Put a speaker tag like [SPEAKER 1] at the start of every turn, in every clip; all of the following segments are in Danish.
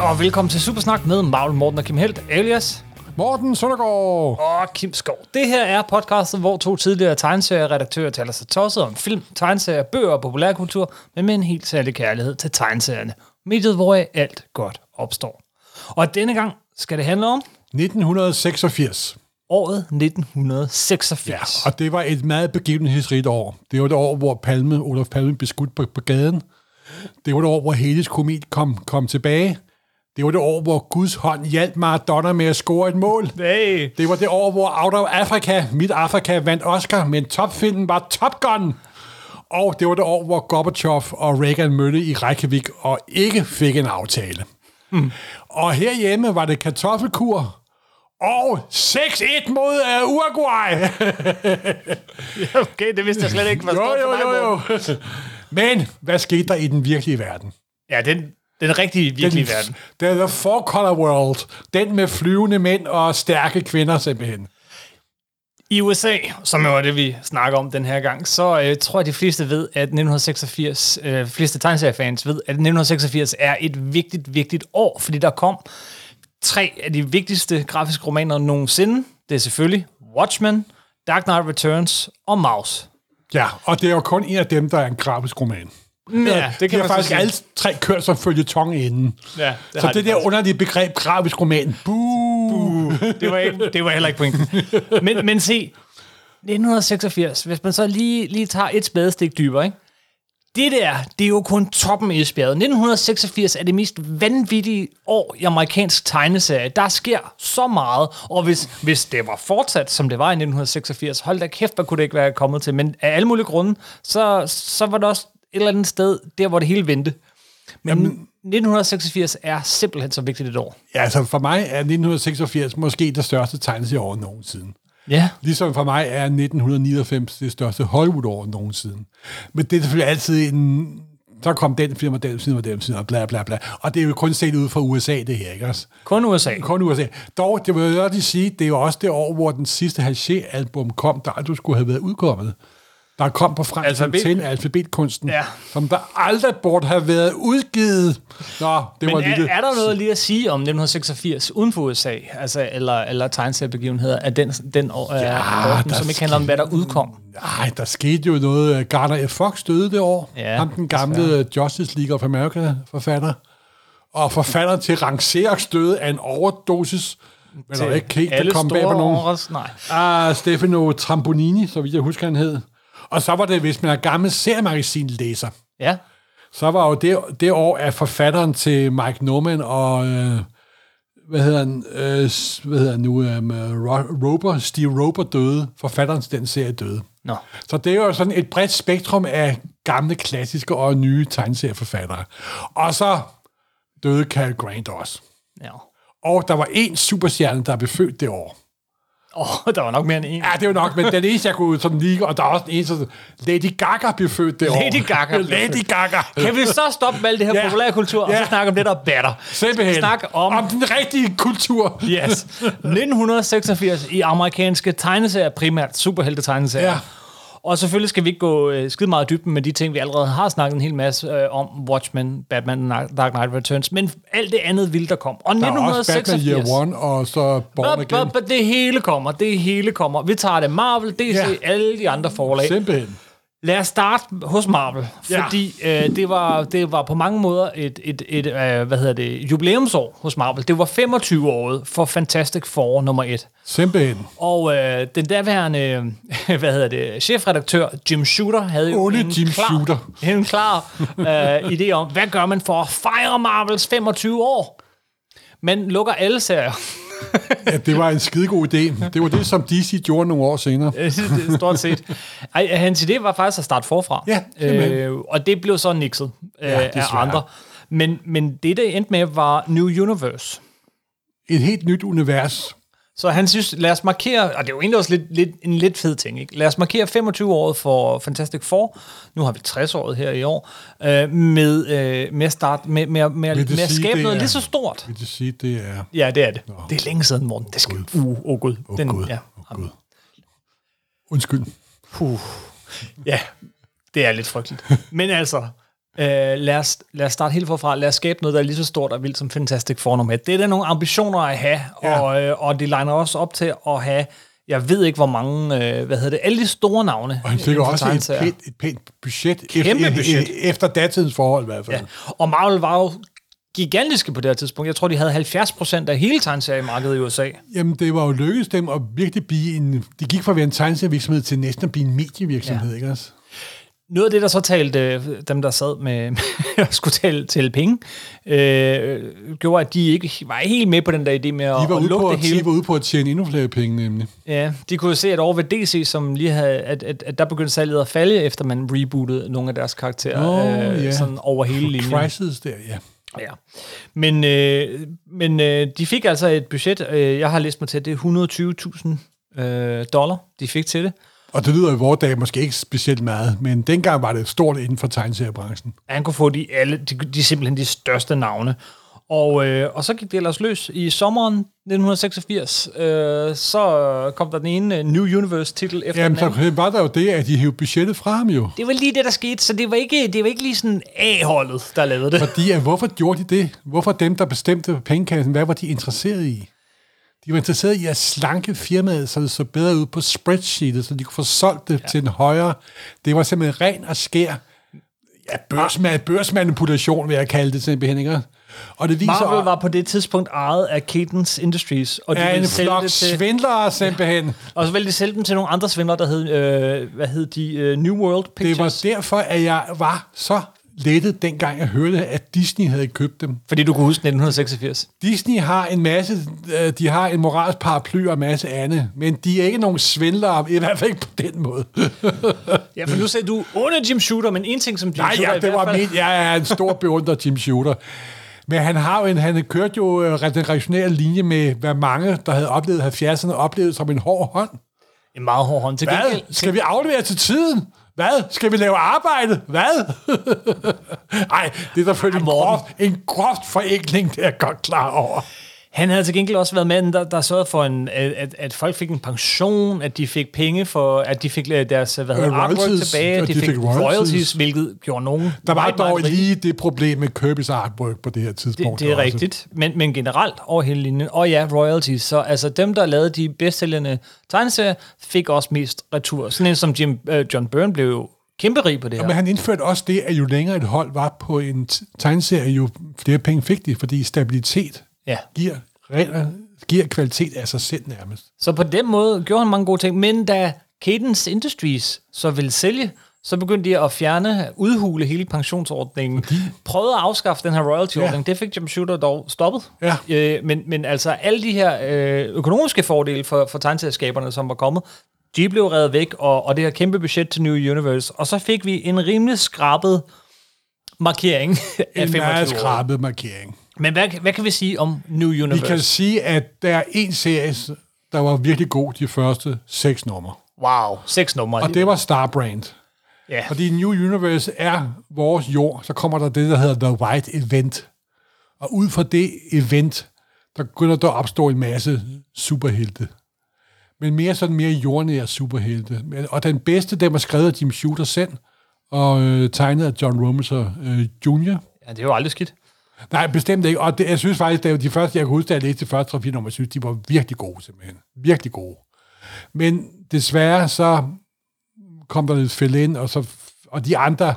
[SPEAKER 1] Og velkommen til Supersnak med Marvel Morten og Kim Helt, alias
[SPEAKER 2] Morten Søndergaard.
[SPEAKER 1] og Kim Skov. Det her er podcastet, hvor to tidligere tegneserieredaktører taler sig tosset om film, tegneserier, bøger og populærkultur, men med en helt særlig kærlighed til tegneserierne. Mediet, hvor alt godt opstår. Og denne gang skal det handle om
[SPEAKER 2] 1986.
[SPEAKER 1] året 1986. Ja,
[SPEAKER 2] Og det var et meget begivenhedsrigt år. Det var det år, hvor Palme, Olof Palme blev skudt på, på gaden. Det var det år, hvor Hedes komet kom, kom tilbage. Det var det år, hvor Guds hånd hjalp Maradona med at score et mål.
[SPEAKER 1] hey.
[SPEAKER 2] Det var det år, hvor Out of Africa, Mit Afrika, vandt Oscar, men topfilmen var Top Gun. Og det var det år, hvor Gorbachev og Reagan mødte i Reykjavik og ikke fik en aftale. Mm. Og herhjemme var det kartoffelkur og 6-1 mod uh, Uruguay.
[SPEAKER 1] Okay, det vidste jeg slet ikke. Var
[SPEAKER 2] jo,
[SPEAKER 1] stort for
[SPEAKER 2] jo,
[SPEAKER 1] dig,
[SPEAKER 2] jo,
[SPEAKER 1] Morten.
[SPEAKER 2] jo. Men hvad skete der i den virkelige verden?
[SPEAKER 1] Ja, den, den rigtige, virkelige verden.
[SPEAKER 2] Det er The Four Color World. Den med flyvende mænd og stærke kvinder simpelthen.
[SPEAKER 1] I USA, som jo er det, vi snakker om den her gang, så øh, tror jeg, de fleste ved, at 1986, øh, fleste tegneseriefans ved, at 1986 er et vigtigt, vigtigt år, fordi der kom tre af de vigtigste grafiske romaner nogensinde. Det er selvfølgelig Watchmen, Dark Knight Returns og Mouse.
[SPEAKER 2] Ja, og det er jo kun en af dem, der er en grafisk roman.
[SPEAKER 1] Ja, det
[SPEAKER 2] de
[SPEAKER 1] kan man
[SPEAKER 2] har
[SPEAKER 1] så
[SPEAKER 2] faktisk
[SPEAKER 1] sige.
[SPEAKER 2] alle tre kørt som følgetong inden.
[SPEAKER 1] Ja, det
[SPEAKER 2] så
[SPEAKER 1] har
[SPEAKER 2] det
[SPEAKER 1] de
[SPEAKER 2] der
[SPEAKER 1] faktisk.
[SPEAKER 2] underlige begreb grafisk roman, buh,
[SPEAKER 1] det, var ikke, det var heller ikke pointen. Men, men se, 1986, hvis man så lige, lige tager et spadestik dybere, ikke? Det der, det er jo kun toppen af isbjerget. 1986 er det mest vanvittige år i amerikansk tegneserie. Der sker så meget, og hvis, hvis det var fortsat, som det var i 1986, hold da kæft, hvor kunne det ikke være kommet til. Men af alle mulige grunde, så, så var det også et eller andet sted, der hvor det hele vendte. Men Jamen. 1986 er simpelthen så vigtigt et år.
[SPEAKER 2] Ja, altså for mig er 1986 måske det største tegneserieår nogensinde.
[SPEAKER 1] Ja.
[SPEAKER 2] Ligesom for mig er 1999 det største Hollywood-år nogensinde. Men det er selvfølgelig altid en... Så kom den film, og den film, og den film, og bla bla bla. Og det er jo kun set ud fra USA, det her, ikke også?
[SPEAKER 1] Kun USA.
[SPEAKER 2] Kun USA. Dog, det vil jeg godt lige sige, det er jo også det år, hvor den sidste Haché-album kom, der aldrig skulle have været udkommet. Der kom på fransk
[SPEAKER 1] Alfabet.
[SPEAKER 2] Alfabet. til alfabetkunsten,
[SPEAKER 1] Ja.
[SPEAKER 2] som der aldrig burde have været udgivet. Nå, det var
[SPEAKER 1] Men er,
[SPEAKER 2] lidt...
[SPEAKER 1] er der noget lige at sige om 1986 uden for USA, altså, eller, eller tegneseriebegivenheder af den, den år, ja,
[SPEAKER 2] der
[SPEAKER 1] som ikke handler om, hvad der udkom?
[SPEAKER 2] Nej, der skete jo noget. Garner F. Fox døde det år.
[SPEAKER 1] Ja,
[SPEAKER 2] Ham den gamle Justice League of America-forfatter. Og forfatter til Rangeraks døde af en overdosis. Men der er ikke helt, der
[SPEAKER 1] Alle
[SPEAKER 2] kom bag på
[SPEAKER 1] store
[SPEAKER 2] nogen.
[SPEAKER 1] års- nej.
[SPEAKER 2] Ah, Stefano Tramponini, så vidt jeg husker, han hed. Og så var det, hvis man er gammel seriemagasinlæser,
[SPEAKER 1] Ja.
[SPEAKER 2] så var jo det, det år af forfatteren til Mike Norman og, øh, hvad hedder han, øh, s- hvad hedder han nu, øh, med Ro- Roper, Steve Roper døde, forfatteren til den serie døde.
[SPEAKER 1] Nå.
[SPEAKER 2] Så det er jo sådan et bredt spektrum af gamle, klassiske og nye tegneserieforfattere. Og så døde Cary Grant også.
[SPEAKER 1] Ja.
[SPEAKER 2] Og der var en superstjerne, der blev født det år.
[SPEAKER 1] Åh, der var nok mere end en.
[SPEAKER 2] Ja, det er jo nok, men den eneste, jeg kunne sådan lige, og der er også den eneste, Lady Gaga blev født det år.
[SPEAKER 1] Lady Gaga blev
[SPEAKER 2] Lady
[SPEAKER 1] født.
[SPEAKER 2] Gaga.
[SPEAKER 1] Kan vi så stoppe med alt det her
[SPEAKER 2] Ja.
[SPEAKER 1] populærkultur, og
[SPEAKER 2] Ja.
[SPEAKER 1] så snakke om det, der batter?
[SPEAKER 2] Simpelthen.
[SPEAKER 1] Snak om...
[SPEAKER 2] om den rigtige kultur.
[SPEAKER 1] Yes. 1986 i amerikanske tegneserier, primært superhelte-tegneserier.
[SPEAKER 2] Ja.
[SPEAKER 1] Og selvfølgelig skal vi ikke gå øh, skide meget i dybden med de ting, vi allerede har snakket en hel masse øh, om. Watchmen, Batman, Na- Dark Knight Returns, men alt det andet vilde, der kom. Og
[SPEAKER 2] Der er også Batman
[SPEAKER 1] 1986...
[SPEAKER 2] Year One, og så Born
[SPEAKER 1] Bup,
[SPEAKER 2] Again.
[SPEAKER 1] bup, bup, det hele kommer, det hele kommer. Vi tager det Marvel, DC,
[SPEAKER 2] Ja.
[SPEAKER 1] alle de andre forlag.
[SPEAKER 2] Simpelthen.
[SPEAKER 1] Lad os starte hos Marvel,
[SPEAKER 2] Ja.
[SPEAKER 1] fordi øh, det, var, det var på mange måder et, et, et øh, hvad hedder det, jubilæumsår hos Marvel. Det var 25-året for Fantastic Four nummer 1.
[SPEAKER 2] Simpelthen.
[SPEAKER 1] Og øh, den daværende øh, hvad hedder det, chefredaktør, Jim Shooter, havde jo
[SPEAKER 2] Onde
[SPEAKER 1] en,
[SPEAKER 2] Jim
[SPEAKER 1] klar,
[SPEAKER 2] Shooter.
[SPEAKER 1] en klar øh, idé om, hvad gør man for at fejre Marvels 25 år? Man lukker alle serier.
[SPEAKER 2] Ja, det var en skidegod idé. Det var det, som DC gjorde nogle år senere.
[SPEAKER 1] Stort set. Ej, hans idé var faktisk at starte forfra.
[SPEAKER 2] Ja, simpelthen.
[SPEAKER 1] øh, og det blev så nikset øh, ja, af
[SPEAKER 2] desværre.
[SPEAKER 1] andre. Men, men det, det endte med, var New Universe.
[SPEAKER 2] Et helt nyt univers.
[SPEAKER 1] Så han synes, lad os markere, og det er jo egentlig også lidt, lidt, en lidt fed ting, ikke? lad os markere 25-året for Fantastic Four, nu har vi 60-året her i år, øh, med, øh, med at starte, med, med, at- med, at-
[SPEAKER 2] Vil det
[SPEAKER 1] med at
[SPEAKER 2] sige,
[SPEAKER 1] skabe
[SPEAKER 2] det
[SPEAKER 1] noget
[SPEAKER 2] er-
[SPEAKER 1] lige så stort.
[SPEAKER 2] Vil det sige, det er...
[SPEAKER 1] Ja, det er det. Det er længe siden, morgen. Det skal, uh, oh gud.
[SPEAKER 2] Åh,
[SPEAKER 1] Den-
[SPEAKER 2] Gud.
[SPEAKER 1] Ja,
[SPEAKER 2] Åh, Gud. Undskyld.
[SPEAKER 1] Puh. ja, det er lidt frygteligt. Men altså, Øh, lad, os, lad os starte helt forfra. Lad os skabe noget, der er lige så stort og vildt som Fantastic Four nummer et. Det er da nogle ambitioner at have,
[SPEAKER 2] Ja.
[SPEAKER 1] ja. og, øh, og det legner også op til at have, jeg ved ikke hvor mange, øh, hvad hedder det, alle de store navne. øh,
[SPEAKER 2] Og han fik
[SPEAKER 1] inden for
[SPEAKER 2] også et
[SPEAKER 1] tegneserier.
[SPEAKER 2] pænt, et pænt budget.
[SPEAKER 1] Kæmpe
[SPEAKER 2] efter,
[SPEAKER 1] budget.
[SPEAKER 2] Efter datidens forhold i hvert fald.
[SPEAKER 1] Ja. Og Marvel var jo gigantiske på det her tidspunkt. Jeg tror, de havde 70% af hele tegneseriemarkedet i USA.
[SPEAKER 2] Jamen, det var jo lykkedes dem at virkelig blive en... De gik fra at være en tegneserievirksomhed til næsten at blive en medievirksomhed, ja. ikke også?
[SPEAKER 1] Noget af det, der så talte, øh, dem der sad med og skulle tale, tælle penge, øh, gjorde, at de ikke var helt med på den der idé med at,
[SPEAKER 2] De var,
[SPEAKER 1] at
[SPEAKER 2] ude
[SPEAKER 1] lukke
[SPEAKER 2] på,
[SPEAKER 1] det
[SPEAKER 2] at,
[SPEAKER 1] hele.
[SPEAKER 2] de var ude på at tjene endnu flere penge, nemlig.
[SPEAKER 1] Ja, de kunne jo se, at over ved DC, som lige havde, at, at, at der begyndte salget at falde, efter man rebootede nogle af deres karakterer
[SPEAKER 2] Nå,
[SPEAKER 1] øh,
[SPEAKER 2] ja.
[SPEAKER 1] sådan over hele linjen.
[SPEAKER 2] Crisis der, ja.
[SPEAKER 1] Ja. Men, øh, men øh, de fik altså et budget, øh, jeg har læst mig til, at det er 120.000 øh, dollar, de fik til det.
[SPEAKER 2] Og det lyder i vores dag måske ikke specielt meget, men dengang var det stort inden for tegneseriebranchen.
[SPEAKER 1] Han kunne få de, alle, de, de simpelthen de største navne. Og, øh, og så gik det ellers løs. I sommeren 1986, øh, så kom der den ene øh, New Universe-titel efter
[SPEAKER 2] Jamen,
[SPEAKER 1] den anden.
[SPEAKER 2] så var der jo det, at de hævde budgettet fra ham jo.
[SPEAKER 1] Det var lige det, der skete, så det var ikke, det var ikke lige sådan A-holdet, der lavede det.
[SPEAKER 2] Fordi, at hvorfor gjorde de det? Hvorfor dem, der bestemte pengekassen, hvad var de interesseret i? De var interesseret i at slanke firmaet, så det så bedre ud på spreadsheetet, så de kunne få solgt det ja. til en højere. Det var simpelthen ren og skær ja, børsma- børsmanipulation, vil jeg kalde det simpelthen, ikke? Og det viser
[SPEAKER 1] Marvel var på det tidspunkt ejet af Cadence Industries, og de
[SPEAKER 2] er en
[SPEAKER 1] ville sælge
[SPEAKER 2] flok
[SPEAKER 1] det til,
[SPEAKER 2] svindlere simpelthen. Ja.
[SPEAKER 1] og så ville de sælge dem til nogle andre svindler, der hed, øh, hvad hed de, øh, New World Pictures.
[SPEAKER 2] Det var derfor, at jeg var så lettet, dengang jeg hørte, at Disney havde købt dem.
[SPEAKER 1] Fordi du kunne huske 1986.
[SPEAKER 2] Disney har en masse, øh, de har en moralsk paraply og en masse andet, men de er ikke nogen svindlere, i hvert fald ikke på den måde.
[SPEAKER 1] Ja, for nu sagde du under Jim Shooter, men en ting som Jim
[SPEAKER 2] Nej,
[SPEAKER 1] Shooter
[SPEAKER 2] ja,
[SPEAKER 1] i
[SPEAKER 2] det
[SPEAKER 1] hvert
[SPEAKER 2] var
[SPEAKER 1] fald...
[SPEAKER 2] min, jeg er en stor beundrer af Jim Shooter. Men han har jo en, han kørte jo øh, den reaktionære linje med, hvad mange, der havde oplevet 70'erne, oplevede som en hård hånd.
[SPEAKER 1] En meget hård hånd. Til gengæld,
[SPEAKER 2] Hvad? Skal vi aflevere til tiden? Hvad? Skal vi lave arbejde? Hvad? Nej, det er selvfølgelig en
[SPEAKER 1] Morten.
[SPEAKER 2] groft, en groft forenkling, det er jeg godt klar over.
[SPEAKER 1] han havde til gengæld også været manden, der, der sørgede for, en, at- at, at folk fik en pension, at de fik penge for, at de fik øh, deres hvad hedder,
[SPEAKER 2] Øh,
[SPEAKER 1] artwork
[SPEAKER 2] royalties.
[SPEAKER 1] tilbage,
[SPEAKER 2] Og
[SPEAKER 1] at de, de fik, fik royalties, royalties, hvilket gjorde nogen.
[SPEAKER 2] Der var
[SPEAKER 1] meget, meget
[SPEAKER 2] dog
[SPEAKER 1] rige.
[SPEAKER 2] lige det problem med Kirby's artwork på det her tidspunkt.
[SPEAKER 1] Det, det er
[SPEAKER 2] også.
[SPEAKER 1] rigtigt, men, men generelt over hele linjen. Og ja, royalties. Så altså dem, der lavede de bedstsælgende tegneserier, fik også mest retur. Sådan en som Jim, øh, John Byrne blev jo kæmpe rig på det her.
[SPEAKER 2] Men han indførte også det, at jo længere et hold var på en t- tegneserie, jo flere penge fik de, fordi stabilitet
[SPEAKER 1] Ja.
[SPEAKER 2] giver, regler, giver kvalitet af sig selv nærmest.
[SPEAKER 1] Så på den måde gjorde han mange gode ting. Men da Cadence Industries så ville sælge, så begyndte de at fjerne, udhule hele pensionsordningen. Fordi? Prøvede at afskaffe den her royalty-ordning. Ja. Det fik Jim Shooter dog stoppet.
[SPEAKER 2] Ja.
[SPEAKER 1] Øh, men, men altså alle de her øh, økonomiske fordele for, for tegnselskaberne, som var kommet, de blev reddet væk, og, og det her kæmpe budget til New Universe. Og så fik vi en rimelig skrabet markering af
[SPEAKER 2] En meget
[SPEAKER 1] 25 år.
[SPEAKER 2] skrabet markering.
[SPEAKER 1] Men hvad, hvad kan vi sige om New
[SPEAKER 2] Vi
[SPEAKER 1] Universe?
[SPEAKER 2] kan sige, at der er en serie, der var virkelig god de første seks numre.
[SPEAKER 1] Wow. Seks numre.
[SPEAKER 2] Og det var Starbrand.
[SPEAKER 1] ja.
[SPEAKER 2] Fordi New Universe er vores jord, så kommer der det, der hedder The White Event. Og ud fra det event, der begynder der at opstå en masse superhelte. Men mere sådan mere jordnære superhelte. Men- Og den bedste, den var skrevet af Jim Shooter selv, og øh, tegnet af John Romita øh, Jr.
[SPEAKER 1] ja, det er jo aldrig skidt.
[SPEAKER 2] Nej, bestemt ikke. Og det, jeg synes faktisk, det er de første, jeg kan huske, da jeg læste de første tre fire numre, jeg synes, de var virkelig gode simpelthen. Virkelig gode. Men desværre så kom der lidt fælde ind, og, så, og de andre...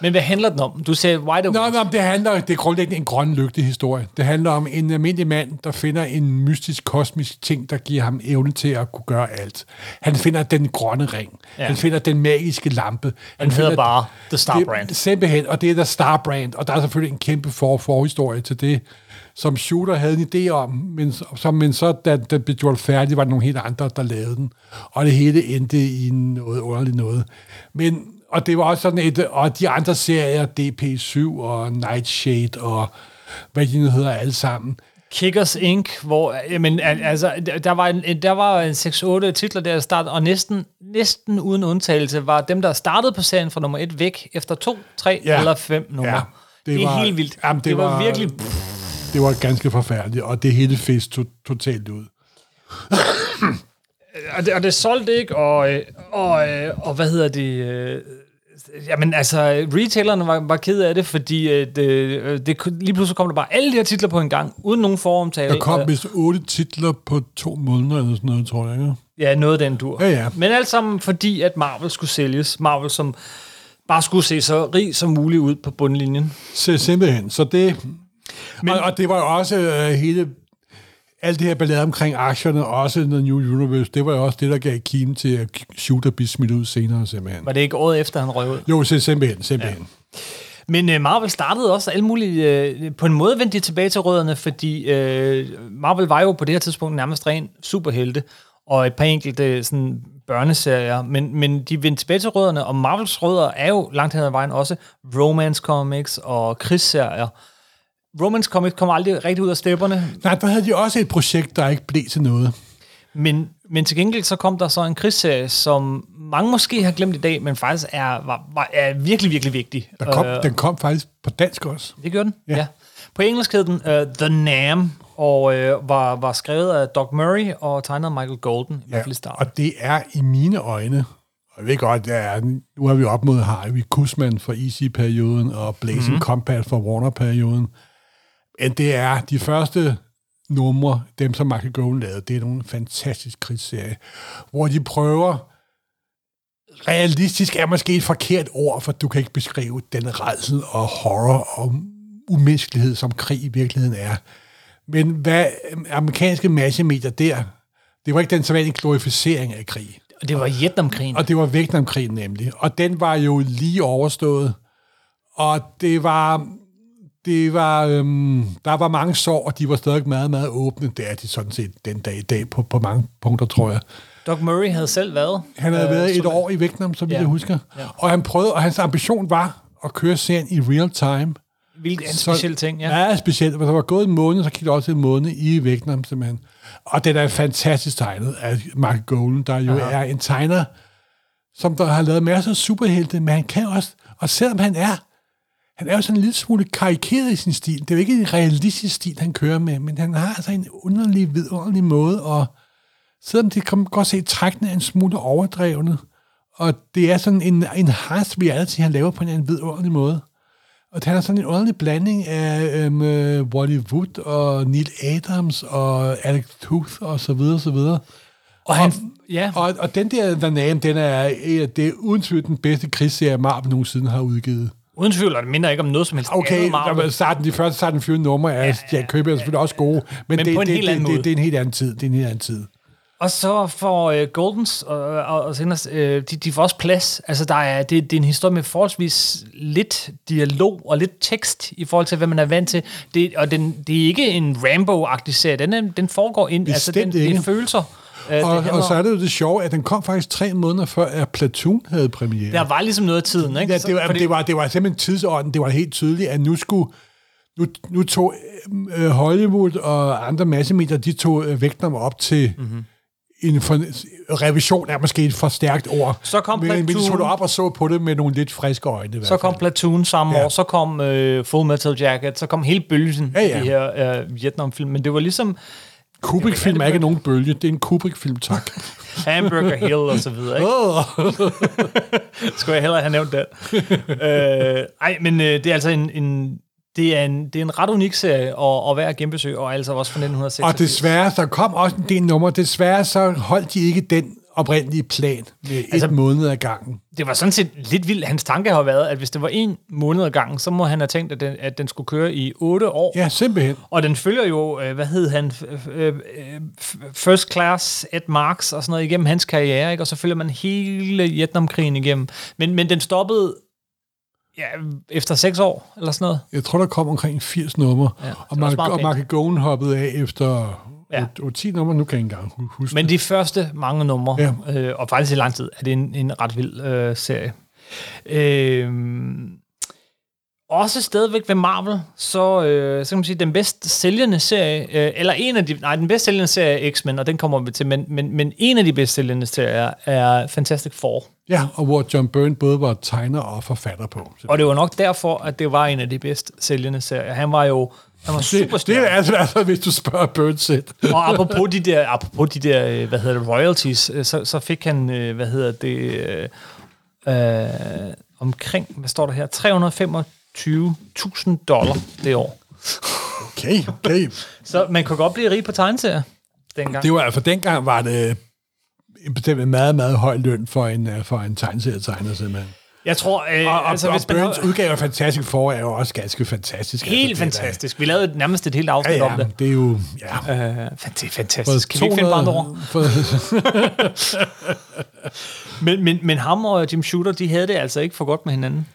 [SPEAKER 1] Men hvad handler den om? Du sagde Wide Awake.
[SPEAKER 2] Nå, nå, men det handler, det er grundlæggende en grøn lygte historie. Det handler om en almindelig mand, der finder en mystisk, kosmisk ting, der giver ham evne til at kunne gøre alt. Han finder den grønne ring. Ja. Han finder den magiske lampe. Han,
[SPEAKER 1] Den hedder
[SPEAKER 2] finder-
[SPEAKER 1] bare The Star
[SPEAKER 2] det-
[SPEAKER 1] Brand.
[SPEAKER 2] Simpelthen, og det er der Star Brand, og der er selvfølgelig en kæmpe for forhistorie til det, som Shooter havde en idé om, men, som, men så, da den blev gjort færdig, var der nogle helt andre, der lavede den. Og det hele endte i noget underligt noget. Men, og det var også sådan et, og de andre serier, DP7 og Nightshade og hvad de nu hedder alle sammen,
[SPEAKER 1] Kickers Inc., hvor jamen, al- altså, der- der var, en, der var en 6-8 titler der i starten, og næsten, næsten uden undtagelse var dem, der startede på serien fra nummer 1 væk efter 2, 3
[SPEAKER 2] Ja.
[SPEAKER 1] ja. eller 5 numre.
[SPEAKER 2] Ja,
[SPEAKER 1] Ja.
[SPEAKER 2] det
[SPEAKER 1] Det, det er
[SPEAKER 2] var-
[SPEAKER 1] helt vildt.
[SPEAKER 2] jamen,
[SPEAKER 1] Jamen,
[SPEAKER 2] det
[SPEAKER 1] det, det var,
[SPEAKER 2] var-
[SPEAKER 1] var virkelig...
[SPEAKER 2] det var ganske forfærdeligt, og det hele fest to, totalt ud.
[SPEAKER 1] Og det, og det solgte ikke, og, øh, og, øh, og hvad hedder det... øh, Jamen altså, retailerne var, var ked af det, fordi øh, det, øh, det, kunne- lige pludselig kom der bare alle de her titler på en gang, uden nogen foromtale.
[SPEAKER 2] Der kom
[SPEAKER 1] Og-
[SPEAKER 2] vist otte titler på to måneder eller sådan noget, tror jeg. Ikke?
[SPEAKER 1] Ja, noget af den dur.
[SPEAKER 2] Ja, ja.
[SPEAKER 1] Men alt sammen fordi, at Marvel skulle sælges. Marvel, som bare skulle se så rig som muligt ud på bundlinjen.
[SPEAKER 2] Så simpelthen. Så det, Men, og, og det var jo også øh, hele... Alt det her ballade omkring aktierne, også The New Universe, det var jo også det, der gav kimen til, at Shooter blev smidt ud senere, simpelthen.
[SPEAKER 1] Var det ikke året efter, han røg ud?
[SPEAKER 2] Jo, så simpelthen, simpelthen.
[SPEAKER 1] Men øh, Marvel startede også alle mulige... Øh, på en måde vendte de tilbage til rødderne, fordi øh, Marvel var jo på det her tidspunkt nærmest ren superhelte, og et par enkelte øh, sådan, børneserier, men, men de vendte tilbage til rødderne, og Marvels rødder er jo langt hen ad vejen også romance comics og krigsserier. Romance comics kommer aldrig rigtig ud af stepperne,
[SPEAKER 2] Nej, der havde de også et projekt, der ikke blev til noget.
[SPEAKER 1] Men, men til gengæld så kom der så en krigsserie, som mange måske har glemt i dag, men faktisk er, var, var, er virkelig, virkelig vigtig.
[SPEAKER 2] Der kom,
[SPEAKER 1] Øh,
[SPEAKER 2] øh. Den kom faktisk på dansk også.
[SPEAKER 1] det gjorde den,
[SPEAKER 2] Ja.
[SPEAKER 1] ja. ja. På engelsk hed den uh, The Nam, og øh, var, var skrevet af Doc Murray og tegnet af Michael Golden, i hvert fald i starten.
[SPEAKER 2] og det er i mine øjne, og jeg ved godt, det er, nu er vi op mod Harvey Kusman fra Easy-perioden og Blazing
[SPEAKER 1] Mhm.
[SPEAKER 2] mm-hmm. Combat fra Warner-perioden, men det er de første numre, dem som Michael Goven lavede, det er nogle fantastisk krigsserie, hvor de prøver realistisk er måske et forkert ord, for du kan ikke beskrive den redsel og horror og umenneskelighed, som krig i virkeligheden er. Men hvad øhm, amerikanske massemedier der, det var ikke den sædvanlige glorificering af krig.
[SPEAKER 1] Og det var Vietnamkrigen.
[SPEAKER 2] Og det var Vietnamkrigen nemlig. Og den var jo lige overstået. Og det var... Det var, øhm, der var mange sår, og de var stadig meget, meget åbne. Det er de sådan set den dag i dag på, på mange punkter, tror jeg.
[SPEAKER 1] Doc Murray havde selv været.
[SPEAKER 2] Han havde øh, været et
[SPEAKER 1] soldat.
[SPEAKER 2] år i Vietnam, så vidt
[SPEAKER 1] Ja.
[SPEAKER 2] jeg husker. Ja. Og han prøvede, og hans ambition var at køre serien i real time.
[SPEAKER 1] Hvilket er en speciel ting, ja.
[SPEAKER 2] Ja, specielt. Hvis der var gået en måned, så gik der også en måned i Vietnam, simpelthen. Og den er fantastisk tegnet af Mark Golan, der jo Aha. er en tegner, som der har lavet masser af superhelte, men han kan også, og selvom han er, han er jo sådan en lille smule karikeret i sin stil. Det er jo ikke en realistisk stil, han kører med, men han har altså en underlig, vidunderlig måde, og selvom det kan man godt se, at trækkene er en smule overdrevne, og det er sådan en, en harsh reality, han laver på en anden vidunderlig måde. Og han er sådan en underlig blanding af øhm, øh, Wally Wood og Neil Adams og Alex Tooth og så videre, så videre.
[SPEAKER 1] Og han, ja.
[SPEAKER 2] Og, og den der Vanam, den er, øh, det er uden tvivl den bedste krigsserie, Marvel nogensinde har udgivet.
[SPEAKER 1] Uden tvivl, og det minder ikke om noget som helst.
[SPEAKER 2] Okay,
[SPEAKER 1] andet Marvel.
[SPEAKER 2] der var starten, de første starten fyrende numre af ja, Jack Kirby er selvfølgelig også gode, men,
[SPEAKER 1] Men
[SPEAKER 2] det,
[SPEAKER 1] på en
[SPEAKER 2] det,
[SPEAKER 1] helt
[SPEAKER 2] det,
[SPEAKER 1] anden
[SPEAKER 2] det,
[SPEAKER 1] måde.
[SPEAKER 2] det, det, er en helt anden tid. Det er en helt anden tid.
[SPEAKER 1] Og så får øh, Goldens og, og, og Sanders, øh, de, de får også plads. Altså, der er, det, det er en historie med forholdsvis lidt dialog og lidt tekst i forhold til, hvad man er vant til. Det, og den, det er ikke en Rambo-agtig serie. Den, er, den foregår ind, altså, den,
[SPEAKER 2] Bestemt
[SPEAKER 1] det
[SPEAKER 2] ikke.
[SPEAKER 1] er følelser. Øh, det
[SPEAKER 2] Og, og
[SPEAKER 1] handler-
[SPEAKER 2] så er det jo det sjove, at den kom faktisk tre måneder før, at Platoon havde premiere.
[SPEAKER 1] der var ligesom noget af tiden, ikke?
[SPEAKER 2] Ja,
[SPEAKER 1] Så-
[SPEAKER 2] det var,
[SPEAKER 1] fordi-
[SPEAKER 2] det, var, det var simpelthen tidsånden. Det var helt tydeligt, at nu skulle... Nu, nu tog øh, Hollywood og andre massemedier, de tog øh, Vietnam op til
[SPEAKER 1] Mhm.
[SPEAKER 2] mm-hmm. en for, revision, er måske et for stærkt ord.
[SPEAKER 1] Så kom
[SPEAKER 2] men, men de tog
[SPEAKER 1] Platoon.
[SPEAKER 2] det op og så på det med nogle lidt friske øjne. i hvert
[SPEAKER 1] Så kom
[SPEAKER 2] fald.
[SPEAKER 1] Platoon samme
[SPEAKER 2] Ja.
[SPEAKER 1] ja. år, så kom øh, Full Metal Jacket, så kom hele bølgen
[SPEAKER 2] Ja,
[SPEAKER 1] ja, ja.
[SPEAKER 2] ja.
[SPEAKER 1] af de her øh, Vietnam-film. Men det var ligesom
[SPEAKER 2] Kubrick-film er ikke nogen bølge. Det er en Kubrick-film, tak.
[SPEAKER 1] Hamburger Hill og så videre, ikke?
[SPEAKER 2] Åh.
[SPEAKER 1] Skulle jeg hellere have nævnt den. øh, ej, men øh, det er altså en, en, det er en, det er en ret unik serie og, og værd at genbesøge, og altså også fra 1986.
[SPEAKER 2] og desværre, der kom også en del numre. Desværre så holdt de ikke den oprindelige plan med altså,
[SPEAKER 1] Altså-
[SPEAKER 2] et måned ad gangen.
[SPEAKER 1] Det var sådan set lidt vildt. Hans tanke har været, at hvis det var en måned ad gangen, så må han have tænkt, at den, at den skulle køre i otte år.
[SPEAKER 2] Ja, simpelthen.
[SPEAKER 1] Og den følger jo, øh, hvad hed han, f- øh, øh, f- First Class, Ed Marks og sådan noget igennem hans karriere, ikke? og så følger man hele Vietnamkrigen igennem. Men, men den stoppede ja, efter seks år, eller sådan noget.
[SPEAKER 2] Jeg tror, der kom omkring 80 numre,
[SPEAKER 1] Ja,
[SPEAKER 2] ja,
[SPEAKER 1] så
[SPEAKER 2] og,
[SPEAKER 1] også
[SPEAKER 2] Mark,
[SPEAKER 1] meget
[SPEAKER 2] og
[SPEAKER 1] pænt.
[SPEAKER 2] Mark Goen hoppede af efter
[SPEAKER 1] Ja.
[SPEAKER 2] ja. 10 numre, nu kan jeg ikke engang hu- huske.
[SPEAKER 1] Men de første mange numre, ja.
[SPEAKER 2] Ja.
[SPEAKER 1] øh, og faktisk i lang tid, er det en, en ret vild øh, serie. Øh, også stadigvæk ved Marvel, så, øh, så kan man sige, den bedst sælgende serie, øh, eller en af de, nej, den bedst sælgende serie er X-Men, og den kommer vi til, men, men, men en af de bedst sælgende serier er Fantastic Four.
[SPEAKER 2] Ja, og hvor John Byrne både var tegner og forfatter på. Så
[SPEAKER 1] Og det var nok derfor, at det var en af de bedst sælgende serier. Han var jo han var
[SPEAKER 2] det, det
[SPEAKER 1] superstjerne.
[SPEAKER 2] er altså, altså, hvis du spørger Byrne selv.
[SPEAKER 1] Og apropos de der, apropos de der øh, hvad hedder det, royalties, øh, så, så fik han, øh, hvad hedder det, øh, øh, omkring, hvad står der her, 325.000 dollar det år.
[SPEAKER 2] Okay, okay.
[SPEAKER 1] Så man kunne godt blive rig på tegneserier dengang.
[SPEAKER 2] Det var, altså, dengang var det en bestemt en meget, meget høj løn for en, øh, for en tegneserietegner, simpelthen.
[SPEAKER 1] Jeg tror, øh,
[SPEAKER 2] Og, og, altså,
[SPEAKER 1] altså,
[SPEAKER 2] og
[SPEAKER 1] hvis man,
[SPEAKER 2] Burns udgave af Fantastic Four er jo også ganske fantastisk.
[SPEAKER 1] helt
[SPEAKER 2] altså, det er da-
[SPEAKER 1] fantastisk. Vi lavede et- nærmest et helt afsnit
[SPEAKER 2] Ja,
[SPEAKER 1] om det.
[SPEAKER 2] ja, det er jo... Ja. Altså,
[SPEAKER 1] Øh, fan- det er fantastisk. Kan vi ikke finde på andre ord?
[SPEAKER 2] for,
[SPEAKER 1] Men, men, men ham og Jim Shooter, de havde det altså ikke for godt med hinanden.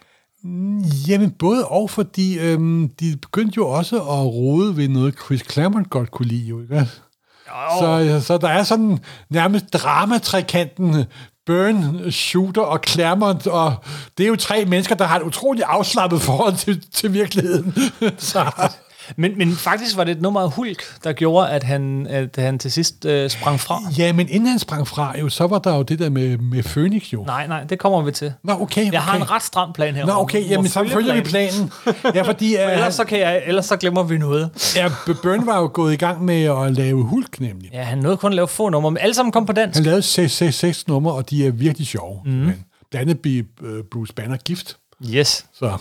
[SPEAKER 2] jamen, både og, fordi øhm, de begyndte jo også at rode ved noget, Chris Claremont godt kunne lide, jo, ikke? Så, så der er sådan nærmest dramatrikanten Burn, Shooter og Claremont, og det er jo tre mennesker, der har et utroligt afslappet forhold til, til virkeligheden. så,
[SPEAKER 1] Men, men faktisk var det et nummer af Hulk, der gjorde, at han, at han til sidst øh, sprang fra.
[SPEAKER 2] ja, men inden han sprang fra, jo, så var der jo det der med, med Phoenix, jo.
[SPEAKER 1] Nej, nej, det kommer vi til.
[SPEAKER 2] Nå, okay, okay.
[SPEAKER 1] Jeg har en ret stram plan her.
[SPEAKER 2] Nå,
[SPEAKER 1] Morten.
[SPEAKER 2] okay,
[SPEAKER 1] Du må
[SPEAKER 2] jamen, så
[SPEAKER 1] følge
[SPEAKER 2] følger vi
[SPEAKER 1] planen.
[SPEAKER 2] planen. Ja, fordi øh,
[SPEAKER 1] Ellers så, kan jeg, ellers så glemmer vi noget.
[SPEAKER 2] ja, B- Byrne var jo gået i gang med at lave Hulk, nemlig.
[SPEAKER 1] Ja, han nåede kun at lave få numre, men alle sammen kom på dansk.
[SPEAKER 2] Han lavede 6, 6, 6 numre, og de er virkelig sjove.
[SPEAKER 1] Mhm.
[SPEAKER 2] Mm. Men andet blev øh, Bruce Banner gift,
[SPEAKER 1] Yes.
[SPEAKER 2] så...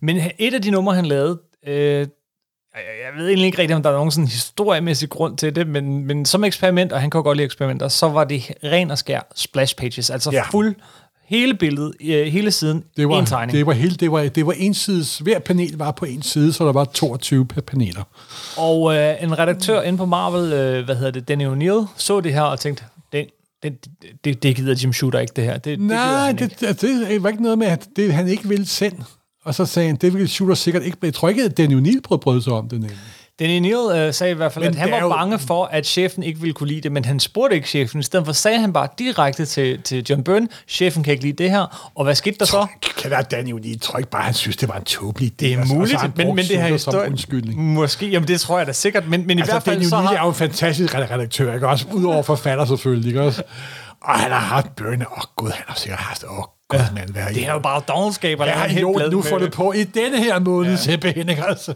[SPEAKER 1] Men et af de numre, han lavede, øh, jeg, jeg ved egentlig ikke rigtigt, om der er nogen sådan historiemæssig grund til det, men, men som eksperiment, og han kan godt lide eksperimenter, så var det ren og skær splash pages, altså
[SPEAKER 2] Ja.
[SPEAKER 1] ja. fuld hele billedet, øh, hele siden,
[SPEAKER 2] Det var,
[SPEAKER 1] en tegning.
[SPEAKER 2] Det var, hele, det var, det var en sides, hver panel var på en side, så der var 22 per paneler.
[SPEAKER 1] Og øh, en redaktør inde på Marvel, øh, hvad hedder det, Danny O'Neill, så det her og tænkte, den, den, det, det gider Jim Shooter ikke, det her. Det, gider
[SPEAKER 2] Nej,
[SPEAKER 1] han
[SPEAKER 2] det, det, det var ikke noget med, at det, han ikke ville sende. Og så sagde han, det ville Shooter sikkert ikke. Jeg tror ikke, at Daniel Neal prøvede at bryde sig om det. Nemlig.
[SPEAKER 1] Danny Neal øh, sagde i hvert fald,
[SPEAKER 2] Men
[SPEAKER 1] men at han
[SPEAKER 2] det er
[SPEAKER 1] var
[SPEAKER 2] jo-
[SPEAKER 1] jo... bange for, at chefen ikke ville kunne lide det, men han spurgte ikke chefen. I stedet for sagde han bare direkte til, til John Byrne, chefen kan ikke lide det her, og hvad skete der så?
[SPEAKER 2] Kan være Daniel Neal. Jeg tror ikke bare, han synes, det var en tåbelig idé.
[SPEAKER 1] Det er
[SPEAKER 2] Altså, og så
[SPEAKER 1] muligt,
[SPEAKER 2] har han
[SPEAKER 1] men,
[SPEAKER 2] brugt
[SPEAKER 1] men det her
[SPEAKER 2] Shooter
[SPEAKER 1] historie...
[SPEAKER 2] Som undskyldning.
[SPEAKER 1] Måske, jamen det tror jeg da sikkert, men, men i hvert
[SPEAKER 2] Altså,
[SPEAKER 1] fald
[SPEAKER 2] Daniel
[SPEAKER 1] så
[SPEAKER 2] Neal er
[SPEAKER 1] har...
[SPEAKER 2] jo en fantastisk redaktør, ikke? Også udover forfatter selvfølgelig, ikke? Også. Og han har haft Byrne. Åh, oh, gud, han har sikkert haft... Åh, oh, gud, mand, hvad
[SPEAKER 1] Det er jo bare dogenskaber, der
[SPEAKER 2] Jeg har
[SPEAKER 1] er helt
[SPEAKER 2] jo
[SPEAKER 1] glad
[SPEAKER 2] nu
[SPEAKER 1] med
[SPEAKER 2] fundet på i denne her måned, ja. simpelthen, ikke? Altså.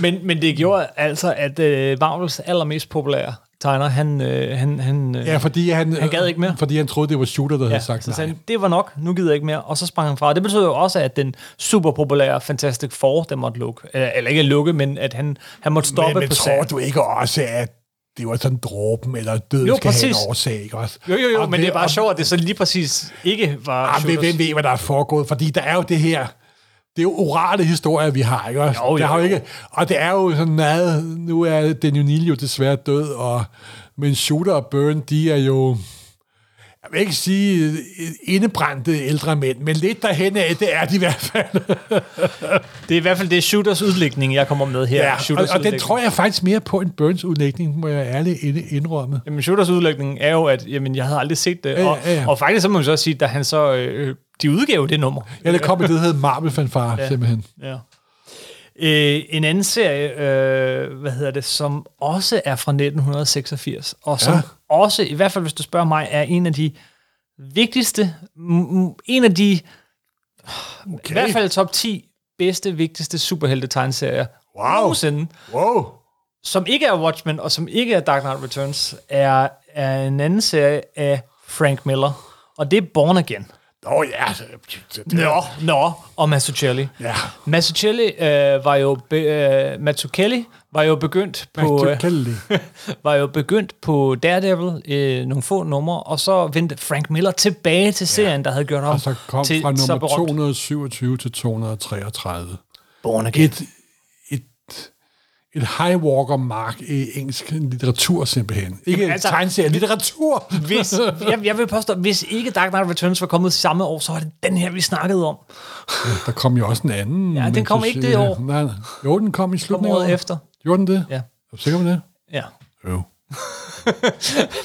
[SPEAKER 1] Men, men det gjorde altså, at øh, Marvels allermest populære tegner, han... Øh, han, han øh,
[SPEAKER 2] Ja, fordi han,
[SPEAKER 1] Han gad ikke mere.
[SPEAKER 2] Fordi han troede, det var Shooter, der ja, havde sagt
[SPEAKER 1] så
[SPEAKER 2] nej.
[SPEAKER 1] sagde han, det var nok, nu gider jeg ikke mere, og så sprang han fra. Det betød jo også, at den super populære Fantastic Four, den måtte lukke. Eller, eller ikke lukke, men at han, han måtte stoppe
[SPEAKER 2] men, men
[SPEAKER 1] på
[SPEAKER 2] tror
[SPEAKER 1] serien.
[SPEAKER 2] du ikke også, at det var sådan dråben eller døden
[SPEAKER 1] Jo,
[SPEAKER 2] jo, skal have
[SPEAKER 1] præcis.
[SPEAKER 2] en årsag, ikke også?
[SPEAKER 1] Jo, jo, jo,
[SPEAKER 2] Og
[SPEAKER 1] men det er bare
[SPEAKER 2] og-
[SPEAKER 1] sjovt, at det så lige præcis ikke var
[SPEAKER 2] Ah,
[SPEAKER 1] Shooters.
[SPEAKER 2] hvem, hvem ved, hvad der er foregået? Fordi der er jo det her... Det er jo orale historier, vi har, ikke også?
[SPEAKER 1] Jo, jo,
[SPEAKER 2] der har
[SPEAKER 1] jo.
[SPEAKER 2] ikke, og det er jo sådan meget... Nu er Daniel Neal jo desværre død, og, men Shooter og Burn, de er jo... Jeg vil ikke sige øh, indebrændte ældre mænd, men lidt derhen af, det er de i hvert fald.
[SPEAKER 1] Det er i hvert fald det er Shooters udlægning, jeg kommer med her.
[SPEAKER 2] Ja, og,
[SPEAKER 1] shooters
[SPEAKER 2] og den tror jeg faktisk mere på en Burns-udlægning, må jeg ærligt inde- indrømme.
[SPEAKER 1] Jamen, Shooters udlægning er jo, at jamen, jeg havde aldrig set det.
[SPEAKER 2] ja,
[SPEAKER 1] Og,
[SPEAKER 2] ja, ja.
[SPEAKER 1] og faktisk så må man så sige, da han så... Øh, de udgav det nummer.
[SPEAKER 2] Ja, der kom et, det der hedder Marvel Fanfare, ja. simpelthen.
[SPEAKER 1] Ja. Øh, en anden serie, øh, hvad hedder det, som også er fra 1986, og som
[SPEAKER 2] Ja.
[SPEAKER 1] ja. også, i hvert fald hvis du spørger mig, er en af de vigtigste, m- m- en af de, okay. i hvert fald top 10 bedste, vigtigste superhelte-tegnserier
[SPEAKER 2] Wow.
[SPEAKER 1] nogensinde,
[SPEAKER 2] Wow!
[SPEAKER 1] som ikke er Watchmen, og som ikke er Dark Knight Returns, er, er en anden serie af Frank Miller, og det er Born Again.
[SPEAKER 2] Nå ja, det- det- det-
[SPEAKER 1] Nå, nå, og Mazzucchelli.
[SPEAKER 2] Ja.
[SPEAKER 1] Mazzucchelli øh, var jo be, øh, Mazzucchelli var jo begyndt på øh,
[SPEAKER 2] Machiavelli.
[SPEAKER 1] var jo begyndt på Daredevil øh, nogle få numre og så vendte Frank Miller tilbage til serien der havde gjort ham
[SPEAKER 2] Og så kom
[SPEAKER 1] til
[SPEAKER 2] fra
[SPEAKER 1] så
[SPEAKER 2] nummer
[SPEAKER 1] berømt.
[SPEAKER 2] 227 til 233.
[SPEAKER 1] Born Again.
[SPEAKER 2] Et, et, et high walker mark i engelsk litteratur, simpelthen. Ikke
[SPEAKER 1] Jamen, altså,
[SPEAKER 2] altså, tegneserie, litteratur!
[SPEAKER 1] Hvis, jeg, jeg vil påstå, hvis ikke Dark Knight Returns var kommet samme år, så var det den her, vi snakkede om
[SPEAKER 2] Der kom jo også en anden.
[SPEAKER 1] Ja, den
[SPEAKER 2] men
[SPEAKER 1] kom
[SPEAKER 2] så-
[SPEAKER 1] ikke det år.
[SPEAKER 2] Nej, nej. Jo, den kom i slutningen af
[SPEAKER 1] året
[SPEAKER 2] året.
[SPEAKER 1] efter.
[SPEAKER 2] Gjorde den det?
[SPEAKER 1] Ja.
[SPEAKER 2] Er du sikker på det?
[SPEAKER 1] Ja.
[SPEAKER 2] Jo.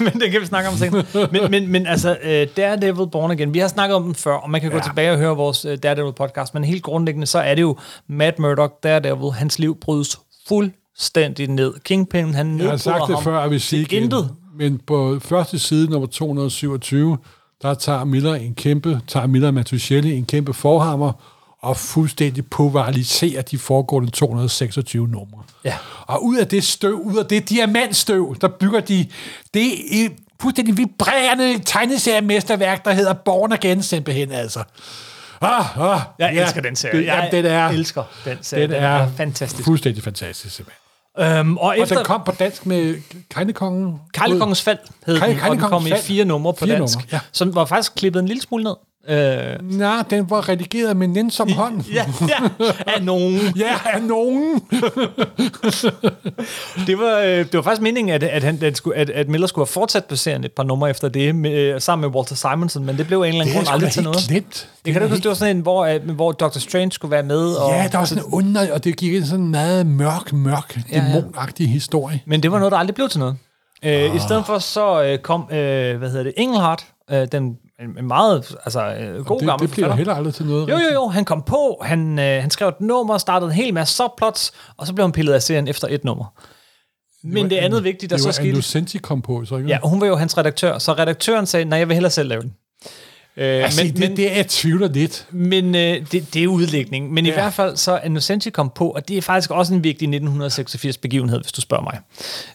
[SPEAKER 1] men det kan vi snakke om senere. Men, men, men altså, øh, Daredevil Born Again, vi har snakket om den før, og man kan ja.
[SPEAKER 2] Ja.
[SPEAKER 1] gå tilbage og høre vores øh, Daredevil-podcast, men helt grundlæggende, så er det jo Matt Murdock, Daredevil, hans liv brydes fuldstændig ned. Kingpin, han
[SPEAKER 2] Jeg har sagt
[SPEAKER 1] nedbryder
[SPEAKER 2] det
[SPEAKER 1] ham.
[SPEAKER 2] før, og vi siger
[SPEAKER 1] til
[SPEAKER 2] igen,
[SPEAKER 1] intet.
[SPEAKER 2] men på første side, nummer 227, der tager Miller en kæmpe, tager Miller Matuschelli en kæmpe forhammer, og fuldstændig pulveriserer de foregående 226 numre.
[SPEAKER 1] Ja.
[SPEAKER 2] Og ud af det støv, ud af det diamantstøv, der bygger de det er et fuldstændig vibrerende tegneseriemesterværk, der hedder Born Again simpelthen, altså. Ah, ah,
[SPEAKER 1] Jeg ja, elsker den serie.
[SPEAKER 2] Det,
[SPEAKER 1] Jeg
[SPEAKER 2] jamen, den er,
[SPEAKER 1] elsker den serie.
[SPEAKER 2] den er
[SPEAKER 1] fantastisk.
[SPEAKER 2] fuldstændig fantastisk, simpelthen.
[SPEAKER 1] Øhm, og,
[SPEAKER 2] Og
[SPEAKER 1] efter
[SPEAKER 2] den kom på dansk med Kejnekongen.
[SPEAKER 1] Karlekongens Fald hed den,
[SPEAKER 2] Karl-
[SPEAKER 1] og den
[SPEAKER 2] Karlekongens
[SPEAKER 1] kom i
[SPEAKER 2] Fald.
[SPEAKER 1] fire numre på
[SPEAKER 2] Fire
[SPEAKER 1] dansk,
[SPEAKER 2] numre, ja.
[SPEAKER 1] som var faktisk klippet en lille smule ned. Øh,
[SPEAKER 2] Nej, den var redigeret med nænsom hånd.
[SPEAKER 1] ja, ja, af nogen.
[SPEAKER 2] Ja, af nogen.
[SPEAKER 1] Det var, øh, det var faktisk meningen, at, at, han, at, skulle, at, at Miller skulle have fortsat på serien et par numre efter det, med, øh, sammen med Walter Simonson, men det blev af en eller anden grund aldrig til noget.
[SPEAKER 2] glemt.
[SPEAKER 1] Det kan du huske, det var sådan en, hvor, øh, hvor Dr. Strange skulle være med. Og,
[SPEAKER 2] Ja, der var sådan en under, og det gik ind i sådan en meget mørk, mørk,
[SPEAKER 1] ja.
[SPEAKER 2] dæmonagtig historie.
[SPEAKER 1] Men det var noget, der aldrig blev til noget. Øh,
[SPEAKER 2] Ah.
[SPEAKER 1] I stedet for så øh, kom, øh, hvad hedder det, Engelhardt, øh, den en en meget altså, øh, god
[SPEAKER 2] Det,
[SPEAKER 1] gammel
[SPEAKER 2] det bliver
[SPEAKER 1] forfatter.
[SPEAKER 2] heller aldrig til noget.
[SPEAKER 1] Jo, jo, jo, han kom på, han, øh, han skrev et nummer, startede en hel masse subplots, og så blev han pillet af serien efter et nummer. Men det, det andet vigtige, der
[SPEAKER 2] Det
[SPEAKER 1] så
[SPEAKER 2] var
[SPEAKER 1] skete...
[SPEAKER 2] Innocenti kom på, så ikke?
[SPEAKER 1] Ja, hun var jo hans redaktør, så redaktøren sagde, nej, jeg vil hellere selv lave den. Øh,
[SPEAKER 2] altså, men, det, men, det er jeg tvivler lidt.
[SPEAKER 1] Men øh, det, det er udlægning. Men ja. i
[SPEAKER 2] Ja.
[SPEAKER 1] hvert fald så er Nocenti kom på, og det er faktisk også en vigtig 1986 begivenhed, hvis du spørger mig.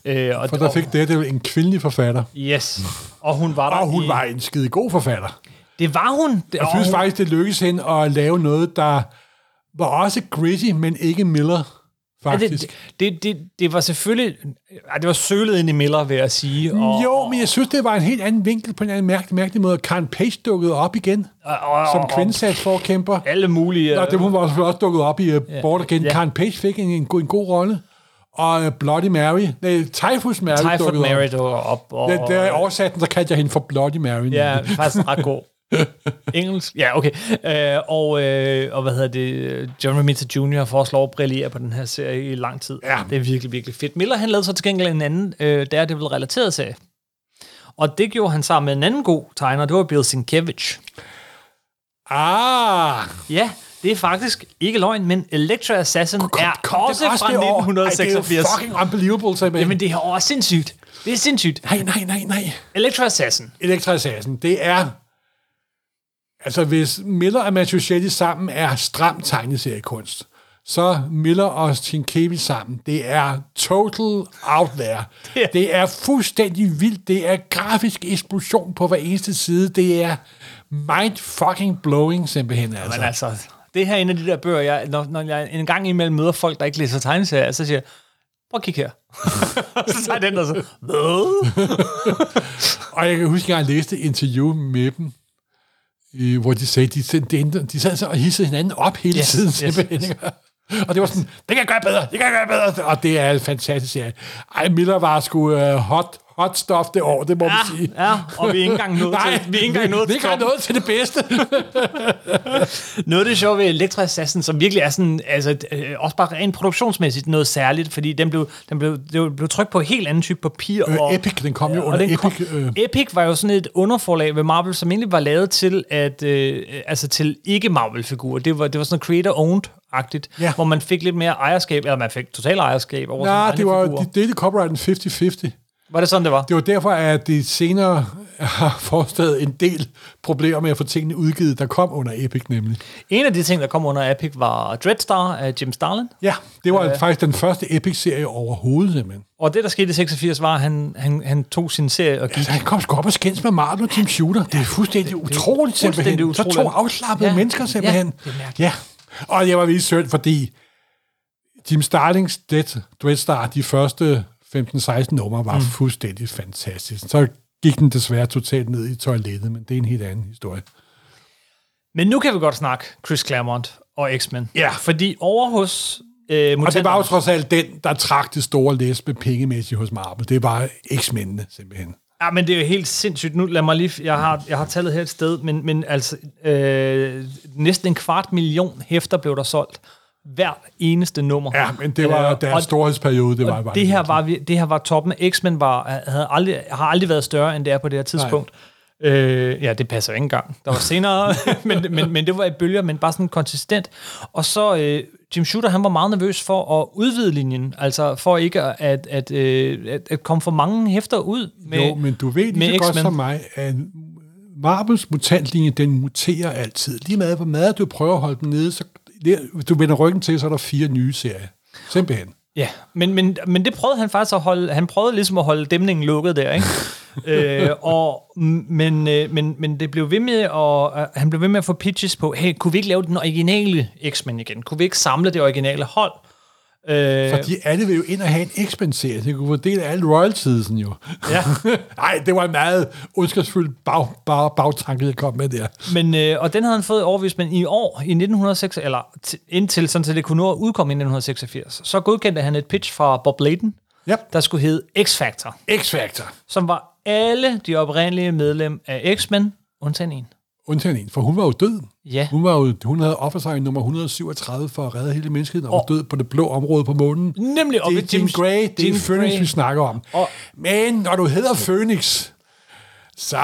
[SPEAKER 1] Øh, og,
[SPEAKER 2] For der
[SPEAKER 1] og,
[SPEAKER 2] fik det, det var en kvindelig forfatter.
[SPEAKER 1] Yes. Og hun var der.
[SPEAKER 2] Og hun
[SPEAKER 1] i,
[SPEAKER 2] var en skide god forfatter.
[SPEAKER 1] Det var hun. Det,
[SPEAKER 2] Jeg
[SPEAKER 1] og
[SPEAKER 2] synes
[SPEAKER 1] hun
[SPEAKER 2] faktisk, det lykkedes hende at lave noget, der var også gritty, men ikke Miller,
[SPEAKER 1] det,
[SPEAKER 2] faktisk.
[SPEAKER 1] det, det, det, det var selvfølgelig... Ej, det var sølet ind i Miller, vil jeg sige. Og,
[SPEAKER 2] Jo, men jeg synes, det var en helt anden vinkel på en anden mærkelig, mærkelig måde. Karen Page dukkede op igen
[SPEAKER 1] og, og,
[SPEAKER 2] som
[SPEAKER 1] og-
[SPEAKER 2] kvindesagsforkæmper.
[SPEAKER 1] Alle mulige... øh,
[SPEAKER 2] Og det hun var selvfølgelig også dukket op i uh, Born Again.
[SPEAKER 1] Ja.
[SPEAKER 2] Karen Page fik en, en, god, en god rolle. Og uh, Bloody Mary, nej, Typhus Mary
[SPEAKER 1] Typhoid
[SPEAKER 2] dukkede
[SPEAKER 1] Mary
[SPEAKER 2] op.
[SPEAKER 1] dukker op. Og,
[SPEAKER 2] Da, da jeg oversatte den, så kaldte jeg hende for Bloody Mary.
[SPEAKER 1] Ja, faktisk ret god. Engelsk? Ja, okay. Øh, og, øh, og hvad hedder det? John Romita Jr. får også lov at brillere på den her serie i lang tid.
[SPEAKER 2] Ja.
[SPEAKER 1] Det er virkelig, virkelig fedt. Miller, han lavede så til gengæld en anden øh, Daredevil relateret serie. Og det gjorde han sammen med en anden god tegner, det var Bill Sienkiewicz.
[SPEAKER 2] Ah,
[SPEAKER 1] Ja, det er faktisk ikke løgn, men Electra Assassin er
[SPEAKER 2] kom,
[SPEAKER 1] også
[SPEAKER 2] den
[SPEAKER 1] fra
[SPEAKER 2] det år.
[SPEAKER 1] 1986.
[SPEAKER 2] Ej, det er jo fucking unbelievable, sagde jeg.
[SPEAKER 1] Jamen, det her år er sindssygt. Det er sindssygt.
[SPEAKER 2] Nej, nej, nej, nej.
[SPEAKER 1] Electra Assassin.
[SPEAKER 2] Elektra Assassin, det er... Altså, hvis Miller og Matuschetti sammen er stram tegneseriekunst, så Miller og Sienkiewicz sammen, det er total out there.
[SPEAKER 1] Det er-
[SPEAKER 2] Det er fuldstændig vildt. Det er grafisk eksplosion på hver eneste side. Det er mind fucking blowing simpelthen, altså.
[SPEAKER 1] Men altså, det her er en af de der bøger, jeg, når, når jeg en gang imellem møder folk, der ikke læser tegneserier, så siger jeg, prøv at kigge her. så tager jeg den der så, hvad?
[SPEAKER 2] Og jeg kan huske, at jeg læste et interview med dem, øh, hvor de sagde, de, sendte det ind- de sad så og hissede hinanden op hele
[SPEAKER 1] Yes,
[SPEAKER 2] yes, tiden.
[SPEAKER 1] yes,
[SPEAKER 2] Yes, yes. Og det var sådan, det kan jeg gøre bedre, det kan jeg gøre bedre. Og det er en fantastisk serie. Ej, Miller var sgu øh, hot, hot stuff det år, det må man sige.
[SPEAKER 1] Ja, ja, og Ah, vi er ikke engang nået til, vi er ikke engang nået
[SPEAKER 2] vi, vi er
[SPEAKER 1] til
[SPEAKER 2] ikke engang
[SPEAKER 1] toppen.
[SPEAKER 2] nået til det bedste.
[SPEAKER 1] Noget af det sjove ved Elektra Assassin, som virkelig er sådan, altså, øh, også bare rent produktionsmæssigt noget særligt, fordi den blev, den blev, det blev trykt på en helt anden type papir.
[SPEAKER 2] Øh,
[SPEAKER 1] og,
[SPEAKER 2] Epic, den kom jo
[SPEAKER 1] og
[SPEAKER 2] under
[SPEAKER 1] den kom,
[SPEAKER 2] Epic. øh,
[SPEAKER 1] Epic var jo sådan et underforlag ved Marvel, som egentlig var lavet til at øh, altså til ikke Marvel-figurer. Det var, det var sådan noget creator-owned-agtigt,
[SPEAKER 2] Ja.
[SPEAKER 1] hvor man fik lidt mere ejerskab, eller man fik total ejerskab over
[SPEAKER 2] Nej,
[SPEAKER 1] sine
[SPEAKER 2] det
[SPEAKER 1] egne
[SPEAKER 2] var,
[SPEAKER 1] figurer.
[SPEAKER 2] de delte copyrighten 50-50.
[SPEAKER 1] Var det sådan, det var?
[SPEAKER 2] Det var derfor, at det senere har forestået en del problemer med at få tingene udgivet, der kom under Epic nemlig.
[SPEAKER 1] En af de ting, der kom under Epic, var Dreadstar af Jim Starlin.
[SPEAKER 2] Ja, det var øh. faktisk den første Epic-serie overhovedet, simpelthen.
[SPEAKER 1] Og det, der skete i 86, var, at han, han, han tog sin serie og gik
[SPEAKER 2] Altså, han kom sgu op og skændes med Marvel og Tim Shooter. Det er fuldstændig utroligt, simpelthen.
[SPEAKER 1] fuldstændig
[SPEAKER 2] Utroligt. Så to
[SPEAKER 1] utroligt.
[SPEAKER 2] afslappede
[SPEAKER 1] Ja,
[SPEAKER 2] ja. mennesker, simpelthen.
[SPEAKER 1] ja, det er mærkeligt.
[SPEAKER 2] ja. Og jeg var vildt synd, fordi Jim Starlings Dead Dread Star, de første 15-16 numre, var mm. fuldstændig fantastisk. Så gik den desværre totalt ned i toilettet, men det er en helt anden historie.
[SPEAKER 1] Men nu kan vi godt snakke Chris Claremont og X-Men.
[SPEAKER 2] Ja.
[SPEAKER 1] Fordi over hos øh,
[SPEAKER 2] Og det
[SPEAKER 1] Mutanterne,
[SPEAKER 2] var jo trods alt den, der trak det store læs med pengemæssigt hos Marvel. Det var X-mændene, simpelthen.
[SPEAKER 1] ja, Ah, men det er jo helt sindssygt. Nu lad mig lige, jeg har, jeg har tallet her et sted, men, men altså, øh, næsten en kvart million hæfter blev der solgt. Hvert eneste nummer.
[SPEAKER 2] Ja, men det var
[SPEAKER 1] Øh, og
[SPEAKER 2] deres storhedsperiode, det var bare
[SPEAKER 1] det her var, vi- det her var toppen. X-Men var, havde aldrig, har aldrig været større, end det er på det her tidspunkt. Øh, ja, det passer jo ikke engang. Der var senere, men, men, men det var i bølger, men bare sådan konsistent. Og så øh, Jim Shooter, han var meget nervøs for at udvide linjen, altså for ikke at, at, at, øh, at, at komme for mange hæfter ud. Med,
[SPEAKER 2] Jo, men du ved lige
[SPEAKER 1] med
[SPEAKER 2] så godt
[SPEAKER 1] X-Men.
[SPEAKER 2] som mig, at Marvels mutantlinje, den muterer altid. Lige meget hvor meget du prøver at holde den nede, så du vender ryggen til, så er der fire nye serier. Simpelthen.
[SPEAKER 1] Ja, men, men, men det prøvede han faktisk at holde, han prøvede ligesom at holde dæmningen lukket der, ikke? øh, og, men, øh, men, men det blev ved med at, øh, han blev ved med at få pitches på, hey, kunne vi ikke lave den originale X-Men igen? Kunne vi ikke samle det originale hold? Øh,
[SPEAKER 2] Fordi alle vil jo ind og have en X-Men-serie, så de kunne fordele alle royaltiesen jo.
[SPEAKER 1] Ja.
[SPEAKER 2] Nej, det var en meget ondskabsfuld bag, bag, bagtanke, jeg kom med der.
[SPEAKER 1] Men, øh, og den havde han fået overvist, men i år, i 1906, eller t- indtil sådan, så det kunne nå at udkomme i 1986, så godkendte han et pitch fra Bob Layton,
[SPEAKER 2] Ja,
[SPEAKER 1] der skulle hedde X-Factor,
[SPEAKER 2] X-Factor.
[SPEAKER 1] som var alle de oprindelige medlem af X-Men, undtagen en.
[SPEAKER 2] Undtagen en, for hun var jo død.
[SPEAKER 1] Ja.
[SPEAKER 2] Hun, var jo, hun havde offret sig i nummer 137 for at redde hele menneskeheden, og hun
[SPEAKER 1] Og-
[SPEAKER 2] død på det blå område på månen.
[SPEAKER 1] Nemlig, og
[SPEAKER 2] det
[SPEAKER 1] ved
[SPEAKER 2] er Jim
[SPEAKER 1] James-
[SPEAKER 2] Gray, det
[SPEAKER 1] Jim
[SPEAKER 2] er Phoenix,
[SPEAKER 1] Grey.
[SPEAKER 2] vi snakker om.
[SPEAKER 1] Og-
[SPEAKER 2] Men når du hedder Phoenix, så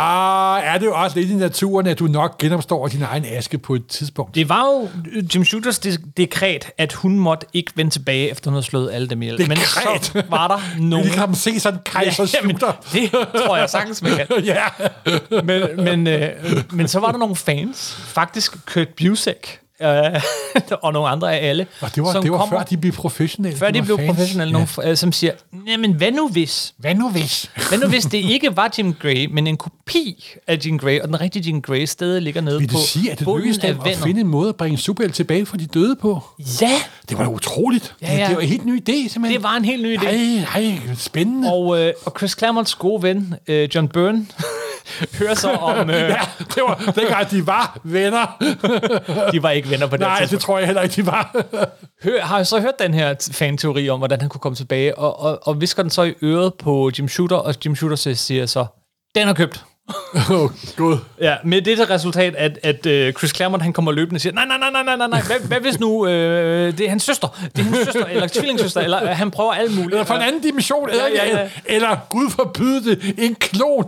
[SPEAKER 2] er det jo også lidt i naturen, at du nok genopstår din egen aske på et tidspunkt.
[SPEAKER 1] Det var jo Jim Shooters de- dekret, at hun måtte ikke vende tilbage, efter hun havde slået alle dem ihjel. Men
[SPEAKER 2] Dekret?
[SPEAKER 1] så var der
[SPEAKER 2] Vi
[SPEAKER 1] nogen...
[SPEAKER 2] kan ham se sådan en kejser ja,
[SPEAKER 1] jamen,
[SPEAKER 2] slutter.
[SPEAKER 1] det tror jeg sagtens, man kan.
[SPEAKER 2] ja.
[SPEAKER 1] men, men, øh, men så var der nogle fans, faktisk Kurt Busiek, øh, og nogle andre af alle,
[SPEAKER 2] Og det var, det var før de blev professionelle.
[SPEAKER 1] før
[SPEAKER 2] Det
[SPEAKER 1] de
[SPEAKER 2] var
[SPEAKER 1] blev
[SPEAKER 2] fans.
[SPEAKER 1] professionelle, nogle, øh, som siger, jamen hvad nu hvis?
[SPEAKER 2] Hvad nu hvis?
[SPEAKER 1] Hvad nu hvis det ikke var Jim Gray, men en kopi af Jim Gray, og den rigtige Jim Gray stadig ligger nede
[SPEAKER 2] Vil
[SPEAKER 1] på
[SPEAKER 2] det sige, at det
[SPEAKER 1] bunden
[SPEAKER 2] lykkedes dem
[SPEAKER 1] af
[SPEAKER 2] at
[SPEAKER 1] vandet?
[SPEAKER 2] finde en måde at bringe Superheld tilbage fra de døde på?
[SPEAKER 1] Ja,
[SPEAKER 2] Det var da utroligt. Ja,
[SPEAKER 1] ja.
[SPEAKER 2] ja. Det var en helt ny idé, simpelthen.
[SPEAKER 1] det var en helt ny idé.
[SPEAKER 2] Nej, nej, spændende.
[SPEAKER 1] Og, øh, og Chris Claremonts gode ven, øh, John Byrne, hører så om, øh,
[SPEAKER 2] Ja, det var dengang, de var venner.
[SPEAKER 1] de var ikke venner på det her
[SPEAKER 2] Nej,
[SPEAKER 1] tidspunkt.
[SPEAKER 2] det tror jeg heller ikke, de var.
[SPEAKER 1] Hør, har jeg så hørt den her t- fan-teori om, hvordan han kunne komme tilbage, og, og, og visker den så i øret på Jim Shooter, og Jim Shooter så siger så, den er købt.
[SPEAKER 2] oh, god.
[SPEAKER 1] Ja, med det til resultat, at, at øh, Chris Claremont, han kommer løbende og siger, nej, nej, nej, nej, nej, nej, nej, hvad, hvad hvis nu, øh, det er hans søster, det er hans søster, eller tvillingssøster, eller øh, han prøver alt muligt.
[SPEAKER 2] Eller fra en anden dimension, eller,
[SPEAKER 1] Ja,
[SPEAKER 2] ja,
[SPEAKER 1] ja,
[SPEAKER 2] ja,
[SPEAKER 1] ja.
[SPEAKER 2] eller Gud forbyde det, en klon.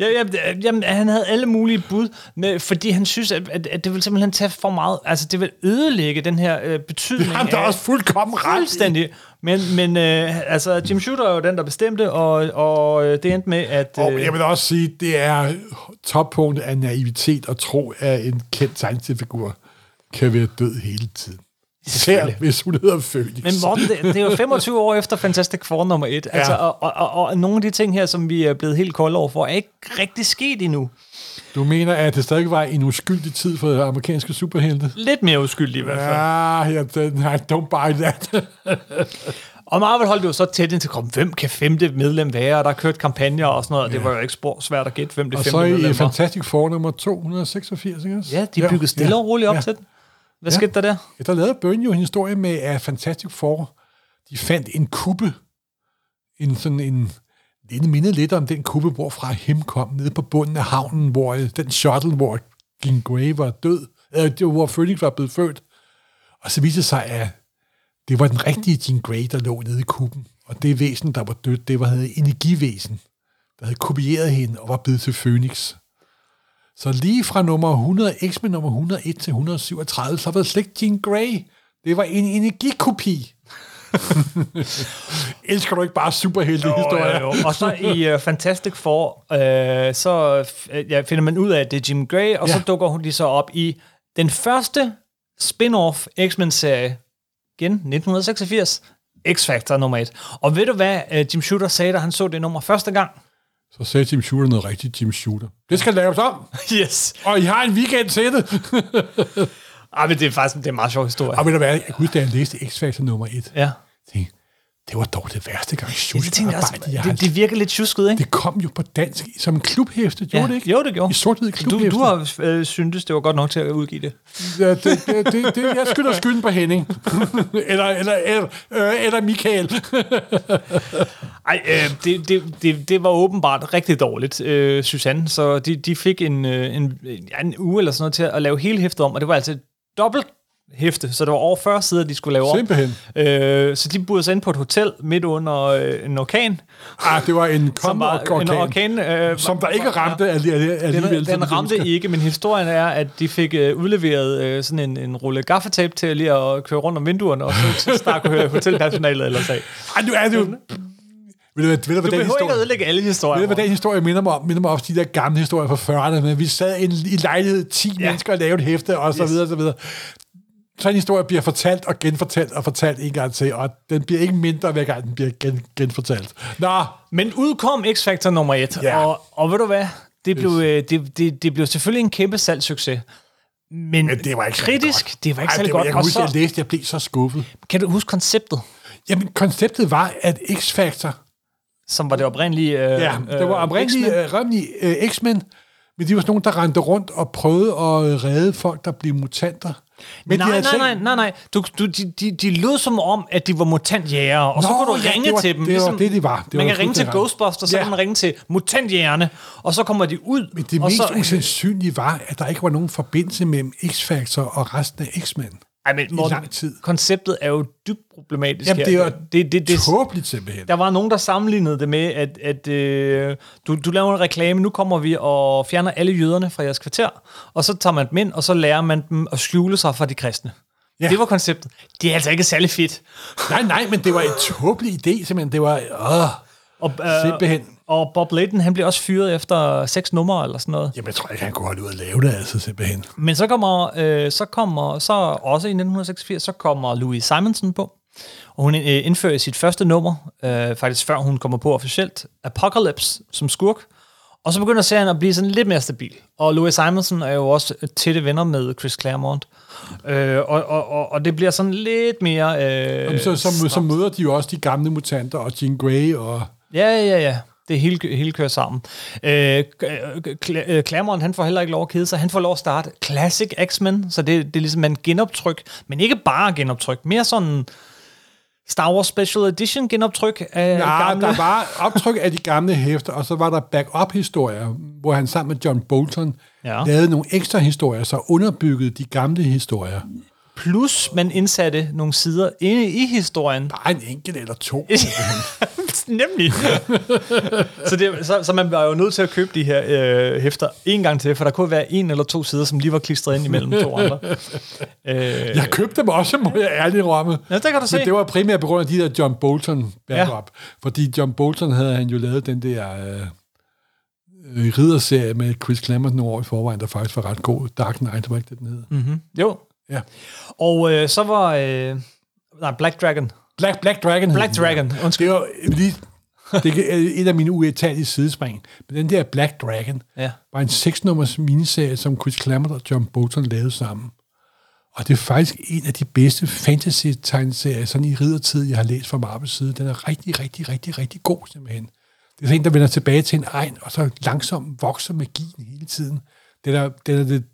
[SPEAKER 1] Ja, ja, d- jamen, han havde alle mulige bud, med, fordi han synes, at, at, at det ville simpelthen tage for meget, altså det vil ødelægge den her øh, betydning.
[SPEAKER 2] Jamen, der er
[SPEAKER 1] af-
[SPEAKER 2] også fuldkommen ret. i.
[SPEAKER 1] Fuldstændig. Men, men øh, altså, Jim Shooter er jo den, der bestemte, og, og øh, det endte med, at...
[SPEAKER 2] Og jeg vil også sige, det er toppunktet af naivitet og tro, at en kendt tegnefilmfigur kan være død hele tiden. Især hvis hun hedder Phoenix.
[SPEAKER 1] men Morten, det, det er jo 25 år efter Fantastic Four nummer 1, ja. altså,
[SPEAKER 2] Ja.
[SPEAKER 1] og, og, og, og nogle af de ting her, som vi er blevet helt kolde over for, er ikke rigtig sket endnu.
[SPEAKER 2] Du mener, at det stadig var en uskyldig tid for amerikanske superhelte?
[SPEAKER 1] Lidt mere uskyldig i hvert fald. Ja.
[SPEAKER 2] Ja, ja den, nej, don't buy that.
[SPEAKER 1] Og Marvel holdt jo så tæt ind til kom, hvem kan femte medlem være, og der kørte kampagner og sådan noget, og det var jo ikke spor svært at gætte, hvem det
[SPEAKER 2] Og
[SPEAKER 1] femte
[SPEAKER 2] så
[SPEAKER 1] medlem
[SPEAKER 2] i
[SPEAKER 1] var.
[SPEAKER 2] Fantastic Four nummer 286, ikke? også?
[SPEAKER 1] Ja, de byggede stille ja. og roligt op ja. til den. Hvad ja. skete der der?
[SPEAKER 2] Ja, der lavede Byrne jo en historie med, at Fantastic Four, de fandt en kuppe, en sådan en, den mindede lidt om den kuppe, hvorfra Him kom, nede på bunden af havnen, hvor øh, den shuttle, hvor Jean Grey var død, øh, det var, hvor Phoenix var blevet født. Og så viste det sig, at det var den rigtige Jean Grey, der lå nede i kuppen, og det væsen, der var dødt, det var havde energivæsen, der havde kopieret hende og var blevet til Phoenix. Så lige fra nummer 100, X med nummer 101 til 137, så var det slet ikke Jean Grey. Det var en energikopi. Elsker du ikke bare superhelte historier?
[SPEAKER 1] Jo, jo, jo. Og så i uh, Fantastic Four, øh, så øh, ja, finder man ud af, at det er Jim Gray, og ja. så
[SPEAKER 2] Ja.
[SPEAKER 1] dukker hun lige så op i den første spin-off X-Men-serie, igen 1986, X-Factor nummer 1. Og ved du hvad øh, Jim Shooter sagde, da han så det nummer første gang?
[SPEAKER 2] Så sagde Jim Shooter noget rigtigt, Jim Shooter. Det skal laves om,
[SPEAKER 1] Yes.
[SPEAKER 2] og I har en weekend til det.
[SPEAKER 1] Ej, men det er faktisk det er en meget sjov historie.
[SPEAKER 2] og ved du hvad, jeg husker, da jeg læste X-Factor nummer 1,
[SPEAKER 1] Ja.
[SPEAKER 2] tænkte, det var dog det værste gang
[SPEAKER 1] Det, det, tænkte jeg
[SPEAKER 2] Shooter-arbejde, jeg
[SPEAKER 1] også,
[SPEAKER 2] har
[SPEAKER 1] det, det virker lidt tjusket, ikke?
[SPEAKER 2] Det kom jo på dansk som en klubhæfte, gjorde
[SPEAKER 1] Ja.
[SPEAKER 2] det ikke?
[SPEAKER 1] Jo, det gjorde.
[SPEAKER 2] I sort-hvid
[SPEAKER 1] Du,
[SPEAKER 2] klubhæfte.
[SPEAKER 1] du har øh, syntes, det var godt nok til at udgive det.
[SPEAKER 2] Ja, det, det, det, det, jeg skylder skylden på Henning. eller, eller, eller, øh, eller Michael.
[SPEAKER 1] Ej, øh, det, det, det, det var åbenbart rigtig dårligt, øh, Susanne. Så de, de fik en, øh, en, ja, en uge eller sådan noget til at lave hele hæftet om, og det var altså et dobbelt hæfte, så det var over 40 sider, de skulle lave om.
[SPEAKER 2] Simpelthen.
[SPEAKER 1] Øh, så de burde sig ind på et hotel midt under øh, en orkan.
[SPEAKER 2] Ah, det var en
[SPEAKER 1] Som var en orkan.
[SPEAKER 2] kommerorkan,
[SPEAKER 1] Øh,
[SPEAKER 2] som der ikke ramte alli- alli- alligevel.
[SPEAKER 1] den,
[SPEAKER 2] som vi
[SPEAKER 1] den ramte
[SPEAKER 2] husker.
[SPEAKER 1] ikke, men historien er, at de fik øh, udleveret øh, sådan en, en rulle gaffatape til lige at køre rundt om vinduerne, og så, så snart kunne høre hotelpersonalet eller sag.
[SPEAKER 2] Ej, nu er det jo... Ved du, hvad- ved du,
[SPEAKER 1] Du
[SPEAKER 2] hvad den
[SPEAKER 1] behøver ikke at
[SPEAKER 2] historie...
[SPEAKER 1] ødelægge alle historier.
[SPEAKER 2] Ved du, hvad
[SPEAKER 1] Morten.
[SPEAKER 2] den historie minder mig om? Minder mig om de der gamle historier fra 40'erne, men vi sad i en, i lejlighed 10
[SPEAKER 1] Ja.
[SPEAKER 2] mennesker og lavede et hæfte, og så
[SPEAKER 1] Yes.
[SPEAKER 2] videre, og så videre. sådan en historie bliver fortalt og genfortalt og fortalt en gang til, og den bliver ikke mindre, hver gang den bliver gen, genfortalt. Nå,
[SPEAKER 1] Men udkom X-Factor nummer et,
[SPEAKER 2] Ja.
[SPEAKER 1] yeah. og, og ved du hvad? Det blev, øh, det, det, det blev selvfølgelig en kæmpe salgssucces. Men,
[SPEAKER 2] men det var ikke særlig
[SPEAKER 1] kritisk,
[SPEAKER 2] godt.
[SPEAKER 1] det var ikke
[SPEAKER 2] Ej,
[SPEAKER 1] særlig
[SPEAKER 2] det var-
[SPEAKER 1] godt.
[SPEAKER 2] Jeg
[SPEAKER 1] og
[SPEAKER 2] kan huske,
[SPEAKER 1] så,
[SPEAKER 2] jeg læste, jeg blev så skuffet.
[SPEAKER 1] kan du huske konceptet,
[SPEAKER 2] Jamen, konceptet var, at X-Factor,
[SPEAKER 1] som var det oprindelige? Øh,
[SPEAKER 2] ja, øh, det var
[SPEAKER 1] øh,
[SPEAKER 2] oprindeligt
[SPEAKER 1] X-Men?
[SPEAKER 2] øh, oprindeligt, øh, X-Men, men de var sådan nogle, der rendte rundt og prøvede at redde folk, der blev mutanter. Men
[SPEAKER 1] Nej,
[SPEAKER 2] havde
[SPEAKER 1] nej,
[SPEAKER 2] selv-
[SPEAKER 1] nej, nej, nej. Du, du, de, de, de lød som om, at de var mutantjæger, og så
[SPEAKER 2] Nå,
[SPEAKER 1] kunne du
[SPEAKER 2] ja,
[SPEAKER 1] ringe
[SPEAKER 2] det var-
[SPEAKER 1] til dem. ligesom
[SPEAKER 2] det var det, de var. Det
[SPEAKER 1] man
[SPEAKER 2] var
[SPEAKER 1] kan ringe til
[SPEAKER 2] fuldstændig ret.
[SPEAKER 1] Ghostbusters, så
[SPEAKER 2] Ja.
[SPEAKER 1] kan man ringe til mutantjægerne, og så kommer de ud.
[SPEAKER 2] Men det
[SPEAKER 1] og
[SPEAKER 2] mest
[SPEAKER 1] så, øh,
[SPEAKER 2] så, usandsynlige var, at der ikke var nogen forbindelse mellem X-Factor og resten af X-Men.
[SPEAKER 1] Ej, men, Morten,
[SPEAKER 2] lang tid.
[SPEAKER 1] konceptet er jo dybt problematisk
[SPEAKER 2] Jamen,
[SPEAKER 1] her.
[SPEAKER 2] det er jo
[SPEAKER 1] det, det, det,
[SPEAKER 2] Tåbeligt simpelthen.
[SPEAKER 1] der var nogen, der sammenlignede det med, at, at øh, du, du laver en reklame, nu kommer vi og fjerner alle jøderne fra jeres kvarter, og så tager man dem ind, og så lærer man dem at skjule sig fra de kristne.
[SPEAKER 2] Ja.
[SPEAKER 1] Ja. Det var konceptet. Det er altså ikke særlig fedt.
[SPEAKER 2] Nej, nej, men det var en tåbelig idé simpelthen. Det var, åh,
[SPEAKER 1] Og, øh,
[SPEAKER 2] simpelthen.
[SPEAKER 1] og Bob Layton, han bliver også fyret efter seks numre eller sådan noget.
[SPEAKER 2] Jamen, jeg tror ikke, han kunne holde ud at lave det, altså simpelthen.
[SPEAKER 1] Men så kommer, øh, så kommer, så også i 1986, så kommer Louise Simonsen på. Og hun øh, indfører sit første nummer, øh, faktisk før hun kommer på officielt, Apocalypse som skurk. Og så begynder serien at blive sådan lidt mere stabil. Og Louis Simonsen er jo også øh, tætte venner med Chris Claremont. Øh, og, og, og, og det bliver sådan lidt mere... Øh,
[SPEAKER 2] Jamen, så, så, så møder de jo også de gamle mutanter og Jean Grey og...
[SPEAKER 1] Ja, ja, ja. Det hele, hele kører sammen. Øh, Claremont, øh, han får heller ikke lov at kede sig. Han får lov at starte Classic X-Men, så det, det er ligesom en genoptryk, men ikke bare genoptryk, mere sådan Star Wars Special Edition genoptryk af ja,
[SPEAKER 2] Ja,
[SPEAKER 1] gamle...
[SPEAKER 2] der var optryk af de gamle hæfter, og så var der back-up-historier, hvor han sammen med John Bolton ja.
[SPEAKER 1] Ja.
[SPEAKER 2] lavede nogle ekstra historier, så underbyggede de gamle historier.
[SPEAKER 1] Plus, man indsatte nogle sider inde i historien.
[SPEAKER 2] Bare en enkelt eller to.
[SPEAKER 1] Nemlig. så, det, så, så man var jo nødt til at købe de her øh, hæfter en gang til, for der kunne være en eller to sider, som lige var klistret ind imellem to andre. øh,
[SPEAKER 2] Jeg købte dem også, må jeg ærligt rømme.
[SPEAKER 1] Ja, det kan du se.
[SPEAKER 2] Men det var primært på grund af de der John Bolton backup. Ja. Fordi John Bolton havde han jo lavet den der øh, øh, ridderserie med Chris Clemmer nogle år i forvejen, der faktisk var ret god. Dark Knight, var ikke det, den hed? Mm.
[SPEAKER 1] jo,
[SPEAKER 2] Ja.
[SPEAKER 1] Og øh, så var... Øh, nej, Black Dragon.
[SPEAKER 2] Black, Black Dragon. hed
[SPEAKER 1] Black
[SPEAKER 2] den.
[SPEAKER 1] Dragon, undskyld.
[SPEAKER 2] Det var lige... Det er et af mine uetalige sidespring. Men den der Black Dragon
[SPEAKER 1] Ja.
[SPEAKER 2] var en seksnummers miniserie, som Chris Clammer og John Bolton lavede sammen. Og det er faktisk en af de bedste fantasy-tegneserier, sådan i riddertid, jeg har læst fra Marvels side. Den er rigtig, rigtig, rigtig, rigtig god simpelthen. Det er sådan en, der vender tilbage til en egen, og så langsomt vokser magien hele tiden. Den er, den er det,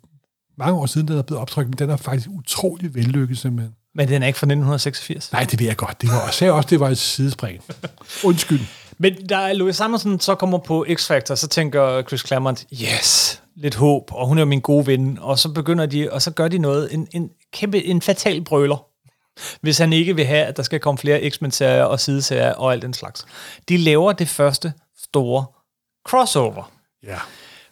[SPEAKER 2] mange år siden, den er blevet optrykt, men den er faktisk utrolig vellykket simpelthen.
[SPEAKER 1] Men den er ikke fra 1986.
[SPEAKER 2] Nej, det ved jeg godt. Det var, jeg sagde også, det var et sidespring. Undskyld.
[SPEAKER 1] Men da Louis Simonsen så kommer på X-Factor, så tænker Chris Claremont, yes, lidt håb, og hun er min gode ven. Og så begynder de, og så gør de noget, en, en kæmpe, en fatal brøler. Hvis han ikke vil have, at der skal komme flere X-Men-serier og sideserier og alt den slags. De laver det første store crossover.
[SPEAKER 2] Ja.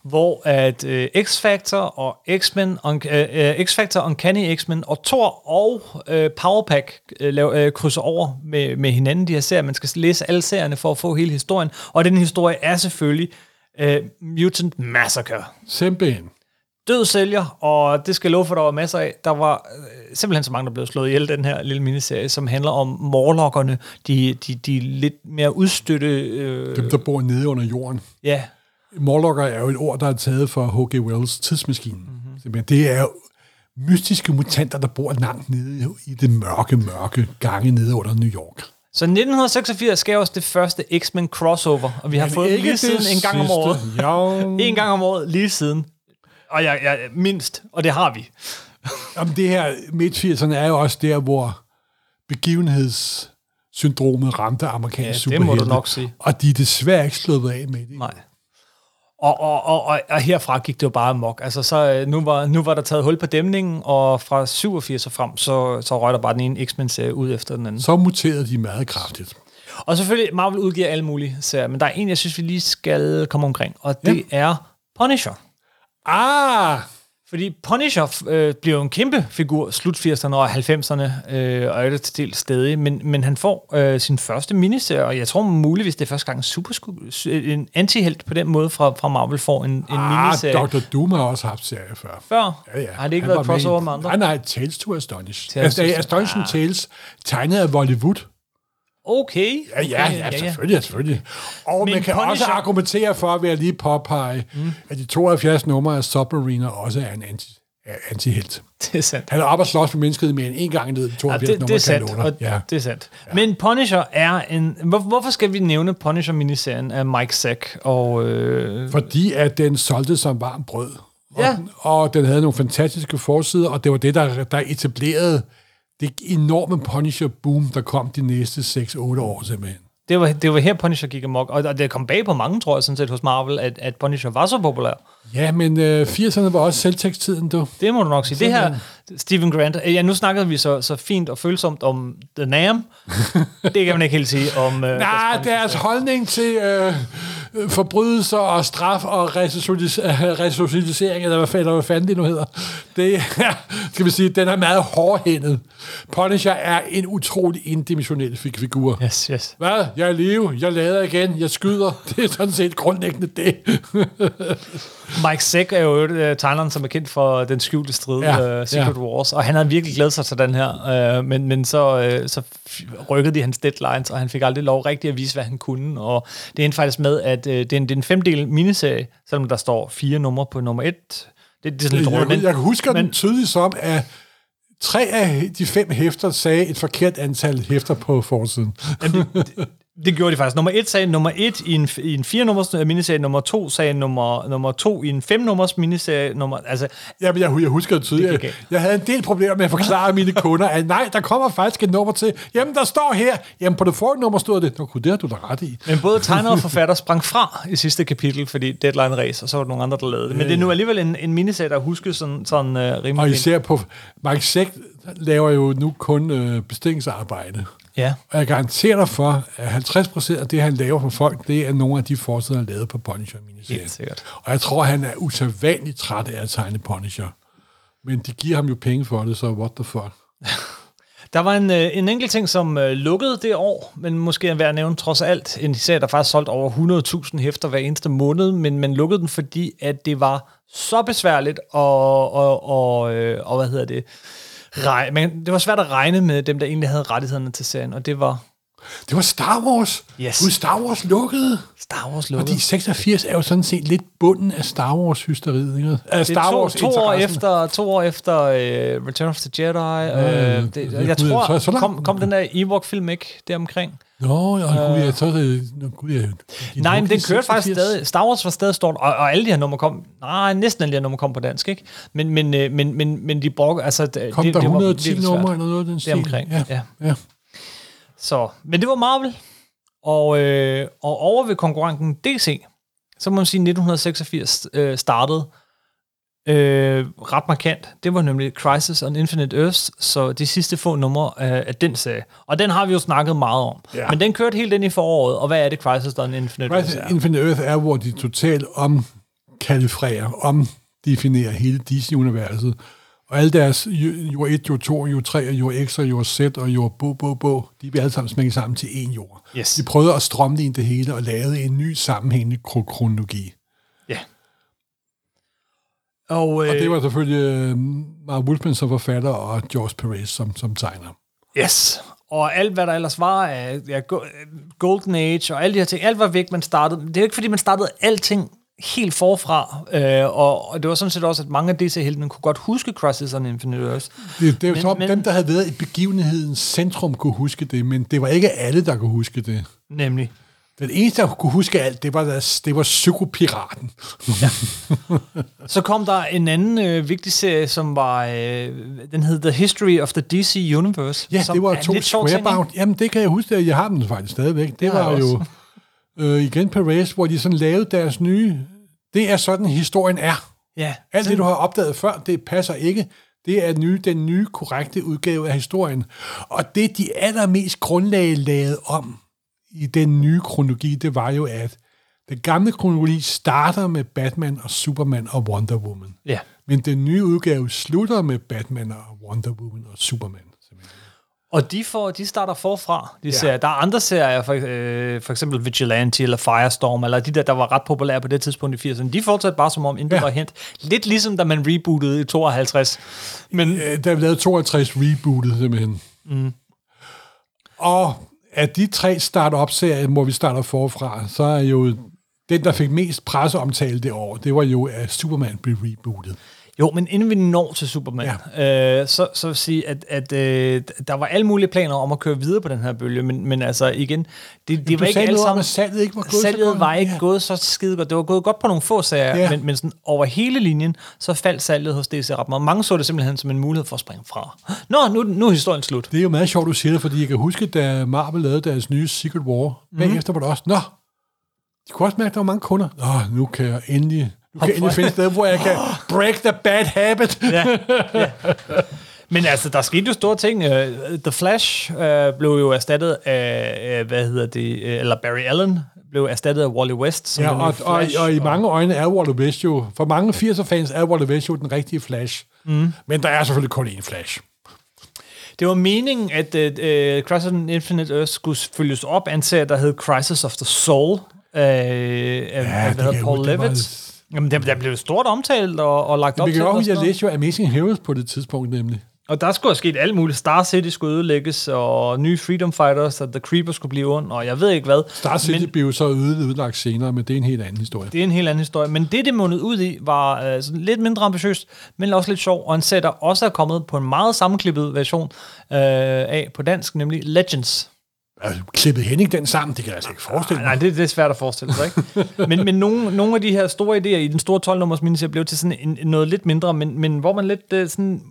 [SPEAKER 1] hvor at øh, X-Factor og X-Men, un, øh, øh, X-Factor, Uncanny X-Men og Thor og øh, Powerpack øh, lav, øh, krydser over med, med hinanden de her serier. Man skal læse alle serierne for at få hele historien, og den historie er selvfølgelig øh, Mutant Massacre.
[SPEAKER 2] Simpelthen.
[SPEAKER 1] Død sælger, og det skal jeg love for, der var masser af. Der var øh, simpelthen så mange, der blev slået ihjel, den her lille miniserie, som handler om morlokkerne, de, de, de lidt mere udstøtte... Øh,
[SPEAKER 2] Dem, der bor nede under jorden.
[SPEAKER 1] ja,
[SPEAKER 2] Morlocker er jo et ord, der er taget fra H.G. Wells tidsmaskinen.
[SPEAKER 1] Mhm.
[SPEAKER 2] Mm-hmm. Simpelthen. Det er jo mystiske mutanter, der bor langt nede i det mørke, mørke gange nede under New York.
[SPEAKER 1] Så 1986 gav os det første X-Men crossover, og vi har fået
[SPEAKER 2] ikke
[SPEAKER 1] lige
[SPEAKER 2] det
[SPEAKER 1] siden en gang om
[SPEAKER 2] sidste.
[SPEAKER 1] året.
[SPEAKER 2] Ja,
[SPEAKER 1] En gang om året, lige siden. Og jeg, jeg, mindst, og det har vi.
[SPEAKER 2] Jamen, det her midt 80'erne er jo også der, hvor begivenhedssyndromet ramte amerikanske
[SPEAKER 1] Ja, det må
[SPEAKER 2] superhelte.
[SPEAKER 1] du nok sige.
[SPEAKER 2] Og de er desværre ikke slået af med det.
[SPEAKER 1] Nej. Og, og, og, og, og herfra gik det jo bare amok. Altså, så, øh, nu, var, nu var der taget hul på dæmningen, og fra 87 og frem, så, så røg der bare den ene X-Men-serie ud efter den anden.
[SPEAKER 2] Så muterede de meget kraftigt.
[SPEAKER 1] Og selvfølgelig, Marvel udgiver alle mulige serier, men der er en, jeg synes, vi lige skal komme omkring, og det er Punisher.
[SPEAKER 2] Ah!
[SPEAKER 1] Fordi Punisher øh, bliver jo en kæmpe figur slut 80'erne og 90'erne, øh, og er det til del stadig, men, men han får øh, sin første miniserie, og jeg tror muligvis, det er første gang super, øh, en antihelt på den måde fra, fra Marvel får en, en
[SPEAKER 2] Ah,
[SPEAKER 1] miniserie.
[SPEAKER 2] Dr. Doom har også haft serie før.
[SPEAKER 1] Før
[SPEAKER 2] Ja, ja.
[SPEAKER 1] har det ikke
[SPEAKER 2] Han
[SPEAKER 1] været
[SPEAKER 2] var med i-
[SPEAKER 1] crossover med andre.
[SPEAKER 2] Nej, nej, Tales to Astonish.
[SPEAKER 1] Tales
[SPEAKER 2] Tales
[SPEAKER 1] to Astonish.
[SPEAKER 2] Astonish ah. Tales, tegnet af Wollywood.
[SPEAKER 1] Okay.
[SPEAKER 2] Ja, ja, altså, ja, selvfølgelig, selvfølgelig. Og
[SPEAKER 1] Men
[SPEAKER 2] man kan
[SPEAKER 1] Punisher-
[SPEAKER 2] også argumentere for, ved at lige påpege, mm. at de 72 numre af Submariner også er en anti, er antihelt.
[SPEAKER 1] Det er sandt.
[SPEAKER 2] Han er oppe og slås med mennesket mere end en gang ned i
[SPEAKER 1] Ja,
[SPEAKER 2] 72
[SPEAKER 1] det,
[SPEAKER 2] numre
[SPEAKER 1] det er
[SPEAKER 2] kan
[SPEAKER 1] sandt,
[SPEAKER 2] låne.
[SPEAKER 1] og
[SPEAKER 2] Ja.
[SPEAKER 1] det er sandt. Men Punisher er en... Hvor, hvorfor skal vi nævne Punisher-miniserien af Mike Zack og... Øh,
[SPEAKER 2] Fordi at den solgte som varm brød. Og,
[SPEAKER 1] Ja.
[SPEAKER 2] den, og den havde nogle fantastiske forsider, og det var det, der, der etablerede det enorme Punisher-boom, der kom de næste 6-8 år simpelthen.
[SPEAKER 1] det, var, det var her, Punisher gik amok, og, og det kom bag på mange, tror jeg, sådan set hos Marvel, at, at Punisher var så populær.
[SPEAKER 2] Ja, men øh, 80'erne var også selvtægtstiden, du.
[SPEAKER 1] Det må du nok sige. Det her, Stephen Grant... Ja, nu snakkede vi så, så fint og følsomt om The Nam. det kan man ikke helt sige om... Øh,
[SPEAKER 2] Nej,
[SPEAKER 1] deres
[SPEAKER 2] deres altså holdning til øh, øh, forbrydelser og straf og resocialis- øh, resocialisering, eller hvad fanden, hvad fanden det nu hedder, det er, skal vi sige, den er meget hårdhændet. Punisher er en utrolig indimensionel fig- figur. Ja.
[SPEAKER 1] Yes, yes.
[SPEAKER 2] Hvad? Jeg er i live, jeg lader igen, jeg skyder. Det er sådan set grundlæggende det.
[SPEAKER 1] Mike Zack er jo øh, tegneren, som er kendt for den skjulte strid, ja,
[SPEAKER 2] Ja,
[SPEAKER 1] uh, Secret ja.
[SPEAKER 2] ja.
[SPEAKER 1] Wars, og han havde virkelig glædet sig til den her, uh, men, men så, uh, så f- rykkede de hans deadlines, og han fik aldrig lov rigtig at vise, hvad han kunne, og det endte faktisk med, at uh, det, er en, det er en femdel miniserie, selvom der står fire numre på nummer et. Det, det er sådan lidt
[SPEAKER 2] Jeg,
[SPEAKER 1] dårligt,
[SPEAKER 2] jeg,
[SPEAKER 1] men
[SPEAKER 2] jeg husker
[SPEAKER 1] men-
[SPEAKER 2] den tydeligt som, at tre af de fem hæfter sagde et forkert antal hæfter på forsiden.
[SPEAKER 1] det gjorde de faktisk. Nummer et sagde nummer et i en, i en fire nummers øh, miniserie, nummer to sagde nummer, nummer to i en fem nummers miniserie, nummer, altså
[SPEAKER 2] Jamen, jeg, jeg husker det tydeligt.
[SPEAKER 1] Det gik
[SPEAKER 2] Jeg,
[SPEAKER 1] galt.
[SPEAKER 2] jeg havde en del problemer med at forklare mine kunder, at nej, der kommer faktisk et nummer til. Jamen, der står her. Jamen, på det forrige nummer stod det. Nå, gud, det har du da ret i.
[SPEAKER 1] Men både tegner og forfatter sprang fra i sidste kapitel, fordi deadline race, og så var der nogle andre, der lavede det. Men det er nu alligevel en, en miniserie, der huskes sådan, sådan uh, rimelig
[SPEAKER 2] Og
[SPEAKER 1] fint.
[SPEAKER 2] især på... Mark Sæk laver jo nu kun øh, bestillingsarbejde.
[SPEAKER 1] Ja.
[SPEAKER 2] Og jeg garanterer dig for, at 50 procent af det, han laver for folk, det er nogle af de forsider, han lavede på Punisher miniserien.
[SPEAKER 1] Helt sikkert.
[SPEAKER 2] Og jeg tror, han er usædvanligt træt af at tegne Punisher. Men de giver ham jo penge for det, så what the fuck.
[SPEAKER 1] Der var en, øh, en enkelt ting, som øh, lukkede det år, men måske er værd at nævne trods alt. En serie, der faktisk solgte over 100.000 hæfter hver eneste måned, men man lukkede den, fordi at det var så besværligt og, og, og, øh, og hvad hedder det, Rej, men det var svært at regne med dem, der egentlig havde rettighederne til serien, og det var
[SPEAKER 2] Det var Star Wars.
[SPEAKER 1] Yes.
[SPEAKER 2] Gud, Star Wars lukkede.
[SPEAKER 1] Star Wars lukket.
[SPEAKER 2] Fordi 86 er jo sådan set lidt bunden af Star Wars-hysteriet, ikke? Af
[SPEAKER 1] Det er
[SPEAKER 2] Star
[SPEAKER 1] to,
[SPEAKER 2] Wars
[SPEAKER 1] to år efter, to år efter uh, Return of the Jedi. Uh, det,
[SPEAKER 2] Mm. det-
[SPEAKER 1] jeg
[SPEAKER 2] gud,
[SPEAKER 1] tror,
[SPEAKER 2] så- så langt.
[SPEAKER 1] kom, kom den der Ewok-film ikke deromkring?
[SPEAKER 2] Nå, ja, gud, jeg tror, det... Nå, gud, jeg,
[SPEAKER 1] Nej, men den
[SPEAKER 2] kører
[SPEAKER 1] kørte faktisk stadig. Star Wars var stadig stort, og, og alle de her numre kom... Nej, næsten alle de her numre kom på dansk, ikke? Men, men, øh, men, men, men de brugte... Altså, det,
[SPEAKER 2] Kom
[SPEAKER 1] det,
[SPEAKER 2] der
[SPEAKER 1] det var
[SPEAKER 2] 110
[SPEAKER 1] virkelig svært.
[SPEAKER 2] numre eller noget af den stil?
[SPEAKER 1] Deromkring,
[SPEAKER 2] Ja,
[SPEAKER 1] ja.
[SPEAKER 2] ja. ja.
[SPEAKER 1] Så, men det var Marvel. Og, øh, og over ved konkurrenten DC, så må man sige, at 1986 øh, startede øh, ret markant. Det var nemlig Crisis on Infinite Earths, så de sidste få numre øh, af den serie. Og den har vi jo snakket meget om.
[SPEAKER 2] Ja.
[SPEAKER 1] Men den kørte helt ind i foråret, og hvad er det Crisis on Infinite Earths
[SPEAKER 2] Rise
[SPEAKER 1] er?
[SPEAKER 2] of Infinite Earth er, hvor de totalt omkalifrerer, omdefinerer hele DC-universet. Og alle deres jo- jord 1, jord 2, jord 3, og jord X, og jord Z, og jord Bo, Bo, Bo, de bliver alle sammen smækket sammen til én jord.
[SPEAKER 1] Yes.
[SPEAKER 2] De prøvede at strømligne det hele og lavede en ny sammenhængende kro- kronologi.
[SPEAKER 1] Ja. Og, øh,
[SPEAKER 2] Og det var selvfølgelig øh, Mark Wolfman som forfatter og George Perez som, som tegner.
[SPEAKER 1] Yes. Og alt, hvad der ellers var af ja, go- Golden Age og alle de her ting, alt var væk, man startede. Det er jo ikke, fordi man startede alting helt forfra, øh, og, og det var sådan set også, at mange af DC-heltene kunne godt huske Crisis on Infinite Earths.
[SPEAKER 2] Det, det er jo som om
[SPEAKER 1] men-
[SPEAKER 2] dem, der havde været i begivenhedens centrum, kunne huske det, men det var ikke alle, der kunne huske det.
[SPEAKER 1] Nemlig.
[SPEAKER 2] Den eneste, der kunne huske alt, det var, deres, det var psykopiraten.
[SPEAKER 1] Så kom der en anden øh, vigtig serie, som var, øh, den hed The History of the DC Universe.
[SPEAKER 2] Ja,
[SPEAKER 1] som
[SPEAKER 2] det
[SPEAKER 1] er
[SPEAKER 2] var
[SPEAKER 1] en
[SPEAKER 2] to
[SPEAKER 1] lidt sjov ting, ikke?
[SPEAKER 2] squarebound. Jamen, det kan jeg huske, at jeg har den faktisk stadigvæk. Det,
[SPEAKER 1] har
[SPEAKER 2] var
[SPEAKER 1] jeg
[SPEAKER 2] jo øh, igen Perez, hvor de sådan lavede deres nye... Det er sådan, historien er.
[SPEAKER 1] Ja,
[SPEAKER 2] Alt det, du har opdaget før, det passer ikke. Det er nye, den nye, korrekte udgave af historien. Og det, de allermest grundlag lavede om i den nye kronologi, det var jo, at Den gamle kronologi starter med Batman og Superman og Wonder Woman.
[SPEAKER 1] Ja.
[SPEAKER 2] Men den nye udgave slutter med Batman og Wonder Woman og Superman. simpelthen.
[SPEAKER 1] Og de, får, de starter forfra, de ja. serier. Der er andre serier, for, øh, for eksempel Vigilante eller Firestorm, eller de der, der var ret populære på det tidspunkt i 80'erne. De fortsatte bare som om intet
[SPEAKER 2] Ja.
[SPEAKER 1] ja. var hent. Lidt ligesom da man rebootede i 52. Men
[SPEAKER 2] Øh, Der er lavet 52 rebootet, simpelthen. Mm. Og af de tre start-up-serier, hvor vi starter forfra, så er jo den, der fik mest presseomtale det år, det var jo, at Superman blev rebootet.
[SPEAKER 1] Jo, men inden vi når til Superman, ja. øh, så, så vil jeg sige, at, at øh, der var alle mulige planer om at køre videre på den her bølge, men, men altså igen, det, det
[SPEAKER 2] Du
[SPEAKER 1] var ikke
[SPEAKER 2] sagde
[SPEAKER 1] alle
[SPEAKER 2] noget om, at
[SPEAKER 1] sammen...
[SPEAKER 2] salget ikke var gået så
[SPEAKER 1] Salget
[SPEAKER 2] godt.
[SPEAKER 1] var ikke
[SPEAKER 2] Ja.
[SPEAKER 1] ja. gået så skide godt. Det var gået godt på nogle få sager,
[SPEAKER 2] Ja.
[SPEAKER 1] ja. men, men sådan over hele linjen, så faldt salget hos DC ret meget. Mange så det simpelthen som en mulighed for at springe fra. Nå, nu, nu er historien slut.
[SPEAKER 2] Det er jo meget sjovt, du siger det, fordi jeg kan huske, da Marvel lavede deres nye Secret War,
[SPEAKER 1] Mhm.
[SPEAKER 2] mm. bagefter var det også, nå, de kunne også mærke, at der var mange kunder. Nå, nu kan jeg endelig, nu kan jeg endelig finde et sted, hvor jeg kan break the bad habit.
[SPEAKER 1] Men altså, der skete jo store ting. Øh, The Flash øh, blev jo erstattet af, øh, hvad hedder det, øh, eller Barry Allen blev erstattet af Wally West. Som
[SPEAKER 2] Ja,
[SPEAKER 1] den nye
[SPEAKER 2] og, og,
[SPEAKER 1] Flash.
[SPEAKER 2] og i mange øjne er Wally West jo, for mange 80'er-fans er Wally West jo den rigtige Flash. Mm. Men der er selvfølgelig kun én Flash.
[SPEAKER 1] Det var meningen, at uh, Crisis on Infinite Earth skulle følges op af en serie, der hed Crisis of the Soul, uh,
[SPEAKER 2] det
[SPEAKER 1] af
[SPEAKER 2] kan jeg
[SPEAKER 1] ja, Paul
[SPEAKER 2] huske, det var- altså-
[SPEAKER 1] Levitz. Jamen, der, der blev stort omtalt og, og lagt op
[SPEAKER 2] Vi
[SPEAKER 1] til.
[SPEAKER 2] kan
[SPEAKER 1] det og
[SPEAKER 2] også,
[SPEAKER 1] sådan
[SPEAKER 2] jeg
[SPEAKER 1] noget.
[SPEAKER 2] læste jo Amazing Heroes på det tidspunkt nemlig.
[SPEAKER 1] Og der skulle have sket alt muligt. Star City skulle ødelægges, og nye Freedom Fighters, og The Creeper skulle blive ond, og jeg ved ikke hvad.
[SPEAKER 2] Star City
[SPEAKER 1] Men-
[SPEAKER 2] blev så øde- ødelagt senere, men det er en helt anden historie.
[SPEAKER 1] Det er en helt anden historie. Men det, det mundede ud i, var øh, sådan lidt mindre ambitiøst, men også lidt sjov. Og en serie, der også er kommet på en meget sammenklippet version øh, af på dansk, nemlig Legends.
[SPEAKER 2] Altså, klippede Henning den sammen, det kan jeg altså ikke forestille mig.
[SPEAKER 1] Nej, det, det er svært at forestille sig, ikke? men men nogle, nogle af de her store idéer i den store 12-nummers miniserie blev til sådan en, en- noget lidt mindre, men, men hvor man lidt øh, sådan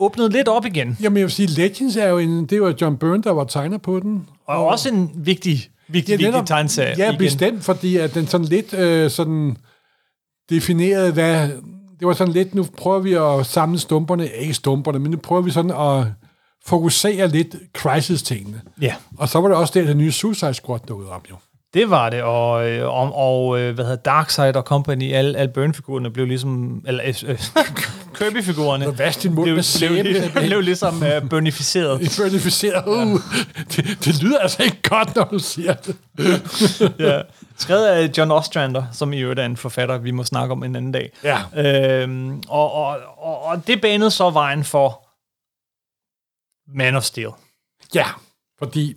[SPEAKER 1] åbnede lidt op igen.
[SPEAKER 2] Jamen, jeg vil sige, Legends er jo en... Det var John Byrne, der var tegner på den.
[SPEAKER 1] Og også en vigtig, vigtig,
[SPEAKER 2] Det er
[SPEAKER 1] vigtig
[SPEAKER 2] netop-
[SPEAKER 1] tegneserie
[SPEAKER 2] Ja,
[SPEAKER 1] igen.
[SPEAKER 2] bestemt, fordi at den sådan lidt øh, sådan definerede, hvad... Det var sådan lidt, nu prøver vi at samle stumperne, ikke stumperne, men nu prøver vi sådan at fokusere lidt crisis-tingene.
[SPEAKER 1] Ja,
[SPEAKER 2] Og så var det også der, den nye Suicide Squad dukkede op, jo.
[SPEAKER 1] det var det. Og, øh, og, og øh, hvad hedder Darkseid og Company, alle, alle Burn-figurerne blev ligesom... Eller, øh, øh, Kirby-figurerne
[SPEAKER 2] Og vask din mund
[SPEAKER 1] blev,
[SPEAKER 2] med
[SPEAKER 1] blev,
[SPEAKER 2] sæbe.
[SPEAKER 1] blev, blev ligesom øh, bonificeret.
[SPEAKER 2] Infernificeret. Uh, det, det lyder altså ikke godt, når du siger det.
[SPEAKER 1] ja. Skrevet af John Ostrander, som i øvrigt er en forfatter, vi må snakke om en anden dag.
[SPEAKER 2] Ja.
[SPEAKER 1] Øhm, og, og, og, og det banede så vejen for Man of Steel.
[SPEAKER 2] Ja, fordi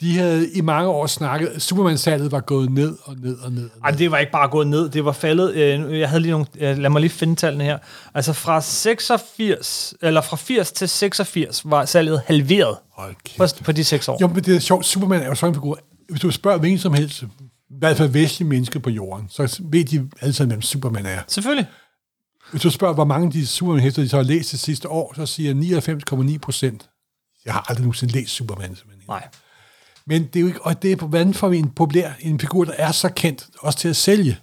[SPEAKER 2] de havde i mange år snakket, at Superman-salget var gået ned og ned og ned. Og ned.
[SPEAKER 1] Ej, det var ikke bare gået ned, det var faldet. Øh, Jeg havde lige nogle, øh, lad mig lige finde tallene her. Altså fra 86, eller fra 80 til 86 var salget halveret
[SPEAKER 2] Hold kæft.
[SPEAKER 1] på, på de seks år.
[SPEAKER 2] Jo, men det er sjovt. Superman er jo sådan en figur. Hvis du spørger hvilken som helst, i hvert fald vestlige mennesker på jorden, så ved de alle sammen, hvem Superman er.
[SPEAKER 1] Selvfølgelig.
[SPEAKER 2] Hvis du spørger, hvor mange af de Superman-hæfter, de så har læst det sidste år, så siger 99,9 procent, jeg har aldrig nogensinde læst Superman. Simpelthen.
[SPEAKER 1] Nej.
[SPEAKER 2] Men det er jo ikke, og det er, hvordan får vi en populær, en figur, der er så kendt, også til at sælge?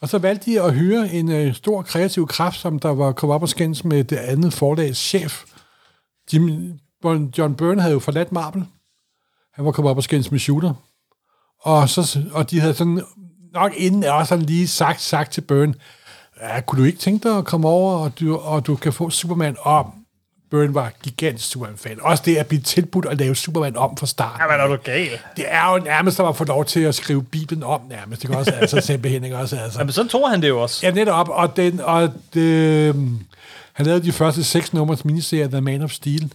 [SPEAKER 2] Og så valgte de at hyre en øh, stor kreativ kraft, som der var kommet op og skændes med det andet forlags chef. Jim, Bon- John Byrne havde jo forladt Marvel. Han var kommet op og skændes med Shooter. Og, så, og de havde sådan, nok inden er sådan lige sagt, sagt til Byrne, ja, kunne du ikke tænke dig at komme over, og du, og du kan få Superman om? Byrne var gigantisk Superman-fan. Også det at blive tilbudt at lave Superman om fra starten.
[SPEAKER 1] Jamen, er du gal?
[SPEAKER 2] Det er jo nærmest som at få lov til at skrive Bibelen om nærmest. Det kan også altså simpelthen ikke også altså.
[SPEAKER 1] Jamen, så tog han det jo også.
[SPEAKER 2] Ja, netop. Og, den, og det, øhm, han lavede de første seks numres miniserie, The Man of Steel.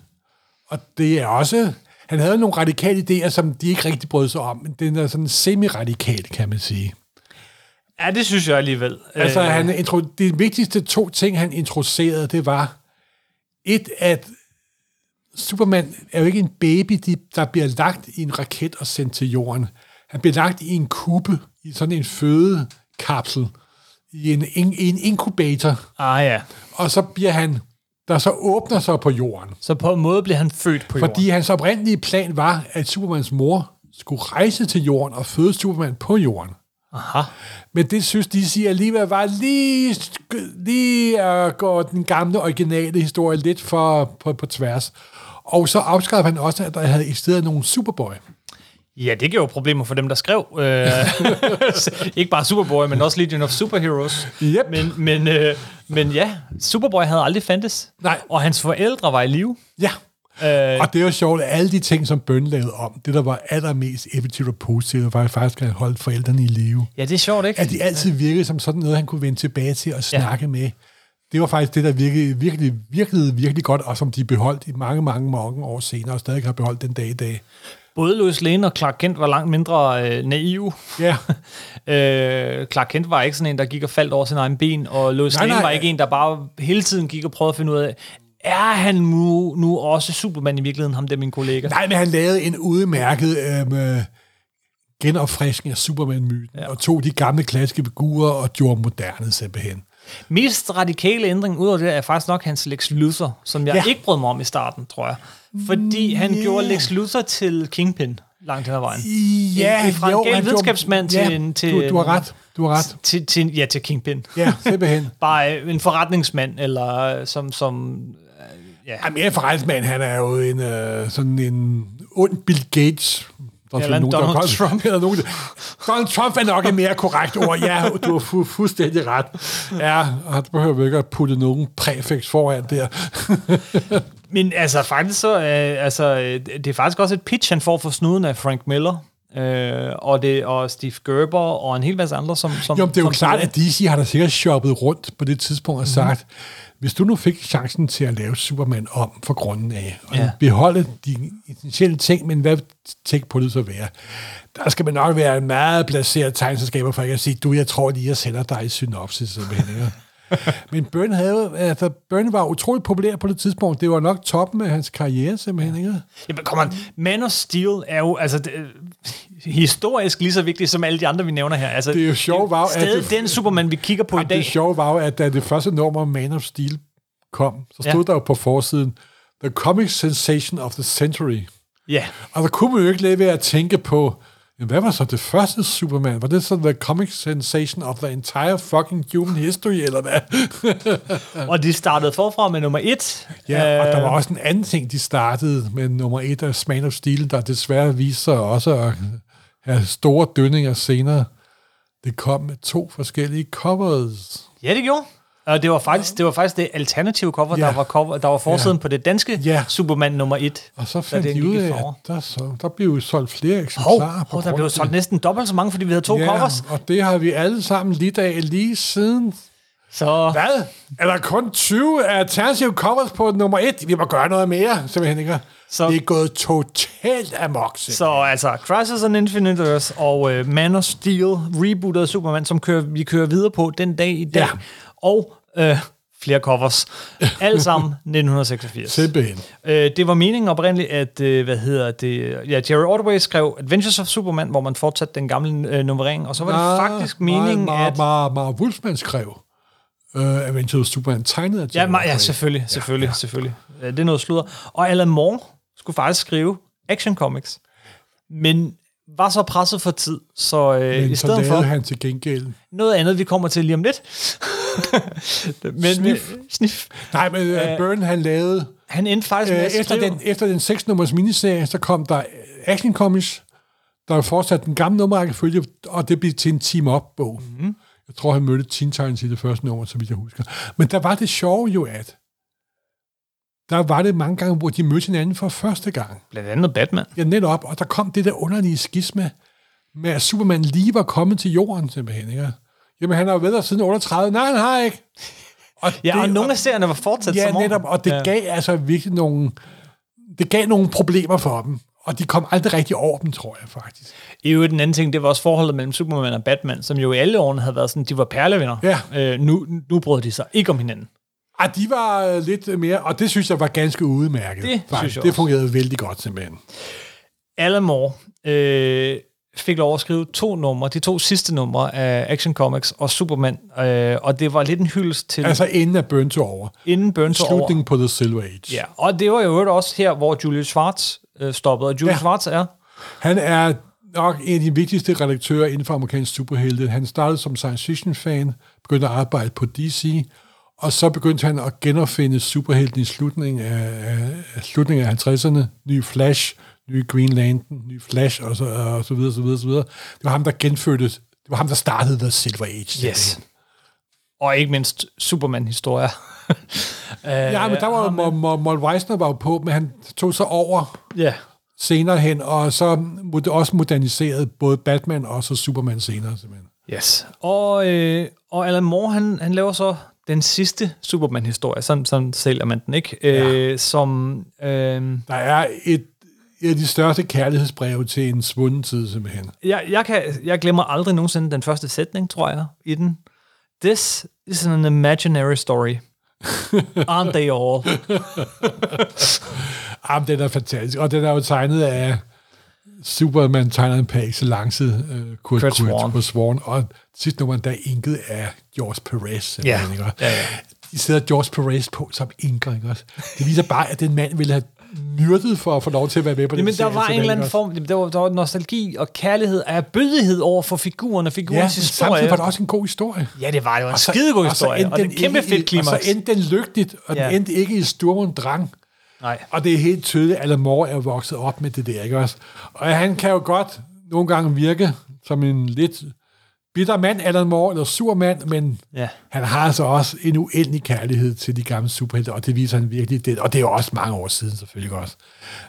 [SPEAKER 2] Og det er også... Han havde nogle radikale idéer, som de ikke rigtig brød sig om, men den er sådan semi-radikal, kan man sige.
[SPEAKER 1] Ja, det synes jeg alligevel.
[SPEAKER 2] Altså,
[SPEAKER 1] Øh,
[SPEAKER 2] han intro, de vigtigste to ting, han introducerede, det var et, at Superman er jo ikke en baby, de, der bliver lagt i en raket og sendt til jorden. Han bliver lagt i en kube, i sådan en fødekapsel, i en, in, i en inkubator,
[SPEAKER 1] Ah ja.
[SPEAKER 2] og så bliver han, der så åbner sig på jorden.
[SPEAKER 1] Så på en måde blev han født på jorden.
[SPEAKER 2] Fordi hans oprindelige plan var, at Supermans mor skulle rejse til jorden og føde Superman på jorden.
[SPEAKER 1] Aha.
[SPEAKER 2] Men det synes de siger alligevel var lige, lige at gå den gamle originale historie lidt for, på, på tværs. Og så afskrev han også, at der havde eksisteret nogle Superboy.
[SPEAKER 1] Ja, det giver jo problemer for dem, der skrev. Øh, ikke bare Superboy, men også Legion of Superheroes.
[SPEAKER 2] Yep.
[SPEAKER 1] Men, men, øh, men ja, Superboy havde aldrig fandtes.
[SPEAKER 2] Nej.
[SPEAKER 1] Og hans forældre var i live.
[SPEAKER 2] Ja.
[SPEAKER 1] Øh.
[SPEAKER 2] Øh. Og det er jo sjovt, at alle de ting, som Bøn lavede om, det der var allermest effektivt og positivt, var faktisk at holde forældrene i live.
[SPEAKER 1] Ja, det er sjovt, ikke?
[SPEAKER 2] At de altid virkede som sådan noget, han kunne vende tilbage til og snakke ja. med. Det var faktisk det, der virkede virkelig, virkelig, virkelig godt, og som de beholdt i mange, mange, mange år senere, og stadig har beholdt den dag i dag.
[SPEAKER 1] Både Lois Lane og Clark Kent var langt mindre øh, naive.
[SPEAKER 2] Ja,
[SPEAKER 1] Øh, Clark Kent var ikke sådan en, der gik og faldt over sin egen ben, og Lois
[SPEAKER 2] Nej,
[SPEAKER 1] Lane
[SPEAKER 2] nej.
[SPEAKER 1] var ikke en, der bare hele tiden gik og prøvede at finde ud af, er han nu, nu også Superman i virkeligheden, ham der min kollega?
[SPEAKER 2] nej, men han lavede en udmærket øhm, øh, genopfriskning af Superman-myten, ja. og tog de gamle klassiske figurer og gjorde dem moderne simpelthen.
[SPEAKER 1] Mest radikale ændring ud over det er faktisk nok hans Lex Luthor, som jeg
[SPEAKER 2] Ja. Mm,
[SPEAKER 1] ja. ikke brød mig om i starten, tror jeg. Fordi han yeah. gjorde Lex Luthor til Kingpin langt hen ad vejen.
[SPEAKER 2] Ja,
[SPEAKER 1] en- fra en
[SPEAKER 2] jo,
[SPEAKER 1] gal
[SPEAKER 2] han gjorde-
[SPEAKER 1] videnskabsmand til
[SPEAKER 2] ja,
[SPEAKER 1] en- til
[SPEAKER 2] du, du har
[SPEAKER 1] en-
[SPEAKER 2] ret, du har ret.
[SPEAKER 1] Til, til, ja, til Kingpin.
[SPEAKER 2] Ja, simpelthen.
[SPEAKER 1] Bare øh, en forretningsmand, eller øh, som, som
[SPEAKER 2] Jamen, Erik Forretningsmand, han er jo en, øh, sådan en ond Bill Gates. Der er
[SPEAKER 1] Eller en
[SPEAKER 2] selvfølgelig
[SPEAKER 1] Donald
[SPEAKER 2] der kom- Eller nogen, der- Donald Trump er nok et mere korrekt ord. Ja, du har fu- fuldstændig ret. Ja, og du behøver vi ikke at putte nogen præfix foran der.
[SPEAKER 1] Men altså, faktisk så, øh, altså, øh, det er faktisk også et pitch, han får for snuden af Frank Miller, øh, og, det, og Steve Gerber, og en hel masse andre, som... som
[SPEAKER 2] Jo, men det er jo
[SPEAKER 1] som
[SPEAKER 2] klart, at DC har da sikkert shoppet rundt på det tidspunkt og sagt, hvis du nu fik chancen til at lave Superman om for grunden af, og
[SPEAKER 1] Ja.
[SPEAKER 2] beholde de essentielle ting, men hvad tænk på det så være? Der skal man nok være en meget placeret tegnselskaber for ikke at sige, du, jeg tror lige, jeg sender dig i synopsis. simpelthen, ikke? men Byrne, havde, altså, Byrne var utrolig populær på det tidspunkt. Det var nok toppen af hans karriere, simpelthen. Ikke?
[SPEAKER 1] Jamen, kom on. Man of Steel er jo altså, det, øh, historisk lige så vigtig som alle de andre, vi nævner her. Altså,
[SPEAKER 2] Det er jo sjovt, var jo, at
[SPEAKER 1] stadig
[SPEAKER 2] det-
[SPEAKER 1] den Superman, vi kigger på i
[SPEAKER 2] Og
[SPEAKER 1] dag.
[SPEAKER 2] det sjove var jo, at da det første nummer af Man of Steel kom, så stod
[SPEAKER 1] Ja.
[SPEAKER 2] ja. der jo på forsiden, The Comic Sensation of the Century.
[SPEAKER 1] Ja.
[SPEAKER 2] Og der kunne man jo ikke lade være at tænke på, jamen, hvad var så det første Superman? Var det så The Comic Sensation of the entire fucking human history, eller hvad?
[SPEAKER 1] Og de startede forfra med nummer et.
[SPEAKER 2] Ja, og
[SPEAKER 1] Øh,
[SPEAKER 2] der var også en anden ting, de startede med nummer et af Man of Steel, der desværre viste sig også at have store dønninger senere. Det kom med to forskellige covers.
[SPEAKER 1] Ja, det gjorde. Og det var faktisk det, var faktisk det alternative cover,
[SPEAKER 2] Ja.
[SPEAKER 1] der var, cover, der var forsiden på det danske
[SPEAKER 2] Ja.
[SPEAKER 1] Superman nummer 1.
[SPEAKER 2] Og så fandt de ud af, at der, så, der blev jo solgt flere
[SPEAKER 1] Hov,
[SPEAKER 2] eksemplarer.
[SPEAKER 1] hov, der
[SPEAKER 2] grund
[SPEAKER 1] blev
[SPEAKER 2] af
[SPEAKER 1] solgt
[SPEAKER 2] det.
[SPEAKER 1] næsten dobbelt så mange, fordi vi havde to yeah. covers.
[SPEAKER 2] og det har vi alle sammen lidt af lige siden.
[SPEAKER 1] Så
[SPEAKER 2] Hvad? Er der kun 20 alternative covers på nummer et? Vi må gøre noget mere, simpelthen ikke.
[SPEAKER 1] Så-
[SPEAKER 2] Så. Det er gået totalt amok, så.
[SPEAKER 1] Så altså, Crisis on Infinite Earths og øh, Man of Steel, rebootet af Superman, som kører, vi kører videre på den dag i dag.
[SPEAKER 2] Ja.
[SPEAKER 1] Og øh, flere covers. Alt sammen 1986.
[SPEAKER 2] Simpelthen.
[SPEAKER 1] Øh, det var meningen oprindeligt, at, øh, hvad hedder det, ja, Jerry Ordway skrev Adventures of Superman, hvor man fortsatte den gamle øh, nummerering, og så var det faktisk meningen,
[SPEAKER 2] Ah, Mar,
[SPEAKER 1] at...
[SPEAKER 2] Mar, Mar, Mar Wolfman skrew uh, Adventures of Superman, tegnet af
[SPEAKER 1] Ja,
[SPEAKER 2] Jerry
[SPEAKER 1] ma- ja,
[SPEAKER 2] Ordway.
[SPEAKER 1] selvfølgelig, selvfølgelig, ja. selvfølgelig. Øh, Det er noget sludder. Og Alan Moore skulle faktisk skrive Action Comics, men var så presset for tid, så øh,
[SPEAKER 2] Men
[SPEAKER 1] i
[SPEAKER 2] så lavede
[SPEAKER 1] stedet for
[SPEAKER 2] han til gengæld
[SPEAKER 1] noget andet, vi kommer til lige om lidt. men,
[SPEAKER 2] Snif.
[SPEAKER 1] Øh, snif.
[SPEAKER 2] Nej, men
[SPEAKER 1] Øh.
[SPEAKER 2] uh, Byrne, han lavede
[SPEAKER 1] Han endte faktisk med
[SPEAKER 2] Øh,
[SPEAKER 1] at
[SPEAKER 2] efter,
[SPEAKER 1] skrive...
[SPEAKER 2] den, efter den 6 nummers miniserie, så kom der øh, Action Comics, der fortsat den gamle nummerrækkefølge, og det blev til en Team Up-bog.
[SPEAKER 1] Mhm.
[SPEAKER 2] Mm-hmm. Jeg tror, han mødte Teen Titans i det første nummer, så vidt jeg husker. Men der var det sjove jo, at der var det mange gange, hvor de mødte hinanden for første gang.
[SPEAKER 1] Blandt andet Batman.
[SPEAKER 2] Ja, netop. Og der kom det der underlige skisme med, at Superman lige var kommet til jorden, simpelthen. Ikke? Jamen, han har jo været der siden 38. Nej, han har ikke. Og
[SPEAKER 1] Ja, og nogle af serierne var fortsat
[SPEAKER 2] Ja,
[SPEAKER 1] som år.
[SPEAKER 2] netop, og det ja. gav altså virkelig nogle, det gav nogle problemer for dem, og de kom aldrig rigtig over dem, tror jeg faktisk.
[SPEAKER 1] I øvrigt den anden ting, det var også forholdet mellem Superman og Batman, som jo i alle årene havde været sådan, de var perlevenner.
[SPEAKER 2] Ja.
[SPEAKER 1] Øh, nu, nu brød de sig ikke om hinanden.
[SPEAKER 2] Og de var øh, lidt mere, og det synes jeg var ganske udmærket.
[SPEAKER 1] Det
[SPEAKER 2] faktisk.
[SPEAKER 1] synes jeg
[SPEAKER 2] det
[SPEAKER 1] også.
[SPEAKER 2] fungerede vældig godt simpelthen.
[SPEAKER 1] Alan Moore øh, fik lov at skrive to numre, de to sidste numre af Action Comics og Superman, øh, og det var lidt en hyldest til altså,
[SPEAKER 2] Altså inden at Burn tog over.
[SPEAKER 1] inden Burns var over.
[SPEAKER 2] Slutningen på The Silver Age.
[SPEAKER 1] Ja, og det var jo øvrigt også her, hvor Julius Schwartz øh, stoppede, og Julius ja.
[SPEAKER 2] Ja.
[SPEAKER 1] Schwartz er...
[SPEAKER 2] Han er nok en af de vigtigste redaktører inden for amerikansk superhelte. Han startede som science fiction-fan, begyndte at arbejde på DC, og så begyndte han at genopfinde superhelten i slutningen af, af, af slutningen af 50'erne. Ny Flash, nye Green Lantern, nye Flash og så, og så videre, så videre, så videre. Det var ham, der genfødte, det var ham, der startede The Silver Age.
[SPEAKER 1] Yes. Og ikke mindst Superman-historier.
[SPEAKER 2] Ja, men der var jo, Mo- Mo- Mold Weisner var jo på, men han tog så over
[SPEAKER 1] Øh, ja.
[SPEAKER 2] senere hen, og så mod- også moderniserede både Batman og så Superman senere, simpelthen.
[SPEAKER 1] Yes. Og, øh, og Alan Moore, han, han laver så den sidste Superman-historie, sådan, sådan sælger man den, ikke? Ja. Øh, som, øh,
[SPEAKER 2] Der er et, et af de største kærlighedsbreve til en svunden tid, simpelthen.
[SPEAKER 1] jeg, jeg, kan, jeg glemmer aldrig nogensinde den første sætning, tror jeg, i den. This is an imaginary story. Aren't they all?
[SPEAKER 2] Jamen, den er fantastisk, og den er jo tegnet af Superman tegneren per excellence, øh, Kurt,
[SPEAKER 1] Kurt
[SPEAKER 2] Kurt,
[SPEAKER 1] Swan.
[SPEAKER 2] Kurt, Kurt Swan, og sidst nummer der er inket af George Perez, simpelthen,
[SPEAKER 1] Ja.
[SPEAKER 2] ikke?
[SPEAKER 1] Ja, ja.
[SPEAKER 2] De sidder George Perez på som inker, ikke også? Det viser bare, at den mand ville have myrdet for at få lov til at være med på den
[SPEAKER 1] Jamen, der
[SPEAKER 2] serie,
[SPEAKER 1] var en
[SPEAKER 2] simpelthen,
[SPEAKER 1] eller
[SPEAKER 2] ikke
[SPEAKER 1] anden
[SPEAKER 2] også?
[SPEAKER 1] form, der var, der var nostalgi og kærlighed og erbødighed over for figuren og
[SPEAKER 2] Ja, men
[SPEAKER 1] figurens historie.
[SPEAKER 2] samtidig var det også en god historie.
[SPEAKER 1] Ja, det var, det var en skidegod historie, og, og
[SPEAKER 2] endte
[SPEAKER 1] det er kæmpe
[SPEAKER 2] ikke i-
[SPEAKER 1] fedt
[SPEAKER 2] Og
[SPEAKER 1] klimaks.
[SPEAKER 2] så endte den lykkeligt, og
[SPEAKER 1] Ja.
[SPEAKER 2] den endte ikke i Sturm und Drang.
[SPEAKER 1] Nej.
[SPEAKER 2] Og det er helt tydeligt, at Lamore er vokset op med det der, ikke også? Og han kan jo godt nogle gange virke som en lidt bitter mand, Alan Moore, eller sur mand, men
[SPEAKER 1] Ja.
[SPEAKER 2] han har altså også en uendelig kærlighed til de gamle superhelte, og det viser han virkelig. Det, og det er jo også mange år siden, selvfølgelig også.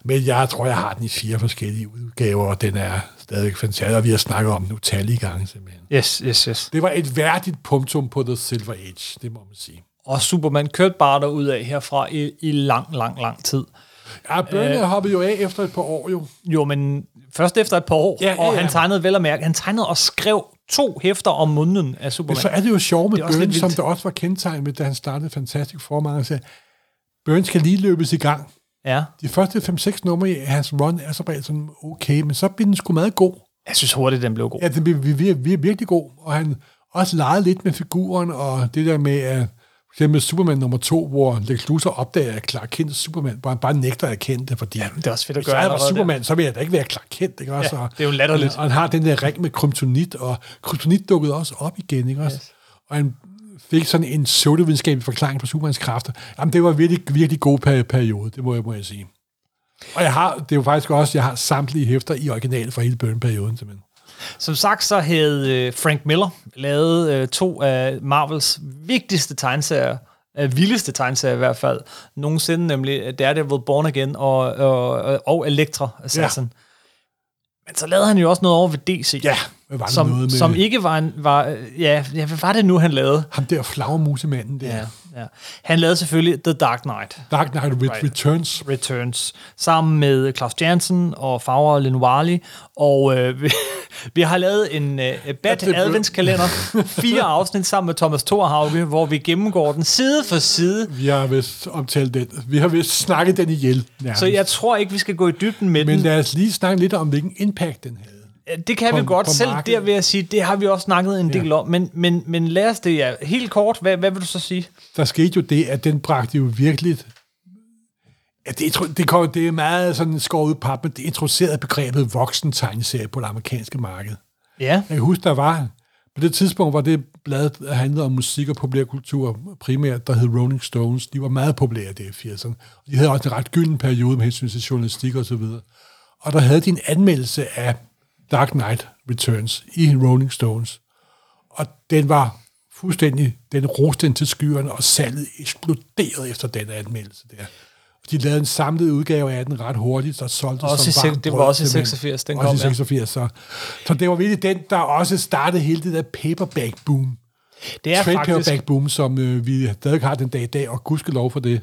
[SPEAKER 2] Men jeg tror, jeg har den i fire forskellige udgaver, og den er stadigvæk fantastisk, og vi har snakket om den utallige gange, simpelthen.
[SPEAKER 1] Yes, yes, yes.
[SPEAKER 2] Det var et værdigt punktum på The Silver Age, det må man sige.
[SPEAKER 1] Og Superman kørte bare ud af herfra i, i lang, lang, lang tid.
[SPEAKER 2] Ja, Burnley øh, hoppede jo af efter et par år jo.
[SPEAKER 1] Jo, men først efter et par år,
[SPEAKER 2] Ja, ja,
[SPEAKER 1] og
[SPEAKER 2] ja.
[SPEAKER 1] han tegnede vel at mærke, han tegnede og skrev to hæfter om munden af
[SPEAKER 2] Men så
[SPEAKER 1] Superman.
[SPEAKER 2] er det jo sjovt med
[SPEAKER 1] Det er også
[SPEAKER 2] Burns,
[SPEAKER 1] lidt
[SPEAKER 2] som
[SPEAKER 1] vildt.
[SPEAKER 2] der også var kendetegnet ved, da han startede Fantastic Four, mange sagde, Burns kan lige løbes i gang.
[SPEAKER 1] Ja.
[SPEAKER 2] De første 5-6 numre i hans run er så regel sådan okay, men så blev den sgu meget god.
[SPEAKER 1] Jeg synes hurtigt, den blev god.
[SPEAKER 2] Ja, den blev vi, vi, vi er virkelig god, og han også legede lidt med figuren, og det der med, at for eksempel Superman nummer 2, hvor Lex Luthor opdager, at Clark Kent er Superman, hvor han bare nægter at erkende det, fordi
[SPEAKER 1] det er også fedt at
[SPEAKER 2] hvis
[SPEAKER 1] gøre
[SPEAKER 2] jeg var
[SPEAKER 1] allerede
[SPEAKER 2] Superman, så ville jeg da ikke være Clark Kent, ikke også?
[SPEAKER 1] Ja,
[SPEAKER 2] Og-
[SPEAKER 1] det er jo latterligt.
[SPEAKER 2] Og, han har den der ring med kryptonit, og kryptonit dukkede også op igen, ikke også?
[SPEAKER 1] Yes.
[SPEAKER 2] Og han fik sådan en pseudovidenskabelig forklaring på Supermans kræfter. Jamen, det var virkelig, virkelig god per- periode, det må jeg, må jeg sige. Og jeg har, det er jo faktisk også, jeg har samtlige hæfter i original fra hele Burn-perioden, simpelthen.
[SPEAKER 1] Som sagt, så havde øh, Frank Miller lavet øh, to af Marvels vigtigste tegneserier, øh, vildeste tegneserier i hvert fald, nogensinde, nemlig øh, Daredevil, Born Again og, og, og, og Elektra Assassin. Ja. Men så lavede han jo også noget over ved DC,
[SPEAKER 2] Ja, hvad var det
[SPEAKER 1] som,
[SPEAKER 2] noget med
[SPEAKER 1] som ikke var... En, var øh, ja, ja, hvad var det nu, han lavede?
[SPEAKER 2] ham der flagermusemanden der?
[SPEAKER 1] Ja, ja. Han lavede selvfølgelig The Dark Knight
[SPEAKER 2] Dark Knight Re-
[SPEAKER 1] Right.
[SPEAKER 2] Returns.
[SPEAKER 1] Returns, sammen med Claus Jansen og Favre Lenoirli, og øh, vi, vi har lavet en øh, Bat
[SPEAKER 2] det blev-
[SPEAKER 1] Adventskalender, fire afsnit sammen med Thomas Thorhauge, hvor vi gennemgår den side for side,
[SPEAKER 2] Vi har vist omtalt den. Vi har vist snakket den ihjel. Nærmest.
[SPEAKER 1] så jeg tror ikke, vi skal gå i dybden med
[SPEAKER 2] Men
[SPEAKER 1] den.
[SPEAKER 2] lad os lige snakke lidt om, hvilken impact den havde.
[SPEAKER 1] Det kan vi
[SPEAKER 2] på-
[SPEAKER 1] godt,
[SPEAKER 2] på
[SPEAKER 1] selv
[SPEAKER 2] markedet.
[SPEAKER 1] der vil jeg sige, det har vi også snakket en del om, men, men, men lad os det, ja. helt kort, hvad, hvad vil du så sige?
[SPEAKER 2] Der skete jo det, at den bragte jo virkelig... Ja, det, intro- det, kom, det er meget sådan skåret ud i pap, men det introducerede begrebet voksen tegneserie på det amerikanske marked.
[SPEAKER 1] Ja,
[SPEAKER 2] Jeg kan huske, der var... På det tidspunkt var det blad, der handlede om musik og populærkultur primært, der hed Rolling Stones. De var meget populære der i 80'erne. Og De havde også en ret gylden periode med hensyn til journalistik og så videre. Og der havde de en anmeldelse af Dark Knight Returns i Rolling Stones. Og den var fuldstændig, den roste den til skyerne, og salget eksploderede efter den anmeldelse der. Og de lavede en samlet udgave af den ret hurtigt, der solgte
[SPEAKER 1] Også i
[SPEAKER 2] som
[SPEAKER 1] sek-
[SPEAKER 2] varmt
[SPEAKER 1] det var
[SPEAKER 2] brød,
[SPEAKER 1] også i
[SPEAKER 2] simpelthen.
[SPEAKER 1] 86, den
[SPEAKER 2] også
[SPEAKER 1] kom,
[SPEAKER 2] i
[SPEAKER 1] ja.
[SPEAKER 2] 86, så. så det var virkelig den, der også startede hele det der paperback-boom.
[SPEAKER 1] det er
[SPEAKER 2] Trade
[SPEAKER 1] faktisk...
[SPEAKER 2] paperback-boom, som øh, vi stadig har den dag i dag, og gudskelov for
[SPEAKER 1] Altså,
[SPEAKER 2] det.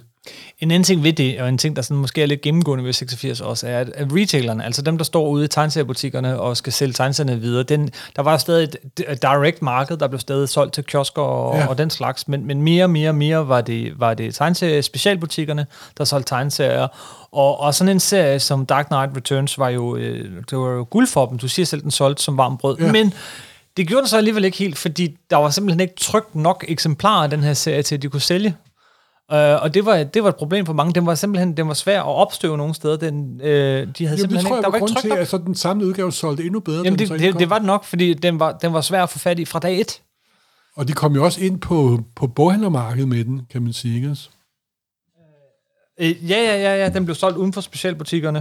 [SPEAKER 1] En anden ting ved det, og en ting, der sådan måske er lidt gennemgående ved 86 også, er, at- at retailerne, altså dem, der står ude i tegneseriebutikkerne og skal sælge tegneserierne videre, den, der var stadig et d- direct marked, der blev stadig solgt til kiosker og, ja.
[SPEAKER 2] Ja.
[SPEAKER 1] og den slags, men, men mere og mere og mere var det, var det tegneserie, specialbutikkerne, der solgte tegneserier, og, og sådan en serie som Dark Knight Returns var jo, øh, det var jo guld for dem, du siger selv, den solgte som varm brød, ja.
[SPEAKER 2] Ja.
[SPEAKER 1] men det gjorde den så alligevel ikke helt, fordi der var simpelthen ikke trygt nok eksemplarer af den her serie til, at de kunne sælge. Øh, og det var, det var et problem for mange. Den var simpelthen den var svær at opstøve nogle steder. Den, øh, de havde
[SPEAKER 2] Jamen, det
[SPEAKER 1] simpelthen
[SPEAKER 2] tror
[SPEAKER 1] ikke,
[SPEAKER 2] jeg
[SPEAKER 1] der
[SPEAKER 2] var
[SPEAKER 1] var ikke
[SPEAKER 2] grund
[SPEAKER 1] tryk
[SPEAKER 2] til,
[SPEAKER 1] nok.
[SPEAKER 2] at så den samlede udgave solgte endnu bedre.
[SPEAKER 1] Jamen,
[SPEAKER 2] da den så
[SPEAKER 1] det, det,
[SPEAKER 2] indkom.
[SPEAKER 1] det, var det nok, fordi den var, den var svær at få fat i fra dag et.
[SPEAKER 2] Og de kom jo også ind på, på boghandlermarkedet med den, kan man sige. Ikke? også?
[SPEAKER 1] Øh, ja, ja, ja, ja, den blev solgt uden for specialbutikkerne.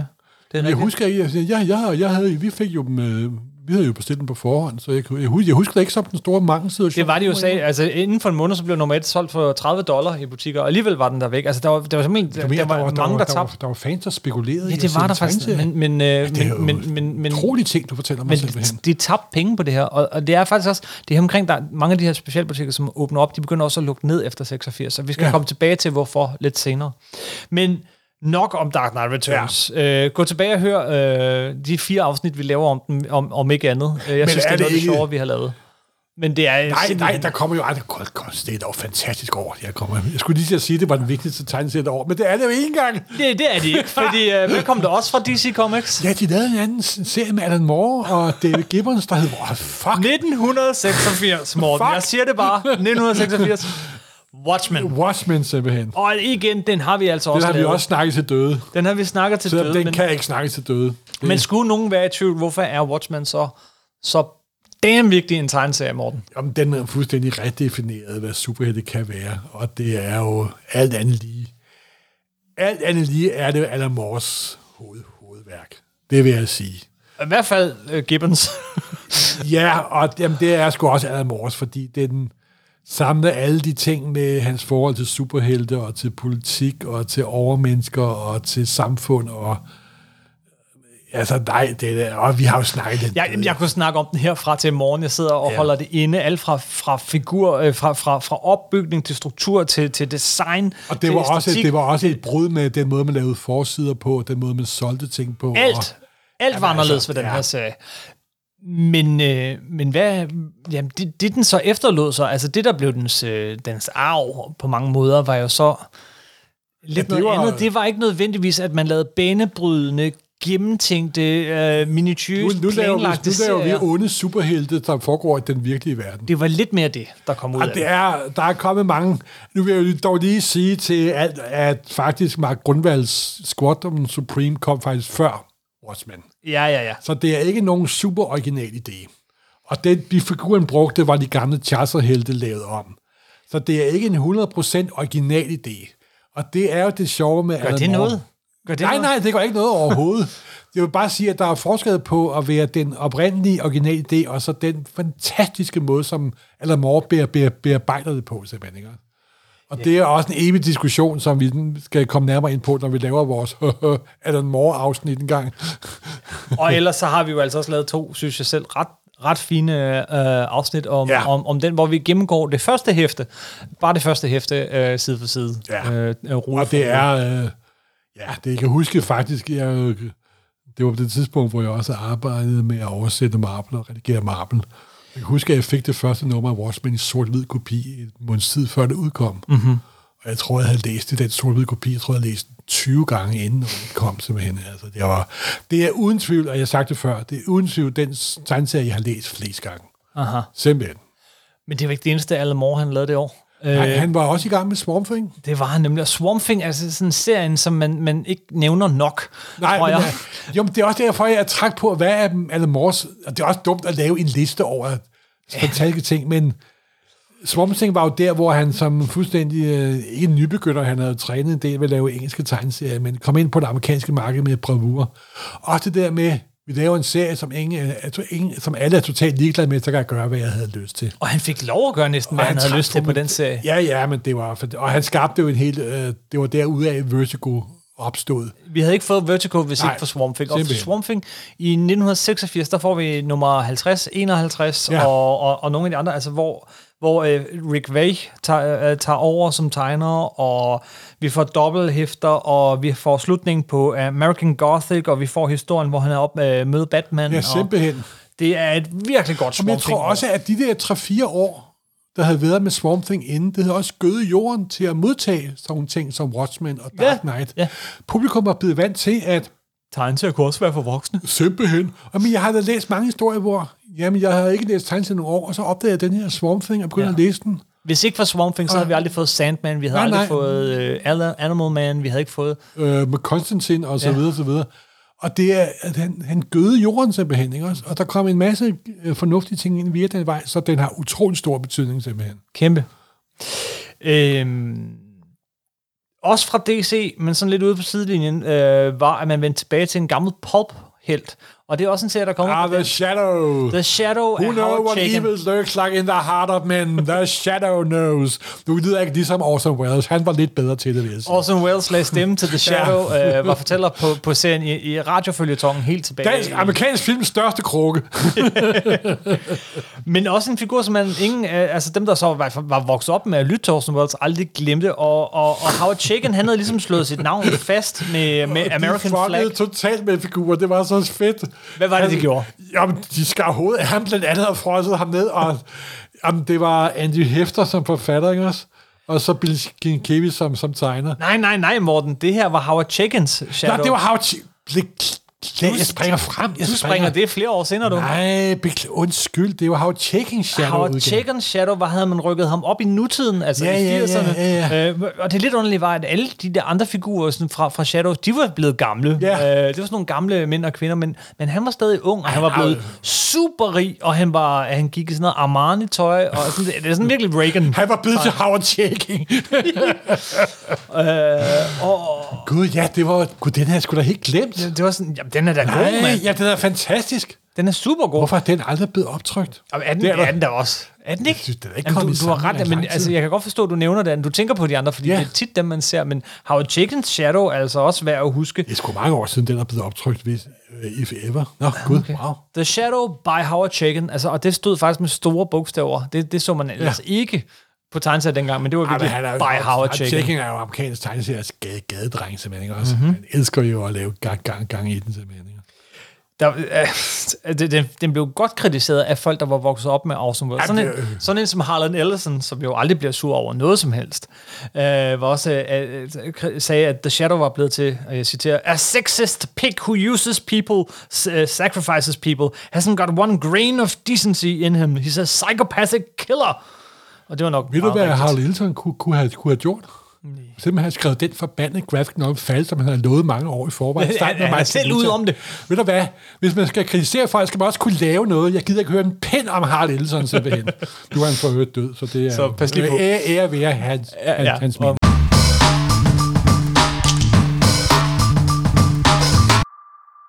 [SPEAKER 3] Det er
[SPEAKER 2] Jeg
[SPEAKER 3] rigtigt.
[SPEAKER 2] husker ikke, jeg, siger, ja, ja, jeg havde, vi fik jo dem, øh, vi havde jo bestilt dem på forhånd, så jeg, kunne- jeg, husker, jeg husker det ikke som den store mangelsituation.
[SPEAKER 1] Det var det jo sagde, altså inden for en måned, så blev nummer et solgt for 30 dollar i butikker, og alligevel var den der væk. Altså der var, der var simpelthen, der, der, var, mange, der,
[SPEAKER 2] der, var,
[SPEAKER 1] tabte.
[SPEAKER 2] der var fans, der spekulerede
[SPEAKER 1] Ja, det var der faktisk, men, men, ja,
[SPEAKER 2] det er jo
[SPEAKER 1] men, men, men, men,
[SPEAKER 2] Utrolig ting, du fortæller mig men, simpelthen.
[SPEAKER 1] men de tabte penge på det her, og, og det er faktisk også, det er omkring, der er mange af de her specialbutikker, som åbner op, de begynder også at lukke ned efter 86, og vi skal
[SPEAKER 2] Ja.
[SPEAKER 1] ja. komme tilbage til, hvorfor lidt senere. Men nok om Dark Knight Returns. Ja. Øh, gå tilbage og hør øh, de fire afsnit, vi laver om den, om, om ikke andet. Øh, Jeg Men synes,
[SPEAKER 2] er
[SPEAKER 1] det er noget af
[SPEAKER 2] det
[SPEAKER 1] det
[SPEAKER 2] ikke-
[SPEAKER 1] sjovere, vi har lavet. Men det er
[SPEAKER 2] Nej, nej,
[SPEAKER 1] simpelthen-
[SPEAKER 2] der kommer jo aldrig godt, godt det er dog fantastisk over, det her kommer. Jeg skulle lige til at sige, at det var den vigtigste tegneserie over, men det er det jo ikke engang.
[SPEAKER 1] Det, det er de ikke, fordi øh, hvad kom der også fra DC Comics?
[SPEAKER 2] Ja, de lavede en anden s- serie med Alan Moore og David Gibbons, der hed, oh, fuck,
[SPEAKER 1] 1986, Morten.
[SPEAKER 2] Fuck.
[SPEAKER 1] Jeg siger det bare. 1986. Watchmen.
[SPEAKER 2] Watchmen simpelthen.
[SPEAKER 1] Og igen, den har vi altså
[SPEAKER 2] Den
[SPEAKER 1] også
[SPEAKER 2] har vi
[SPEAKER 1] lavet.
[SPEAKER 2] også snakket til døde.
[SPEAKER 1] Den har vi snakket til
[SPEAKER 2] Så
[SPEAKER 1] døde,
[SPEAKER 2] den
[SPEAKER 1] men,
[SPEAKER 2] kan ikke snakkes til døde. Det-
[SPEAKER 1] men skulle nogen være i tvivl, hvorfor er Watchmen så, så damn vigtig en tegneserie, Morten?
[SPEAKER 2] Jamen, den er fuldstændig redefineret, hvad superhelte kan være, og det er jo alt andet lige. Alt andet lige er det jo Alan Moores hoved, hovedværk. Det vil jeg sige.
[SPEAKER 1] I hvert fald uh, Gibbons.
[SPEAKER 2] Ja, og jamen, det er sgu også Alan Moores, fordi den samler alle de ting med hans forhold til superhelte, og til politik, og til overmennesker, og til samfund, og altså nej, det er, og vi har jo snakket lidt.
[SPEAKER 1] Jeg, jeg kunne snakke om den herfra til i morgen. Jeg sidder og
[SPEAKER 2] Ja.
[SPEAKER 1] ja. holder det inde. Alt fra, fra figur, øh, fra, fra, fra opbygning til struktur til, til design.
[SPEAKER 2] Og det
[SPEAKER 1] til
[SPEAKER 2] var, også,
[SPEAKER 1] æstetik.
[SPEAKER 2] det var også et brud med den måde, man lavede forsider på, den måde, man solgte ting på. Og,
[SPEAKER 1] Alt. Alt var
[SPEAKER 2] Jamen, altså,
[SPEAKER 1] anderledes ved den
[SPEAKER 2] ja.
[SPEAKER 1] ja. her serie. Men, øh, men hvad, jamen, det, det den så efterlod sig, altså det der blev dens, øh, dens arv på mange måder, var jo så lidt
[SPEAKER 2] Ja,
[SPEAKER 1] ja,
[SPEAKER 2] det
[SPEAKER 1] noget
[SPEAKER 2] var-
[SPEAKER 1] var, andet. Det var ikke nødvendigvis, at man lavede banebrydende, gennemtænkte, øh,
[SPEAKER 2] nu,
[SPEAKER 1] minutiøst
[SPEAKER 2] nu, laver vi,
[SPEAKER 1] planlagte
[SPEAKER 2] nu laver vi
[SPEAKER 1] serier.
[SPEAKER 2] onde superhelte, der foregår i den virkelige verden.
[SPEAKER 1] Det var lidt mere det, der kom ud af
[SPEAKER 2] Og Ah, det
[SPEAKER 1] det.
[SPEAKER 2] er, der er kommet mange... Nu vil jeg jo dog lige sige til alt, at faktisk Mark Grundvalds Squadron Supreme kom faktisk før Watchmen.
[SPEAKER 1] Ja, ja, ja.
[SPEAKER 2] Så det er ikke nogen super original idé. Og den, de figuren brugte, var de gamle Chaucer-helte lavet om. Så det er ikke en 100% original idé. Og det er jo det sjove med
[SPEAKER 1] Gør det noget? Gør det
[SPEAKER 2] Nej,
[SPEAKER 1] noget?
[SPEAKER 2] nej, det går ikke noget overhovedet. Jeg vil bare sige, at der er forskel på at være den oprindelige, originale idé, og så den fantastiske måde, som Alan Moore bear, bear, bearbejder det på, simpelthen. Ikke? Og det er også en evig diskussion, som vi skal komme nærmere ind på, når vi laver vores Alan Moore-afsnit en gang.
[SPEAKER 1] Og ellers så har vi jo altså også lavet to, synes jeg selv, ret, ret fine øh, afsnit om,
[SPEAKER 2] Ja.
[SPEAKER 1] ja. om, om den, hvor vi gennemgår det første hæfte. Bare det første hæfte øh, side for side.
[SPEAKER 2] Ja.
[SPEAKER 1] Øh, øh, rulle
[SPEAKER 2] Og det er... Øh, ja, det jeg kan huske faktisk, jeg, det var på det tidspunkt, hvor jeg også arbejdede med at oversætte Marvel og redigere Marvel. Jeg kan huske, at jeg fik det første nummer af Watchmen i sort-hvid kopi et måneds tid før det udkom. Mm-hmm. Og jeg tror, jeg havde læst det, den sort-hvid kopi, jeg tror, jeg havde læst den 20 gange inden det kom simpelthen. Altså, det, var, det er uden tvivl, og jeg har sagt det før, det er uden tvivl den tegneserie, jeg har læst flest gange.
[SPEAKER 1] Aha.
[SPEAKER 2] Simpelthen.
[SPEAKER 1] Men det var ikke det eneste, Alan Moore han lavede det år. Øh,
[SPEAKER 2] Han, han var også i gang med Swamp Thing.
[SPEAKER 1] det var han nemlig. Og Swamp Thing er sådan en serien, som man, man ikke nævner nok,
[SPEAKER 2] Nej,
[SPEAKER 1] tror
[SPEAKER 2] men,
[SPEAKER 1] jeg.
[SPEAKER 2] øh, jo, men det er også derfor, jeg er træk på, hvad er dem Alan Morse, og det er også dumt at lave en liste over fantastiske ting, men Swamp Thing var jo der, hvor han som fuldstændig, øh, ikke en nybegynder, han havde trænet en del ved at lave engelske tegneserier, men kom ind på det amerikanske marked med bravur. Også det der med, vi laver en serie, som, ingen, er- er, to- ingen, som alle er totalt ligeglade med, så kan jeg gøre, hvad jeg havde lyst til.
[SPEAKER 1] Og han fik lov at gøre næsten, hvad
[SPEAKER 2] Og
[SPEAKER 1] han,
[SPEAKER 2] han
[SPEAKER 1] havde
[SPEAKER 2] trak
[SPEAKER 1] lyst til
[SPEAKER 2] på
[SPEAKER 1] på
[SPEAKER 2] mit-
[SPEAKER 1] den serie.
[SPEAKER 2] Ja, ja, men det var... Og han skabte jo en helt... Øh, det var derude af Vertigo opstod.
[SPEAKER 1] Vi havde ikke fået Vertigo, hvis
[SPEAKER 2] Nej,
[SPEAKER 1] Nej, ikke for Swamp Thing. Og for
[SPEAKER 2] simpelthen.
[SPEAKER 1] Swamp Thing i 1986, der får vi nummer 50, 51
[SPEAKER 2] Ja.
[SPEAKER 1] ja. og, og, og nogle af de andre, altså hvor, hvor øh, Rick Vay tager, øh, tager over som tegner, og vi får dobbelthæfter, og vi får slutningen på øh, American Gothic, og vi får historien, hvor han er op øh, møde Batman.
[SPEAKER 2] Ja, simpelthen.
[SPEAKER 1] Og det er et virkelig godt
[SPEAKER 2] Men
[SPEAKER 1] Swamp
[SPEAKER 2] jeg tror
[SPEAKER 1] Thing-år.
[SPEAKER 2] også, at de der 3-4 år, der havde været med Swamp Thing inden, det havde også gødet jorden til at modtage sådan nogle ting som Watchmen og Dark
[SPEAKER 1] Ja,
[SPEAKER 2] Knight.
[SPEAKER 1] ja.
[SPEAKER 2] Publikum var blevet vant til, at
[SPEAKER 1] Tegneserier kunne også være for voksne.
[SPEAKER 2] simpelthen, jamen, jeg har da læst mange historier, hvor jamen, jeg havde ikke læst tegnet nogle år, og så opdagede jeg den her Swamp Thing og begyndte ja.
[SPEAKER 1] Ja.
[SPEAKER 2] at læse den.
[SPEAKER 1] Hvis ikke for Swamp Thing, så havde vi aldrig fået Sandman, vi havde
[SPEAKER 2] Nej,
[SPEAKER 1] aldrig
[SPEAKER 2] nej.
[SPEAKER 1] fået øh, Ala- Animal Man, vi havde ikke fået...
[SPEAKER 2] øh, med Konstantin og så
[SPEAKER 1] Ja.
[SPEAKER 2] videre og så videre. Og det er, at han, han gødede jorden simpelthen, ikke også? Og der kom en masse øh, fornuftige ting ind via den vej, så den har utrolig stor betydning simpelthen.
[SPEAKER 1] Kæmpe. Øhm, også fra DC, men sådan lidt ude på sidelinjen, øh, var, at man vendte tilbage til en gammel pulp-helt. Og det er også en serie, der kommer
[SPEAKER 2] Ah, The Shadow.
[SPEAKER 1] The Shadow
[SPEAKER 2] Who
[SPEAKER 1] af
[SPEAKER 2] knows
[SPEAKER 1] Howard
[SPEAKER 2] what
[SPEAKER 1] Chaykin.
[SPEAKER 2] evil lurks like in the heart of men? The shadow knows. Du lyder ikke ligesom Orson Welles. Han var lidt bedre til det, vil jeg sige.
[SPEAKER 1] Orson Welles lagde stemme til The Shadow, ja. øh, var fortæller på, på serien i, i radiofølgetongen helt tilbage.
[SPEAKER 2] Dansk, amerikansk films største krukke.
[SPEAKER 1] Men også en figur, som man ingen, øh, altså dem, der så var, var vokset op med at lytte til Orson Welles, aldrig glemte. Og, og, og Howard Chaykin, han havde ligesom slået sit navn fast med, med American
[SPEAKER 2] de
[SPEAKER 1] Flag.
[SPEAKER 2] fuckede totalt med figurer. Det var så fedt.
[SPEAKER 1] Hvad var det, de
[SPEAKER 2] Han-
[SPEAKER 1] gjorde?
[SPEAKER 2] Jamen, de skar hovedet af ham blandt andet og frosset ham ned. Og, jamen, det var Andy Hefter som forfatter, ikke også? Og så Bill Kinkevi som, som tegner.
[SPEAKER 1] Nej, nej, nej, Morten. Det her var Howard Chaykins Shadow.
[SPEAKER 2] Nej, det var Havt. Jeg springer frem. Jeg
[SPEAKER 1] du springer det er flere år senere, du.
[SPEAKER 2] Nej, bekl- undskyld, det var How Checking Shadow
[SPEAKER 1] Howard
[SPEAKER 2] udgaven.
[SPEAKER 1] Chaykin's Shadow, var havde man rykket ham op i nutiden, altså
[SPEAKER 2] Ja,
[SPEAKER 1] i
[SPEAKER 2] ja, ja,
[SPEAKER 1] 80'erne.
[SPEAKER 2] ja,
[SPEAKER 1] Øh, og det lidt underlige var, at alle de der andre figurer sådan fra, fra Shadow, de var blevet gamle.
[SPEAKER 2] Ja.
[SPEAKER 1] Øh, det var sådan nogle gamle mænd og kvinder, men, men han var stadig ung, og han var
[SPEAKER 2] han var-
[SPEAKER 1] blevet super rig, og han, var, han gik i sådan noget Armani-tøj, og sådan, det, det er sådan virkelig Reagan.
[SPEAKER 2] Han var blevet til Howard Checking.
[SPEAKER 1] øh, og,
[SPEAKER 2] Gud, ja, det var... Gud, den her skulle da helt glemt.
[SPEAKER 1] det, det var sådan, jamen, den er da god,
[SPEAKER 2] Nej,
[SPEAKER 1] mand.
[SPEAKER 2] ja, den er fantastisk.
[SPEAKER 1] Den er super god.
[SPEAKER 2] Hvorfor er den aldrig blevet optrykt?
[SPEAKER 1] Jamen, er den,
[SPEAKER 2] Det
[SPEAKER 1] det
[SPEAKER 2] er
[SPEAKER 1] er,
[SPEAKER 2] der.
[SPEAKER 1] den der også. Er den ikke?
[SPEAKER 2] synes, den er ikke
[SPEAKER 1] Jamen,
[SPEAKER 2] kommet i
[SPEAKER 1] du, du har
[SPEAKER 2] sammenhæng i
[SPEAKER 1] ret, men
[SPEAKER 2] lang tid.
[SPEAKER 1] altså, jeg kan godt forstå, at du nævner den. Du tænker på de andre, fordi
[SPEAKER 2] Ja.
[SPEAKER 1] yeah. det er tit dem, man ser. Men Howard Chicken's Shadow er altså også værd at huske.
[SPEAKER 2] Det er sgu mange år siden, den er blevet optrykt, hvis, øh, if ever. Nå, gud, okay. wow.
[SPEAKER 1] The Shadow by Howard Chicken, altså, og det stod faktisk med store bogstaver. Det, det så man ellers
[SPEAKER 2] Ja.
[SPEAKER 1] ikke på tegneserier dengang, men det var
[SPEAKER 2] Ej, men
[SPEAKER 1] virkelig by Howard
[SPEAKER 2] Chicken.
[SPEAKER 1] Chicken.
[SPEAKER 2] Checking er jo amerikansk tegneseriers gade, gadedreng, simpelthen. Ikke? Også,
[SPEAKER 1] Mhm.
[SPEAKER 2] mm-hmm. Han elsker jo at lave gang, gang, gang i den, simpelthen. Ikke?
[SPEAKER 1] Der, øh, det- den, den blev godt kritiseret af folk, der var vokset op med Orson Welles.
[SPEAKER 2] Jamen,
[SPEAKER 1] Sådan, en,
[SPEAKER 2] det-
[SPEAKER 1] sådan en som Harlan Ellison, som jo aldrig bliver sur over noget som helst, øh, var også, øh, øh, kri- sagde, at The Shadow var blevet til, og jeg citerer, a sexist pig who uses people, s- øh, sacrifices people, hasn't got one grain of decency in him. He's a psychopathic killer. Og det var nok
[SPEAKER 2] Ved du,
[SPEAKER 1] meget
[SPEAKER 2] hvad
[SPEAKER 1] rigtigt.
[SPEAKER 2] Harald Ellison kunne, kunne, have, kunne have gjort? Nej. Simpelthen have skrevet den forbandede graphic novel falde, som han har lovet mange år i forvejen.
[SPEAKER 1] Han-
[SPEAKER 2] Start med
[SPEAKER 1] han er
[SPEAKER 2] Michael
[SPEAKER 1] selv
[SPEAKER 2] Luther.
[SPEAKER 1] ude om det.
[SPEAKER 2] Ved du hvad? Hvis man skal kritisere folk, skal man også kunne lave noget. Jeg gider ikke høre en pind om Harald Ellison simpelthen. nu er han for øvrigt død, så det er
[SPEAKER 1] Så pas lige på.
[SPEAKER 2] ære, ære ved at hans, ja, hans,
[SPEAKER 1] ja.
[SPEAKER 2] ja. hans
[SPEAKER 1] Og-
[SPEAKER 2] minde.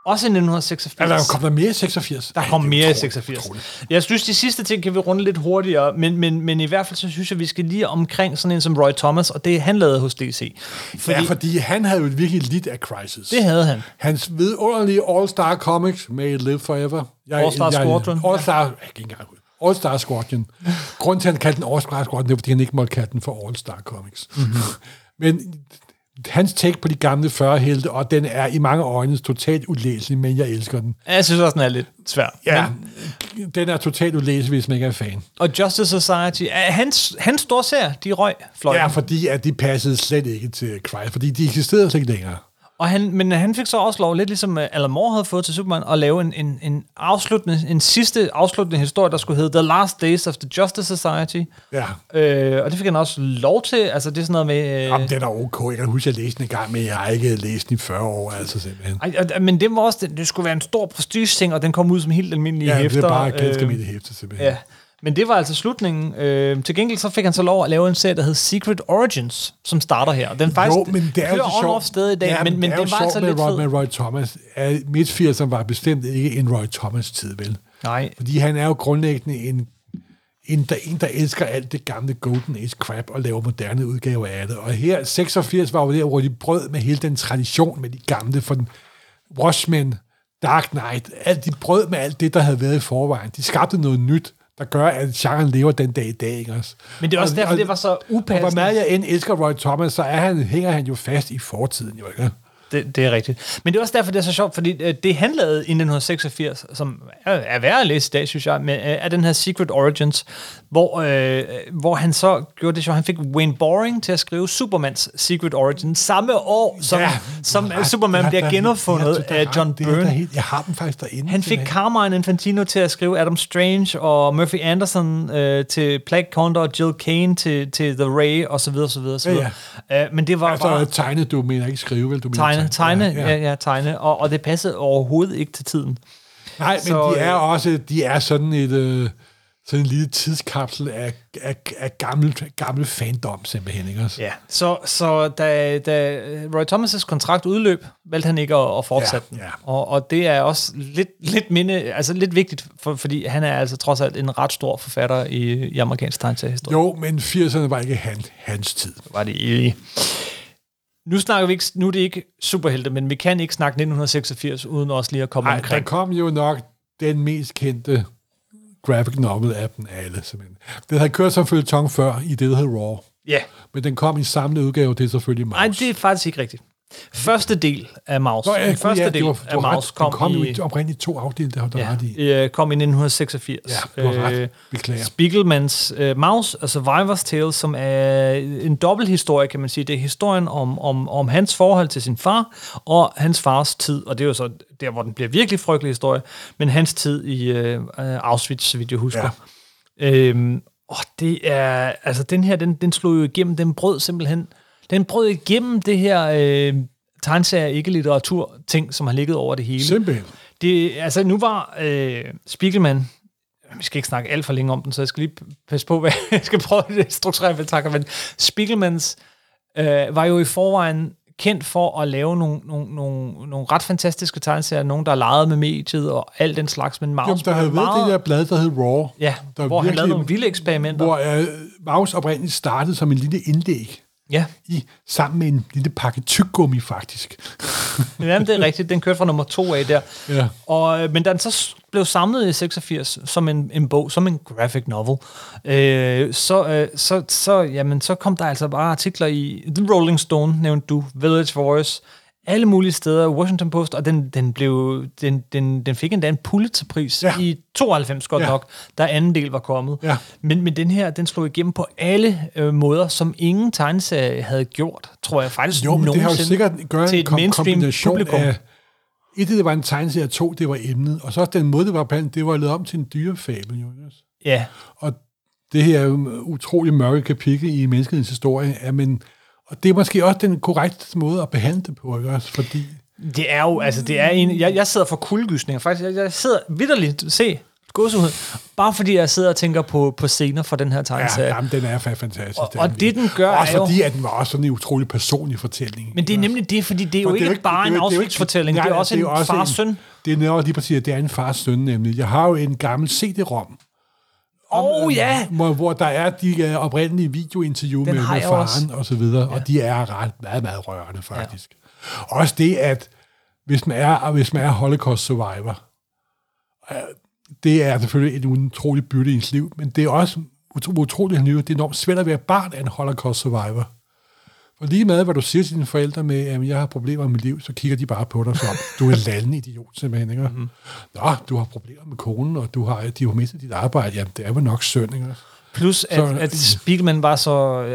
[SPEAKER 1] Også i 1986.
[SPEAKER 2] Er Altså, der kom der mere i 86?
[SPEAKER 1] Der kom mere i 86. Jeg synes, de sidste ting kan vi runde lidt hurtigere, men, men, men i hvert fald så synes jeg, vi skal lige omkring sådan en som Roy Thomas, og det han lavede hos DC.
[SPEAKER 2] Fordi...
[SPEAKER 1] Fordi
[SPEAKER 2] Ja, fordi han havde jo virkelig lidt af Crisis.
[SPEAKER 1] det havde han.
[SPEAKER 2] Hans vidunderlige All-Star Comics, May It Live Forever. Jeg,
[SPEAKER 1] All-Star Squadron.
[SPEAKER 2] All-Star, jeg kan ikke engang huske. All-Star Squadron. Grunden til, at han kaldte den All-Star Squadron, det er, fordi han ikke måtte kalde den for All-Star Comics. Mm-hmm. Men hans take på de gamle 40 helte, og den er i mange øjne totalt ulæselig, men jeg elsker den.
[SPEAKER 1] Jeg synes også, den er lidt svær.
[SPEAKER 2] Ja,
[SPEAKER 1] Men,
[SPEAKER 2] den er totalt ulæselig, hvis man ikke er fan.
[SPEAKER 1] og Justice Society, er hans, hans store serier, de røg fløj.
[SPEAKER 2] Ja, fordi at de passede slet ikke til Cry, fordi de eksisterede slet ikke længere.
[SPEAKER 1] Og han, men han fik så også lov, lidt ligesom øh, Alan Moore havde fået til Superman, at lave en, en, en, afsluttende, en sidste afsluttende historie, der skulle hedde The Last Days of the Justice Society.
[SPEAKER 2] Ja.
[SPEAKER 1] Øh, og det fik han også lov til. Altså, det er sådan noget med... Øh,
[SPEAKER 2] Jamen, den er ok. Jeg kan huske, at jeg læste den en gang, men jeg har ikke læst den i 40 år, altså simpelthen.
[SPEAKER 1] Ej, og- men det var også, det, det skulle være en stor prestigeting, og den kom ud som helt almindelig
[SPEAKER 2] Ja,
[SPEAKER 1] hæfter.
[SPEAKER 2] det er bare ganske
[SPEAKER 1] Øhm,
[SPEAKER 2] almindelige hæfter simpelthen.
[SPEAKER 1] Ja. Men det var altså slutningen. Øh, til gengæld så fik han så lov at lave en serie, der hed Secret Origins, som starter her. Den faktisk
[SPEAKER 2] jo, men det er jo
[SPEAKER 1] kører
[SPEAKER 2] så
[SPEAKER 1] on
[SPEAKER 2] sjovt.
[SPEAKER 1] off sted i dag, ja, men, men det,
[SPEAKER 2] er jo
[SPEAKER 1] var
[SPEAKER 2] sjovt
[SPEAKER 1] altså
[SPEAKER 2] med
[SPEAKER 1] lidt
[SPEAKER 2] Roy,
[SPEAKER 1] fed.
[SPEAKER 2] med Roy Thomas. At Midt 80'erne var bestemt ikke en Roy Thomas-tid, vel?
[SPEAKER 1] Nej,
[SPEAKER 2] Fordi han er jo grundlæggende en, en, der, en, der elsker alt det gamle Golden Age crap og laver moderne udgaver af det. Og her, 86 var jo der, hvor de brød med hele den tradition med de gamle, for den Watchmen, Dark Knight, alt de brød med alt det, der havde været i forvejen. De skabte noget nyt, der gør, at genren lever den dag i dag, ikke også?
[SPEAKER 1] men det er også
[SPEAKER 2] Og-
[SPEAKER 1] derfor,
[SPEAKER 2] og-
[SPEAKER 1] det var så
[SPEAKER 2] og hvor
[SPEAKER 1] upassende.
[SPEAKER 2] meget jeg end elsker Roy Thomas, så er han, hænger han jo fast i fortiden, jo ikke?
[SPEAKER 1] Det, det er rigtigt. Men det er også derfor, det er så sjovt, fordi øh, det han lavede i 1986, som er, er værd at læse i dag, synes jeg, med, øh, er den her Secret Origins, hvor, øh, hvor han så gjorde det sjovt, han fik Wayne Boring til at skrive Supermans Secret Origins samme år, som, ja, som
[SPEAKER 2] du
[SPEAKER 1] øh,
[SPEAKER 2] har ret.
[SPEAKER 1] Superman
[SPEAKER 2] Ja,
[SPEAKER 1] bliver
[SPEAKER 2] der-
[SPEAKER 1] genfundet
[SPEAKER 2] ja, du har
[SPEAKER 1] af
[SPEAKER 2] ret.
[SPEAKER 1] John
[SPEAKER 2] Det er der
[SPEAKER 1] Byrne.
[SPEAKER 2] helt- Jeg har dem faktisk derinde.
[SPEAKER 1] Han fik
[SPEAKER 2] simpelthen.
[SPEAKER 1] Carmine Infantino til at skrive Adam Strange, og Murphy Anderson øh, til Plague Condor, Jill Kane til, til The Ray, osv. osv., osv.
[SPEAKER 2] Ja,
[SPEAKER 1] ja. Øh, men det var bare...
[SPEAKER 2] Altså, tegne, du mener ikke skrive, vel? Du mener
[SPEAKER 1] Tegne, tegne, ja,
[SPEAKER 2] ja.
[SPEAKER 1] ja, ja tegne. Og, og det passede overhovedet ikke til tiden.
[SPEAKER 2] Nej, men
[SPEAKER 1] Så,
[SPEAKER 2] de er
[SPEAKER 1] øh,
[SPEAKER 2] også, de er sådan et, øh, Sådan en lille tidskapsel af, af, af gammel, gammel fandom, simpelthen. Ikke? også?
[SPEAKER 1] Ja, så, så da, da Roy Thomas' kontrakt udløb, valgte han ikke at, at fortsætte
[SPEAKER 2] Ja,
[SPEAKER 1] den.
[SPEAKER 2] ja.
[SPEAKER 1] Og, og det er også lidt, lidt, minde, altså lidt vigtigt, for, fordi han er altså trods alt en ret stor forfatter i, i amerikansk tegneseriehistorie.
[SPEAKER 2] Jo, men 80'erne var ikke han, hans tid.
[SPEAKER 1] Var det i. Nu snakker vi ikke, nu er det ikke superhelte, men vi kan ikke snakke 1986 uden også lige at komme
[SPEAKER 2] Ej, der
[SPEAKER 1] omkring.
[SPEAKER 2] kom jo nok den mest kendte graphic novel af dem alle, simpelthen. Den havde kørt som følgetong før i det, der hed Raw.
[SPEAKER 1] Ja.
[SPEAKER 2] Men den kom i samlet udgave, det er selvfølgelig Mouse.
[SPEAKER 1] Nej, det er faktisk ikke rigtigt. Første del af Maus.
[SPEAKER 2] Nå, ja,
[SPEAKER 1] den
[SPEAKER 2] gud,
[SPEAKER 1] første
[SPEAKER 2] ja,
[SPEAKER 1] del
[SPEAKER 2] det var,
[SPEAKER 1] af
[SPEAKER 2] du har
[SPEAKER 1] Maus
[SPEAKER 2] ret. Den
[SPEAKER 1] kom,
[SPEAKER 2] kom jo
[SPEAKER 1] i
[SPEAKER 2] i oprindeligt to afdelinger, der har du ja. ret i.
[SPEAKER 1] Ja, øh, kom i 1986.
[SPEAKER 2] Ja, du har ret. Beklager.
[SPEAKER 1] Spiegelmans øh, Mouse og Survivor's Tale, som er en dobbelthistorie, kan man sige. Det er historien om, om, om hans forhold til sin far og hans fars tid, og det er jo så der, hvor den bliver virkelig frygtelig historie, men hans tid i øh, øh, Auschwitz, så vidt jeg husker. Ja. Øhm, og det er, altså den her, den, den slog jo igennem, den brød simpelthen, den brød igennem det her øh, tegnserier, ikke litteratur ting, som har ligget over det hele.
[SPEAKER 2] Simpelthen.
[SPEAKER 1] Det, altså, nu var øh, Spiegelman... Vi skal ikke snakke alt for længe om den, så jeg skal lige passe på, hvad jeg skal prøve at strukturere, hvad jeg takker. Men Spiegelmans øh, var jo i forvejen kendt for at lave nogle, nogle, nogle, nogle ret fantastiske tegneserier. Nogle, der legede med mediet og alt den slags. Men Maus
[SPEAKER 2] Jamen, der havde været det der blad, der hed Raw.
[SPEAKER 1] Ja,
[SPEAKER 2] der
[SPEAKER 1] hvor han
[SPEAKER 2] virkelig-
[SPEAKER 1] lavede nogle vilde eksperimenter.
[SPEAKER 2] Hvor øh, Mouse oprindeligt startede som en lille indlæg
[SPEAKER 1] Ja,
[SPEAKER 2] i, sammen med en lille pakke tyggegummi, faktisk.
[SPEAKER 1] jamen, det er rigtigt. Den kørte fra nummer to af der.
[SPEAKER 2] Ja.
[SPEAKER 1] Og, øh, men da den så s- blev samlet i 86 som en, en bog, som en graphic novel, øh, så, øh, så, så, jamen, så kom der altså bare artikler i The Rolling Stone, nævnte du, Village Voice, alle mulige steder, Washington Post, og den, den, blev, den, den, den fik endda en Pulitzerpris ja.
[SPEAKER 2] Ja.
[SPEAKER 1] i 92 godt ja.
[SPEAKER 2] Ja.
[SPEAKER 1] nok, da anden del var kommet.
[SPEAKER 2] Ja.
[SPEAKER 1] Men, men den her, den slog igennem på alle øh, måder, som ingen tegneserie havde gjort, tror jeg faktisk
[SPEAKER 2] Jo, men det har jo
[SPEAKER 1] nogensinde,
[SPEAKER 2] sikkert gjort
[SPEAKER 1] til
[SPEAKER 2] en
[SPEAKER 1] et
[SPEAKER 2] kom-
[SPEAKER 1] mainstream
[SPEAKER 2] kombination
[SPEAKER 1] publikum.
[SPEAKER 2] af... Et, det var en tegneserie, to, det var emnet, og så den måde, det var blandt, det var lavet om til en dyrefabel, jo. ikke også?
[SPEAKER 1] Ja,
[SPEAKER 2] Og det her er jo en utrolig mørke kapitel i menneskets historie, ja, men, og det er måske også den korrekte måde at behandle det på, ikke også? Fordi
[SPEAKER 1] Det er jo, altså det er en, jeg, jeg sidder for kuldegysninger faktisk, jeg, jeg sidder vidderligt, se, gåsehud, bare fordi jeg sidder og tænker på, på scener fra den her
[SPEAKER 2] ja,
[SPEAKER 1] tegneserie. Ja,
[SPEAKER 2] jamen, den er fa- fantastisk.
[SPEAKER 1] Altså, Og-
[SPEAKER 2] er
[SPEAKER 1] og det, den gør,
[SPEAKER 2] Også
[SPEAKER 1] er jo-
[SPEAKER 2] fordi, at den var også sådan en utrolig personlig fortælling.
[SPEAKER 1] men det er nemlig det, fordi det er jo
[SPEAKER 2] For
[SPEAKER 1] ikke, ikke bare
[SPEAKER 2] det
[SPEAKER 1] en
[SPEAKER 2] er jo- det er jo ikke-
[SPEAKER 1] afslutsfortælling, det
[SPEAKER 2] nej,
[SPEAKER 1] er også en
[SPEAKER 2] jo
[SPEAKER 1] far-søn.
[SPEAKER 2] Det er netop lige præcis, at det er en fars søn nemlig. Jeg har jo en gammel CD-rom,
[SPEAKER 1] Åh oh, ja,
[SPEAKER 2] hvor, hvor der er de øh, oprindelige videointerview med, med
[SPEAKER 1] har jeg
[SPEAKER 2] faren
[SPEAKER 1] også.
[SPEAKER 2] og så videre, ja. og de er ret, meget, meget rørende faktisk. Ja. Også det, at hvis man er, og hvis man er Holocaust survivor, øh, det er selvfølgelig et utroligt bytte i ens liv, men det er også utro- utroligt at nyde, det er enormt svært at være barn af en Holocaust survivor. For lige med, hvad du siger til dine forældre med, at jeg har problemer med mit liv, så kigger de bare på dig som, om, du er en lallende idiot simpelthen. Ikke?
[SPEAKER 1] Mhm.
[SPEAKER 2] Mm-hmm. Nå, du har problemer med konen, og du har, de har mistet dit arbejde. Jamen, det er vel nok synd, ikke?
[SPEAKER 1] plus at,
[SPEAKER 2] Så-
[SPEAKER 1] at Spiegelman var så,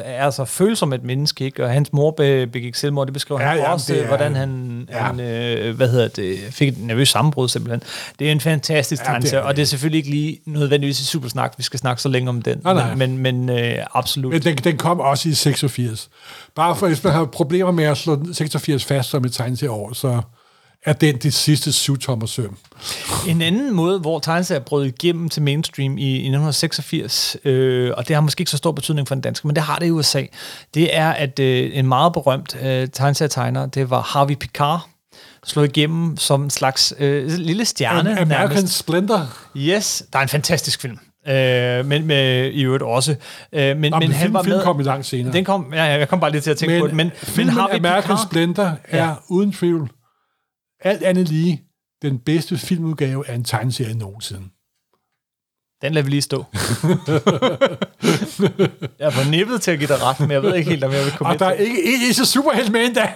[SPEAKER 1] er så følsom et menneske, ikke? og hans mor be- begik selvmord, det beskriver
[SPEAKER 2] Ja,
[SPEAKER 1] han
[SPEAKER 2] ja,
[SPEAKER 1] også,
[SPEAKER 2] det
[SPEAKER 1] øh,
[SPEAKER 2] er-
[SPEAKER 1] hvordan han,
[SPEAKER 2] ja.
[SPEAKER 1] han øh, hvad hedder det, fik et nervøst sammenbrud simpelthen. Det er en fantastisk
[SPEAKER 2] Ja, det er
[SPEAKER 1] tegneserie, og
[SPEAKER 2] det.
[SPEAKER 1] det er selvfølgelig ikke lige nødvendigvis i supersnak, vi skal snakke så længe om den,
[SPEAKER 2] Nej, nej.
[SPEAKER 1] men, men øh, absolut.
[SPEAKER 2] Men den, den kom også i 86. Bare for, hvis man har problemer med at slå 86 fast som et tegn til år, så er den det sidste syvtommer søm.
[SPEAKER 1] En anden måde, hvor tegneserier brød igennem til mainstream i, i 1986, øh, og det har måske ikke så stor betydning for den danske, men det har det i USA, det er, at øh, en meget berømt øh, tegneserietegner, det var Harvey Picard, slog igennem som en slags øh, lille stjerne.
[SPEAKER 2] American
[SPEAKER 1] nærmest.
[SPEAKER 2] Splendor.
[SPEAKER 1] Yes, der er en fantastisk film. Øh, men med, i øvrigt også. Øh, men,
[SPEAKER 2] Nå,
[SPEAKER 1] men
[SPEAKER 2] men
[SPEAKER 1] han
[SPEAKER 2] film,
[SPEAKER 1] var
[SPEAKER 2] film
[SPEAKER 1] med...
[SPEAKER 2] kom i langt senere.
[SPEAKER 1] Den kom, ja, ja, jeg kom bare lige til at tænke men, på den. Men, men
[SPEAKER 2] filmen
[SPEAKER 1] Harvey
[SPEAKER 2] American
[SPEAKER 1] Picard...
[SPEAKER 2] Splendor er
[SPEAKER 1] Ja.
[SPEAKER 2] ja. uden tvivl alt andet lige den bedste filmudgave af en tegneserie nogensinde.
[SPEAKER 1] Den lader vi lige stå. jeg er på nippet til at give dig ret, men jeg ved ikke helt, om jeg vil komme
[SPEAKER 2] Og der er
[SPEAKER 1] til.
[SPEAKER 2] ikke en eneste superhelt med endda.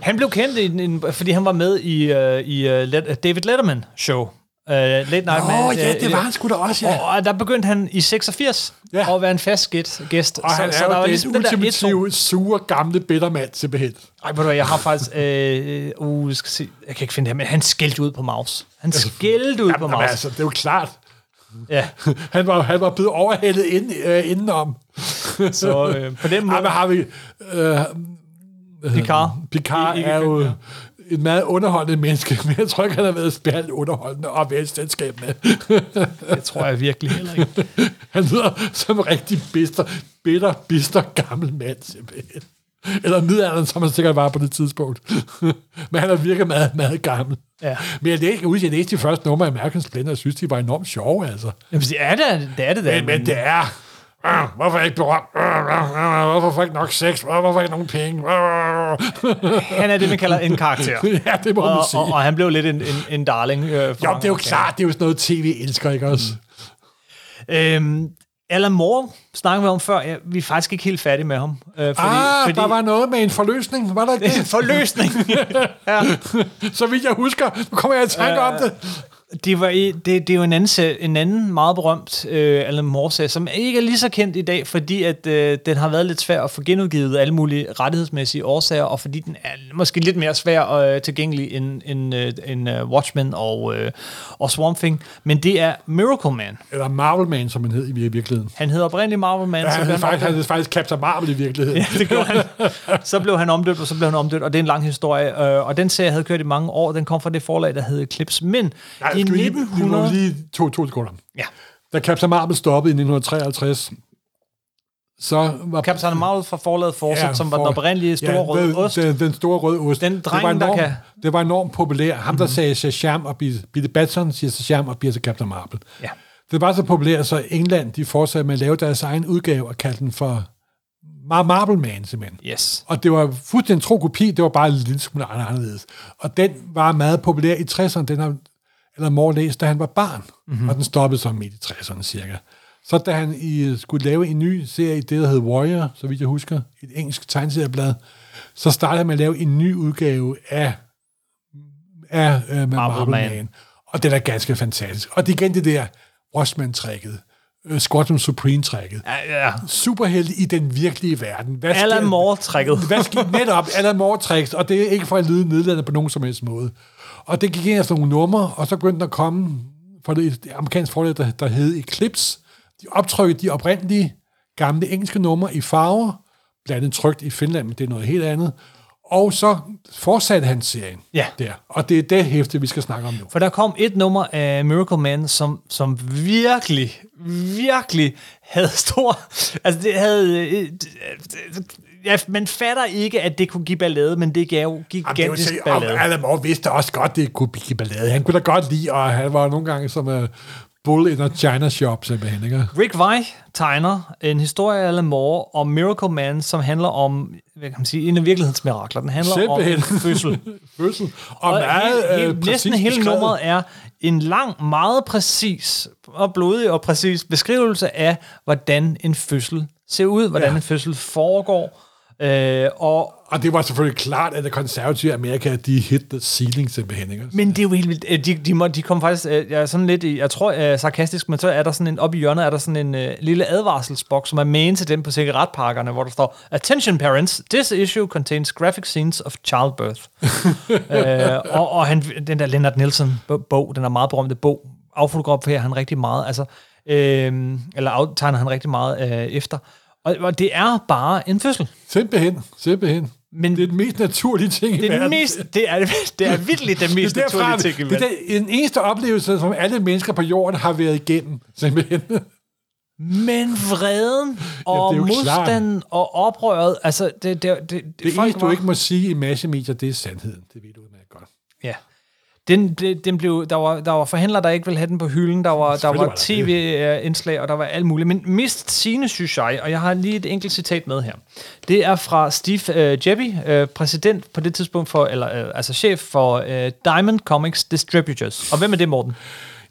[SPEAKER 1] Han blev kendt, i en, en, fordi han var med i, uh, i uh, Let, David Letterman show. Uh, Late Night Man.
[SPEAKER 2] Åh, oh, ja,
[SPEAKER 1] øh,
[SPEAKER 2] det var han sgu da også, ja.
[SPEAKER 1] Og, og der begyndte han i 86 ja.
[SPEAKER 2] Ja.
[SPEAKER 1] at være en fast gæt, gæst.
[SPEAKER 2] Og han er jo den
[SPEAKER 1] ligesom
[SPEAKER 2] ultimative, sure, gamle, bitter mand, simpelthen.
[SPEAKER 1] Ej, ved du hvad, jeg har faktisk... Øh, uh, skal se. Jeg kan ikke finde det her, men han skældte ud på Maus. Han skældte ud på
[SPEAKER 2] Jamen,
[SPEAKER 1] Maus.
[SPEAKER 2] altså, det er jo klart.
[SPEAKER 1] Ja,
[SPEAKER 2] Han var, han var blevet overhældet ind, øh, indenom.
[SPEAKER 1] så øh, på den
[SPEAKER 2] Ej,
[SPEAKER 1] måde,
[SPEAKER 2] hvad har vi? Øh,
[SPEAKER 1] Picard.
[SPEAKER 2] Picard
[SPEAKER 1] Ikke
[SPEAKER 2] er jo et meget underholdende menneske, men jeg tror ikke, han har været spærligt underholdende og velstandskabende.
[SPEAKER 1] Det tror jeg virkelig heller ikke.
[SPEAKER 2] Han lyder som en rigtig bister, bitter, bister gammel mand, simpelthen. Eller midalderen, som han sikkert var på det tidspunkt. Men han har virket meget, meget gammel.
[SPEAKER 1] Ja.
[SPEAKER 2] Men jeg læste, jeg husker, jeg læste de første numre af American Splendor, og synes, de var enormt sjove, altså.
[SPEAKER 1] Jamen, det er det, det er det da.
[SPEAKER 2] Men, men det er... øh, Hvorfor ikke berømt? Øh, øh, øh, Hvorfor får jeg ikke nok sex? Øh, Hvorfor ikke nogen penge? Øh.
[SPEAKER 1] Han er det, man kalder en karakter.
[SPEAKER 2] Ja, det må man
[SPEAKER 1] og,
[SPEAKER 2] sige.
[SPEAKER 1] og, og han blev lidt en, en, en darling. Øh, for
[SPEAKER 2] Jo,
[SPEAKER 1] mange Mm.
[SPEAKER 2] det er jo
[SPEAKER 1] amerikanere.
[SPEAKER 2] klart, det er jo sådan noget, tv elsker, ikke også?
[SPEAKER 1] Øhm, Alan Moore snakker vi om før. Ja, vi er faktisk ikke helt færdige med ham. Øh, fordi,
[SPEAKER 2] ah, der var noget med en forløsning, var der ikke det?
[SPEAKER 1] Forløsning! ja.
[SPEAKER 2] Så vidt jeg husker, nu kommer jeg i tanke om det.
[SPEAKER 1] det, var, i- det, det er jo en anden, se- en anden meget berømt øh, Alan Moore-serie, som ikke er lige så kendt i dag, fordi at, øh, den har været lidt svær at få genudgivet af alle mulige rettighedsmæssige årsager, og fordi den er måske lidt mere svær og øh, tilgængelig end, end, øh, end øh, Watchmen og, øh, og Swamp Thing. Men det er Miracle Man.
[SPEAKER 2] Eller Marvel Man, som han hed i vir- virkeligheden.
[SPEAKER 1] Han hedder oprindeligt Marvel Man.
[SPEAKER 2] Ja,
[SPEAKER 1] så
[SPEAKER 2] han
[SPEAKER 1] blev
[SPEAKER 2] hed faktisk,
[SPEAKER 1] opkaldt-
[SPEAKER 2] han hed faktisk Captain Marvel i virkeligheden.
[SPEAKER 1] Ja, det gjorde han. Så blev han omdøbt, og så blev han omdøbt, og det er en lang historie. øh, Og den serie havde kørt i mange år, den kom fra det forlag, der hed Eclipse. Men
[SPEAKER 2] Nej,
[SPEAKER 1] i
[SPEAKER 2] skal vi lige,
[SPEAKER 1] 1900...
[SPEAKER 2] vi må lige to, to sekunder.
[SPEAKER 1] Ja.
[SPEAKER 2] Da Captain Marvel stoppede i 1953, så var...
[SPEAKER 1] Captain Marvel fra forlaget Fawcett, ja, som var den oprindelige store ja, røde
[SPEAKER 2] den,
[SPEAKER 1] ost.
[SPEAKER 2] Den, den store røde ost.
[SPEAKER 1] Den
[SPEAKER 2] det var
[SPEAKER 1] dreng, der
[SPEAKER 2] enormt,
[SPEAKER 1] kan- Mhm.
[SPEAKER 2] Det var enormt populær. Ham, der sagde Shazam og Bill- Billy Batson, siger Shazam og bliver så Captain Marvel.
[SPEAKER 1] Ja.
[SPEAKER 2] Det var så populært, så England de fortsatte med at lave deres egen udgave og kaldte den for Mar- Marble Man, simpelthen.
[SPEAKER 1] Yes.
[SPEAKER 2] Og det var fuldstændig en tro kopi, det var bare en lille smule an- anderledes. Og den var meget populær i 60'erne, den har eller mor læst, da han var barn.
[SPEAKER 1] Mhm.
[SPEAKER 2] Mm-hmm. Og den stoppede så midt i 60'erne cirka. Så da han i, øh, skulle lave en ny serie, det der hed Warrior, så vidt jeg husker, et engelsk tegneserieblad, så startede han med at lave en ny udgave af, af øh, Marble, Marble Man.
[SPEAKER 1] Man.
[SPEAKER 2] Man. Og den er ganske fantastisk. Og det er igen det der Watchmen-trækket, øh, Squadron Supreme-trækket
[SPEAKER 1] Ja, ja.
[SPEAKER 2] superhelte i den virkelige verden. Hvad sker-
[SPEAKER 1] Alan Moore-trækket.
[SPEAKER 2] Hvad sker netop? Alan Moore tricks, og det er ikke for at lyde nedladende på nogen som helst måde. Og det gik ind efter nogle numre, og så begyndte der at komme for det, det amerikanske forlag, der, der hed Eclipse. De optrykkede de oprindelige gamle engelske numre i farver, blandt andet trygt i Finland, men det er noget helt andet. Og så fortsatte han serien
[SPEAKER 1] Ja.
[SPEAKER 2] der. Og det er det hæfte, vi skal snakke om nu.
[SPEAKER 1] For der kom et nummer af Miracle Man, som, som virkelig, virkelig havde stor... Altså, det havde... øh, øh, øh, Ja, man fatter ikke, at det kunne give ballade, men det gav
[SPEAKER 2] Jamen,
[SPEAKER 1] gigantisk
[SPEAKER 2] det var
[SPEAKER 1] ballade.
[SPEAKER 2] sikkert, Alan Moore vidste også godt, det kunne blive ballade. Han kunne da godt lide, og han var nogle gange som uh, bull in a china shop, simpelthen. Ikke?
[SPEAKER 1] Rick Veich tegner en historie af Alan Moore om Miracle Man, som handler om, hvad kan man sige, en af virkelighedens mirakler. Den handler
[SPEAKER 2] Simpelthen.
[SPEAKER 1] om fødsel.
[SPEAKER 2] Fødsel. Og, og
[SPEAKER 1] Og
[SPEAKER 2] meget
[SPEAKER 1] helt, helt,
[SPEAKER 2] øh, præcis
[SPEAKER 1] næsten hele
[SPEAKER 2] beskrevet.
[SPEAKER 1] nummeret er en lang, meget præcis og blodig og præcis beskrivelse af, hvordan en fødsel ser ud, hvordan
[SPEAKER 2] Ja.
[SPEAKER 1] ja. en fødsel foregår. Øh, og,
[SPEAKER 2] Og det var selvfølgelig klart, at det konservative Amerika, de hit the ceiling, simpelthen. Ikke?
[SPEAKER 1] men det er jo helt vildt. Øh, De, de, må, de kom faktisk, øh, jeg er sådan lidt, i- jeg tror øh, sarkastisk, men så er der sådan en, oppe i hjørnet er der sådan en øh, lille advarselsboks, som er main til dem på cigaretpakkerne, hvor der står, Attention parents, this issue contains graphic scenes of childbirth. øh, og, og han, den der Leonard Nielsen-bog, den er meget berømte bog, affotograferer han rigtig meget, altså, øh, eller aftegner han rigtig meget øh, efter. Og, og det er bare en fødsel.
[SPEAKER 2] Simpelthen, simpelthen. Men
[SPEAKER 1] Men-
[SPEAKER 2] det er den mest naturlige ting i
[SPEAKER 1] Det er, den
[SPEAKER 2] verden.
[SPEAKER 1] mest, det er, det er virkelig den mest
[SPEAKER 2] det er derfra,
[SPEAKER 1] naturlige ting i
[SPEAKER 2] det, det
[SPEAKER 1] verden.
[SPEAKER 2] er den eneste oplevelse, som alle mennesker på jorden har været igennem, simpelthen.
[SPEAKER 1] Men vreden og
[SPEAKER 2] det
[SPEAKER 1] ja,
[SPEAKER 2] er jo klart.
[SPEAKER 1] modstanden og oprøret, altså det, det, det,
[SPEAKER 2] Det
[SPEAKER 1] folk
[SPEAKER 2] eneste, du
[SPEAKER 1] var-
[SPEAKER 2] ikke må sige i massemedier, det er sandheden. Det ved du udmærket godt.
[SPEAKER 1] Ja. Den, den, den blev, der, var, der var forhandlere, der ikke ville have den på hylden, der var, der
[SPEAKER 2] Selvfølgelig
[SPEAKER 1] var
[SPEAKER 2] var der
[SPEAKER 1] tv-indslag, og der var alt muligt. Men mest sigende, synes jeg, og jeg har lige et enkelt citat med her. Det er fra Steve øh, Jebby, øh, præsident på det tidspunkt for, eller øh, altså chef for øh, Diamond Comics Distributors. Og hvem er det, Morten?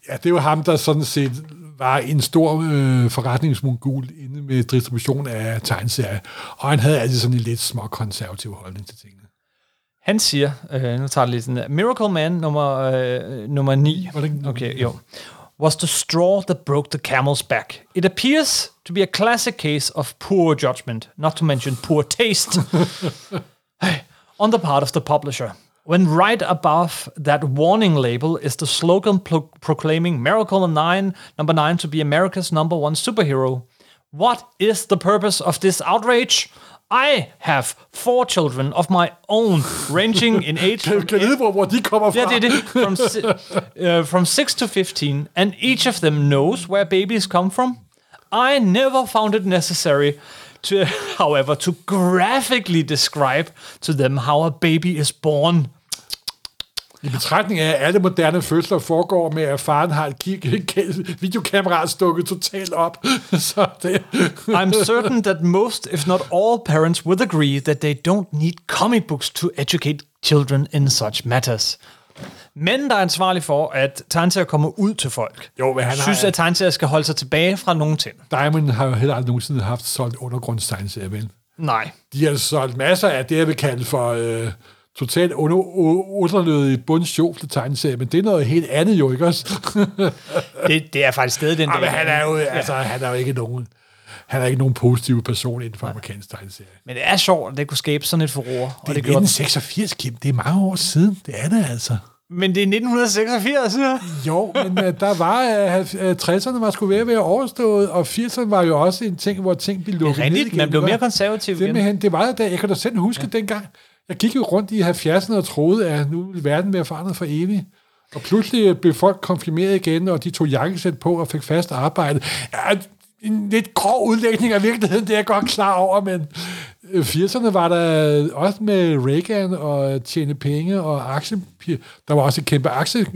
[SPEAKER 2] Ja, det er jo ham, der sådan set var en stor øh, forretningsmongul inde med distribution af tegneserier, og han havde altid sådan en lidt små konservativ holdning til tingene.
[SPEAKER 1] Han siger, øh, nu tager jeg lige sådan der, Miracle Man nummer, øh, nummer 9.
[SPEAKER 2] Var det ikke-
[SPEAKER 1] Okay, jo. Was the straw that broke the camel's back. It appears to be a classic case of poor judgment, not to mention poor taste, on the part of the publisher. When right above that warning label is the slogan pro- proclaiming Miracle 9, number 9 to be America's number one superhero. What is the purpose of this outrage? I have four children of my own, ranging in age from
[SPEAKER 2] Kan vide, hvor, hvor de kommer fra?
[SPEAKER 1] Ja, det er det. From, si- uh, from 6 to 15, and each of them knows where babies come from. I never found it necessary to, however, to graphically describe to them how a baby is born.
[SPEAKER 2] I betragtning af, at alle moderne fødsler foregår med, at faren har et ki- ki- videokamera stukket totalt op. Så det,
[SPEAKER 1] I'm certain that most, if not all, parents would agree that they don't need comic books to educate children in such matters. Men der er ansvarlig for, at tegneserier kommer ud til folk.
[SPEAKER 2] Jo, men han har-
[SPEAKER 1] synes, at tegneserier skal holde sig tilbage fra nogen ting.
[SPEAKER 2] Diamond har jo heller aldrig nogensinde haft solgt undergrundstegnserier, vel?
[SPEAKER 1] Nej.
[SPEAKER 2] De har solgt masser af det, jeg vil kalde for øh, totalt under, u- underlødige bundsjofte tegneserier, men det er noget helt andet jo, ikke også?
[SPEAKER 1] Det, det er faktisk stadig den
[SPEAKER 2] Ej, men
[SPEAKER 1] dag.
[SPEAKER 2] han er jo, altså, han er jo ikke nogen... Han er ikke nogen positiv person inden for amerikansk tegneserie.
[SPEAKER 1] Men det er sjovt, at det kunne skabe sådan et forår.
[SPEAKER 2] Det
[SPEAKER 1] Og
[SPEAKER 2] er
[SPEAKER 1] det gjorde den.
[SPEAKER 2] 1986, Kim. Det er mange år siden. Det er det altså.
[SPEAKER 1] Men det er 1986, ja.
[SPEAKER 2] Jo, men øh, der var, øh, øh, 60'erne var sgu ved at være overstået, og 80'erne var jo også en ting, hvor ting blev lukket ned
[SPEAKER 1] Rigtigt,
[SPEAKER 2] igen.
[SPEAKER 1] man blev
[SPEAKER 2] Det var-
[SPEAKER 1] mere konservativ igen.
[SPEAKER 2] Simpelthen, det var jo da, jeg kan da selv huske ja. dengang, jeg gik jo rundt i 70'erne og troede, at nu ville verden være forandret for evigt. Og pludselig blev folk konfirmeret igen, og de tog jakkesæt på og fik fast arbejde. Ja, en lidt grov udlægning af virkeligheden, det er jeg godt klar over, men øh, 80'erne var der også med Reagan og tjene penge og aktie. Der var også et kæmpe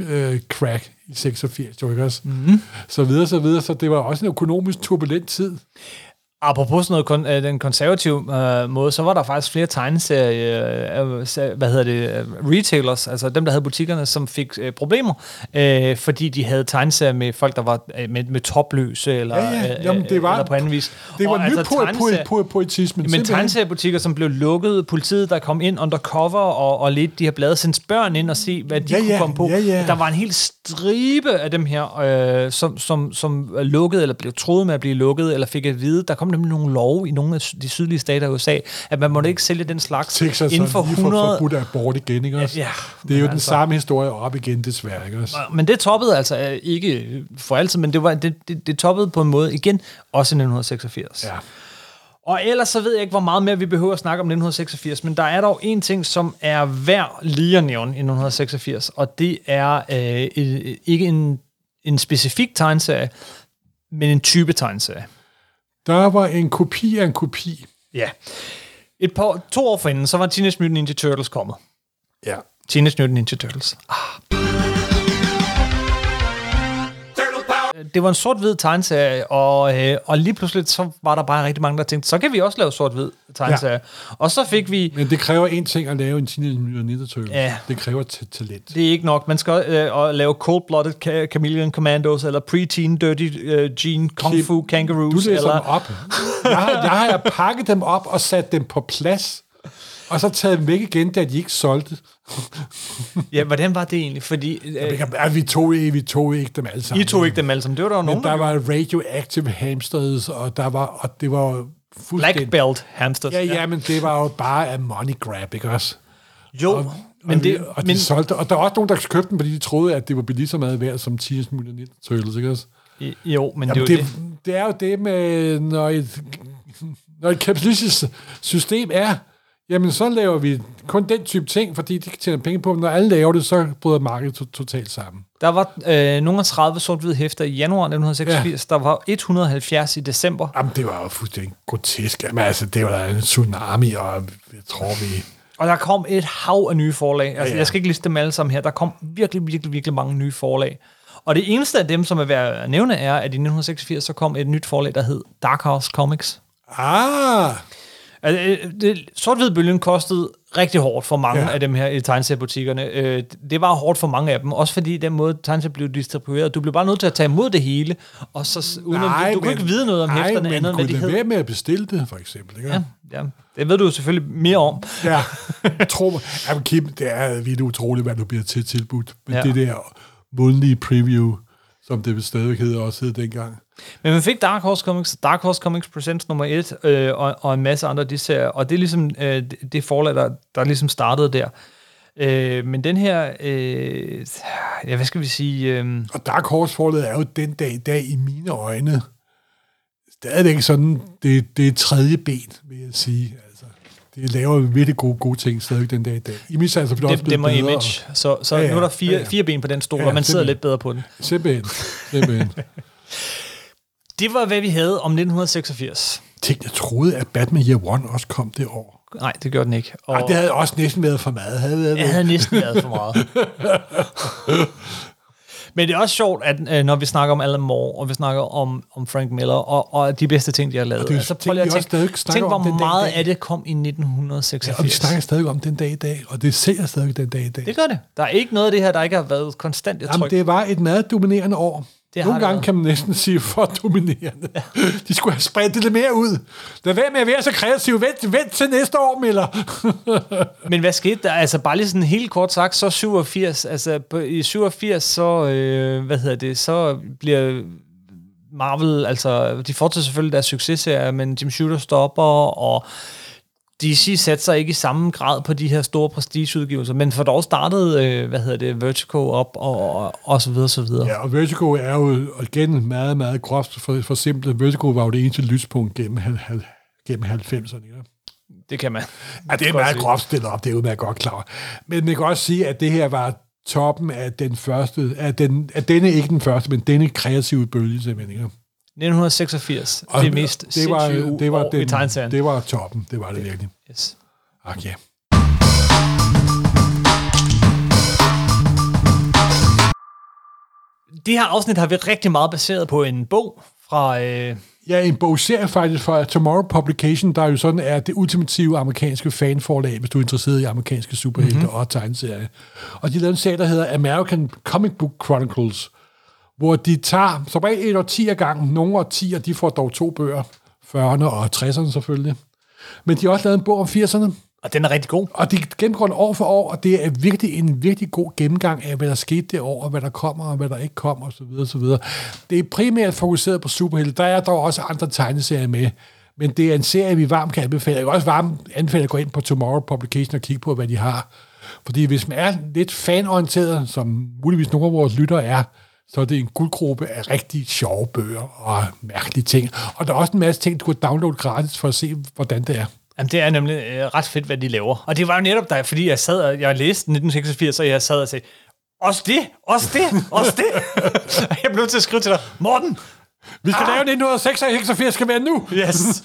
[SPEAKER 2] aktiecrack i 86, jo ikke også?
[SPEAKER 1] Mhm.
[SPEAKER 2] Mm-hmm. Så videre, så videre. Så det var også en økonomisk turbulent tid.
[SPEAKER 1] Apropos sådan noget, kon- øh, den konservative øh, måde, så var der faktisk flere tegneserier, øh, øh, se- hvad hedder det, øh, retailers, altså dem, der havde butikkerne, som fik øh, problemer, øh, fordi de havde tegneserier med folk, der var øh, med, med topløse, eller, øh,
[SPEAKER 2] Ja, ja. Jamen, det var-
[SPEAKER 1] eller på anden vis.
[SPEAKER 2] Det var
[SPEAKER 1] Og altså,
[SPEAKER 2] nyt på,
[SPEAKER 1] tegneserier-
[SPEAKER 2] på, på, poetismen.
[SPEAKER 1] Men
[SPEAKER 2] simpelthen.
[SPEAKER 1] tegneseriebutikker, som blev lukket, politiet, der kom ind undercover, og, og lidt, de har bladet sendt børn ind og se, hvad de
[SPEAKER 2] Ja,
[SPEAKER 1] ja, kunne
[SPEAKER 2] ja,
[SPEAKER 1] komme på.
[SPEAKER 2] ja, ja.
[SPEAKER 1] Der var en hel stribe af dem her, øh, som, som, som er lukket, eller blev troet med at blive lukket, eller fik at vide, der kom nemlig nogle lov i nogle af sy- de sydlige stater af USA, at man måtte ikke sælge den slags
[SPEAKER 2] Texas
[SPEAKER 1] inden for
[SPEAKER 2] har lige fået
[SPEAKER 1] 100...
[SPEAKER 2] forbudt abort igen, ikke også?
[SPEAKER 1] Ja, ja,
[SPEAKER 2] det er jo
[SPEAKER 1] men
[SPEAKER 2] den
[SPEAKER 1] altså-
[SPEAKER 2] samme historie op igen, desværre, ikke også?
[SPEAKER 1] Men det toppede altså øh, ikke for altid, men det, var, det, det, det toppede på en måde igen, også i 1986.
[SPEAKER 2] Ja.
[SPEAKER 1] Og ellers så ved jeg ikke, hvor meget mere vi behøver at snakke om 1986, men der er dog en ting, som er værd lige at nævne i 1986, og det er øh, et- et- ikke en, en specifik tegneserie, men en type tegneserie.
[SPEAKER 2] Der var en kopi af en kopi.
[SPEAKER 1] Ja. Et par, to år forinden, så var Teenage Mutant Ninja Turtles kommet.
[SPEAKER 2] Ja.
[SPEAKER 1] Teenage Mutant Ninja Turtles. Ah. Det var en sort-hvid tegneserie, og, øh, og lige pludselig så var der bare rigtig mange, der tænkte, så kan vi også lave sort-hvid tegneserier. Ja. Og så fik vi
[SPEAKER 2] Men det kræver en ting at lave en Teenage Mutant Ninja Turtles.
[SPEAKER 1] Ja.
[SPEAKER 2] Det kræver ta- talent.
[SPEAKER 1] Det er ikke nok. Man skal øh, og lave Cold-Blooded ca- Chameleon Commandos, eller Pre-Teen Dirty øh, Gene Kung
[SPEAKER 2] Kim,
[SPEAKER 1] Fu Kangaroos.
[SPEAKER 2] Du læser
[SPEAKER 1] eller,
[SPEAKER 2] dem op. Jeg har, jeg har pakket dem op og sat dem på plads, og så taget dem væk igen, da de ikke solgte.
[SPEAKER 1] Ja, hvordan var det egentlig? Fordi øh,
[SPEAKER 2] Ja, vi tog ikke, vi tog ikke dem alle sammen.
[SPEAKER 1] I tog ikke dem alle sammen. Det var der jo nogen,
[SPEAKER 2] Der
[SPEAKER 1] der
[SPEAKER 2] var radioactive hamsters, og, der var, og det var jo fuldstændig...
[SPEAKER 1] Black Belt hamsters.
[SPEAKER 2] Ja, ja, men det var jo bare af money grab, ikke også?
[SPEAKER 1] Jo, og, men,
[SPEAKER 2] og, vi-
[SPEAKER 1] det,
[SPEAKER 2] og de
[SPEAKER 1] men,
[SPEAKER 2] solgte, og der var også nogen, der købte dem, fordi de troede, at det var blive lige så meget værd som Teenage Mutant Ninja Turtles, ikke også?
[SPEAKER 1] jo, men
[SPEAKER 2] Jamen,
[SPEAKER 1] det er
[SPEAKER 2] det,
[SPEAKER 1] jo det.
[SPEAKER 2] det. det er jo det med, når et, når et kapitalistisk system er, jamen så laver vi kun den type ting, fordi de kan tjene penge på dem. Når alle laver det, så bryder markedet to- totalt sammen.
[SPEAKER 1] Der var øh, nogle af 30 sort-hvide hæfter i januar 1986. Der var 170 i december.
[SPEAKER 2] Jamen, det var jo fuldstændig grotesk. Jamen, altså, det var en tsunami, og jeg tror, vi...
[SPEAKER 1] Og der kom et hav af nye forlag. Altså, ja,
[SPEAKER 2] Ja,
[SPEAKER 1] ja.
[SPEAKER 2] ja.
[SPEAKER 1] Jeg skal ikke liste dem alle sammen her. Der kom virkelig, virkelig, virkelig mange nye forlag. Og det eneste af dem, som er værd at nævne, er, at i 1986 så kom et nyt forlag, der hed Dark Horse Comics.
[SPEAKER 2] Ah!
[SPEAKER 1] Altså, øh, det- Sort-hvid bølgen kostede rigtig hårdt for mange ja.
[SPEAKER 2] Ja.
[SPEAKER 1] af dem her i tegneseriebutikkerne. Øh, Det var hårdt for mange af dem, også fordi den måde tegneserier blev distribueret. Du blev bare nødt til at tage imod det hele, og så s- uden nej, at, du kunne ikke vide noget om
[SPEAKER 2] nej,
[SPEAKER 1] hæfterne
[SPEAKER 2] men
[SPEAKER 1] andet, end hvad
[SPEAKER 2] kunne
[SPEAKER 1] de hed.
[SPEAKER 2] det være med at bestille det, for eksempel? Ikke?
[SPEAKER 1] Ja, ja, det ved du jo selvfølgelig mere om.
[SPEAKER 2] Ja, tro mig. Jamen, Kim, det er vildt utroligt, hvad du bliver til tilbudt med
[SPEAKER 1] Ja.
[SPEAKER 2] ja. det der mundlige preview, som det vil stadigvæk hedder også hed dengang.
[SPEAKER 1] Men man fik Dark Horse Comics, Dark Horse Comics Presents nummer 1, øh, og, og en masse andre af de serier, og det er ligesom øh, det- det forlag, der, der ligesom startede der. Øh, men den her, øh, ja, hvad skal vi sige, øh,
[SPEAKER 2] Og Dark Horse forlaget er jo den dag i dag i mine øjne stadigvæk sådan, det, det er tredje ben, vil jeg sige. Altså, det laver virkelig gode, gode ting stadigvæk den dag i dag. Image er altså blevet også
[SPEAKER 1] Det, det
[SPEAKER 2] blevet
[SPEAKER 1] må
[SPEAKER 2] bedre.
[SPEAKER 1] image. Så, så
[SPEAKER 2] Ja,
[SPEAKER 1] ja,
[SPEAKER 2] ja.
[SPEAKER 1] ja. nu er der fire,
[SPEAKER 2] Ja, ja.
[SPEAKER 1] fire ben på den stol,
[SPEAKER 2] Ja,
[SPEAKER 1] ja, og man
[SPEAKER 2] det
[SPEAKER 1] sidder
[SPEAKER 2] er-
[SPEAKER 1] lidt bedre på den.
[SPEAKER 2] og- Simpelthen. Simpelthen.
[SPEAKER 1] Det var, hvad vi havde om 1986.
[SPEAKER 2] Tænk, jeg troede, at Batman Year One også kom det år.
[SPEAKER 1] Nej, det gjorde den ikke. Og
[SPEAKER 2] Ej, det havde også næsten været for meget. Havde været
[SPEAKER 1] Jeg havde næsten været for meget. Men det er også sjovt, at øh, når vi snakker om Alan Moore, og vi snakker om, om Frank Miller, og, og de bedste ting, de har lavet, Altså,
[SPEAKER 2] det er jo ting,
[SPEAKER 1] prøv lige
[SPEAKER 2] vi
[SPEAKER 1] at
[SPEAKER 2] også stadig
[SPEAKER 1] tænke,
[SPEAKER 2] snakker
[SPEAKER 1] tænk,
[SPEAKER 2] om
[SPEAKER 1] hvor
[SPEAKER 2] den dag i
[SPEAKER 1] meget
[SPEAKER 2] dag.
[SPEAKER 1] af det kom i
[SPEAKER 2] Og vi
[SPEAKER 1] 1986.
[SPEAKER 2] snakker stadig om den dag i dag, og det sælger stadig den dag i dag.
[SPEAKER 1] det gør det. Der er ikke noget af det her, der ikke har været konstant et
[SPEAKER 2] Jamen,
[SPEAKER 1] tryk.
[SPEAKER 2] det var et meget dominerende år.
[SPEAKER 1] Det
[SPEAKER 2] Det
[SPEAKER 1] har
[SPEAKER 2] Nogle
[SPEAKER 1] det
[SPEAKER 2] gange
[SPEAKER 1] været.
[SPEAKER 2] kan man næsten sige for dominerende. De skulle have spredt det lidt mere ud. Lad være med at være så kreativ. Vent, vent til næste år, Miller.
[SPEAKER 1] Men hvad skete der? Altså bare lige sådan helt kort sagt, så 87, altså på- i 87, så, øh, hvad hedder det, så bliver Marvel, altså de fortsætter selvfølgelig deres successerier, men Jim Shooter stopper, og DC satte sig ikke i samme grad på de her store prestigeudgivelser, men for dog startede, øh, hvad hedder det, Vertigo op, og, og, og så videre, så videre.
[SPEAKER 2] Ja, og Vertigo er jo igen meget, meget groft for, for simpelt. Vertigo var jo det eneste lyspunkt gennem, hal- hal- gennem 90'erne. Ja.
[SPEAKER 1] Det kan man.
[SPEAKER 2] Ja, det er
[SPEAKER 1] Godt
[SPEAKER 2] meget
[SPEAKER 1] set.
[SPEAKER 2] groft stillet op, det er jo man godt klar over. Men man kan også sige, at det her var toppen af den første, af, den, af denne, ikke den første, men denne kreative bølge, simpelthen. Ikke?
[SPEAKER 1] 1986, og, det mest
[SPEAKER 2] det var, det var,
[SPEAKER 1] i tegneserien.
[SPEAKER 2] den, det var toppen, det var det virkelig.
[SPEAKER 1] yes.
[SPEAKER 2] Ak ja.
[SPEAKER 1] Det her afsnit har vi rigtig meget baseret på en bog fra... Øh,
[SPEAKER 2] Ja, en bogserie faktisk fra Tomorrow Publication, der jo sådan er det ultimative amerikanske fanforlag, hvis du er interesseret i amerikanske superhelte mm-hmm. og tegneserier. Og de lavede en serie, der hedder American Comic Book Chronicles, hvor de tager som regel et årti ad gangen. Nogle årtier, de får dog to bøger, 40'erne og 60'erne selvfølgelig. Men de har også lavet en bog om 80'erne,
[SPEAKER 1] og den er rigtig god.
[SPEAKER 2] og det gennemgår den år for år, og det er virkelig en virkelig god gennemgang af, hvad der skete det år, og hvad der kommer, og hvad der ikke kommer, osv. osv. Det er primært fokuseret på superhelte. Der er dog også andre tegneserier med, men det er en serie, vi varmt kan anbefale. Jeg kan også varmt anbefale at gå ind på Tomorrow Publication og kigge på, hvad de har. Fordi hvis man er lidt fanorienteret, som muligvis nogle af vores lyttere er, så er det en guldgruppe af rigtig sjove bøger og mærkelige ting. Og der er også en masse ting, du kan downloade gratis for at se, hvordan det er.
[SPEAKER 1] Jamen, det er nemlig øh, ret fedt, hvad de laver. Og det var jo netop der, fordi jeg sad og jeg læste 1986, og jeg sad og sagde, også det, også det, også det. Og jeg blev nødt til at skrive til dig, Morten,
[SPEAKER 2] Vi skal ah! lave 1986, skal være nu!
[SPEAKER 1] yes.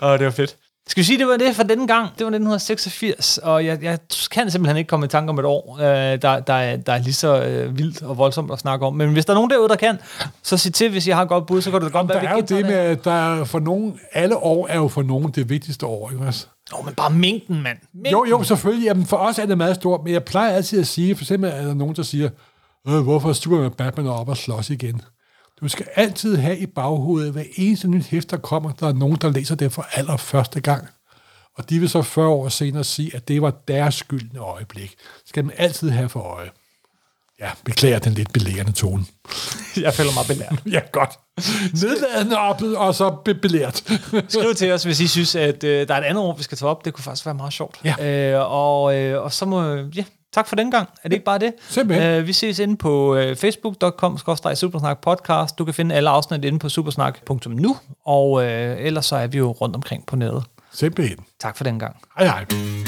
[SPEAKER 1] og det var fedt. Skal vi sige, det var det for denne gang? Det var 1986, og jeg, jeg kan simpelthen ikke komme i tanke om et år, øh, der, der, er- der er lige så øh, vildt og voldsomt at snakke om. Men hvis der er nogen derude, der kan, så sig til, hvis jeg har et godt bud, så kan det godt
[SPEAKER 2] Der
[SPEAKER 1] være,
[SPEAKER 2] er jo
[SPEAKER 1] vi
[SPEAKER 2] det med, at der er for nogen, alle år er jo for nogen det vigtigste år, ikke også?
[SPEAKER 1] Nå, men bare mængden, mand. Mængden.
[SPEAKER 2] Jo, jo, selvfølgelig. Jamen, for os er det meget stort, men jeg plejer altid at sige, for eksempel er der nogen, der siger, øh, hvorfor er Superman og Batman op og slås igen? Du skal altid have i baghovedet, hver eneste nyt hæft, der kommer, der er nogen, der læser det for allerførste gang. Og de vil så 40 år senere sige, at det var deres skyldne øjeblik. Skal man altid have for øje. Ja, beklager den lidt belærende tone.
[SPEAKER 1] Jeg føler mig belært.
[SPEAKER 2] Ja, godt. Nedladende op, og så be- belært.
[SPEAKER 1] Skriv til os, hvis I synes, at øh, der er et andet ord, vi skal tage op. Det kunne faktisk være meget sjovt.
[SPEAKER 2] Ja.
[SPEAKER 1] Øh, og, øh, og så må... Ja, tak for den gang. Er det ikke bare det?
[SPEAKER 2] Simpelthen.
[SPEAKER 1] Øh, vi ses inde på øh, facebook.com supersnak podcast. Du kan finde alle afsnit inde på supersnak.nu, og øh, ellers så er vi jo rundt omkring på nettet.
[SPEAKER 2] Simpelthen.
[SPEAKER 1] Tak for den gang.
[SPEAKER 2] Hej hej.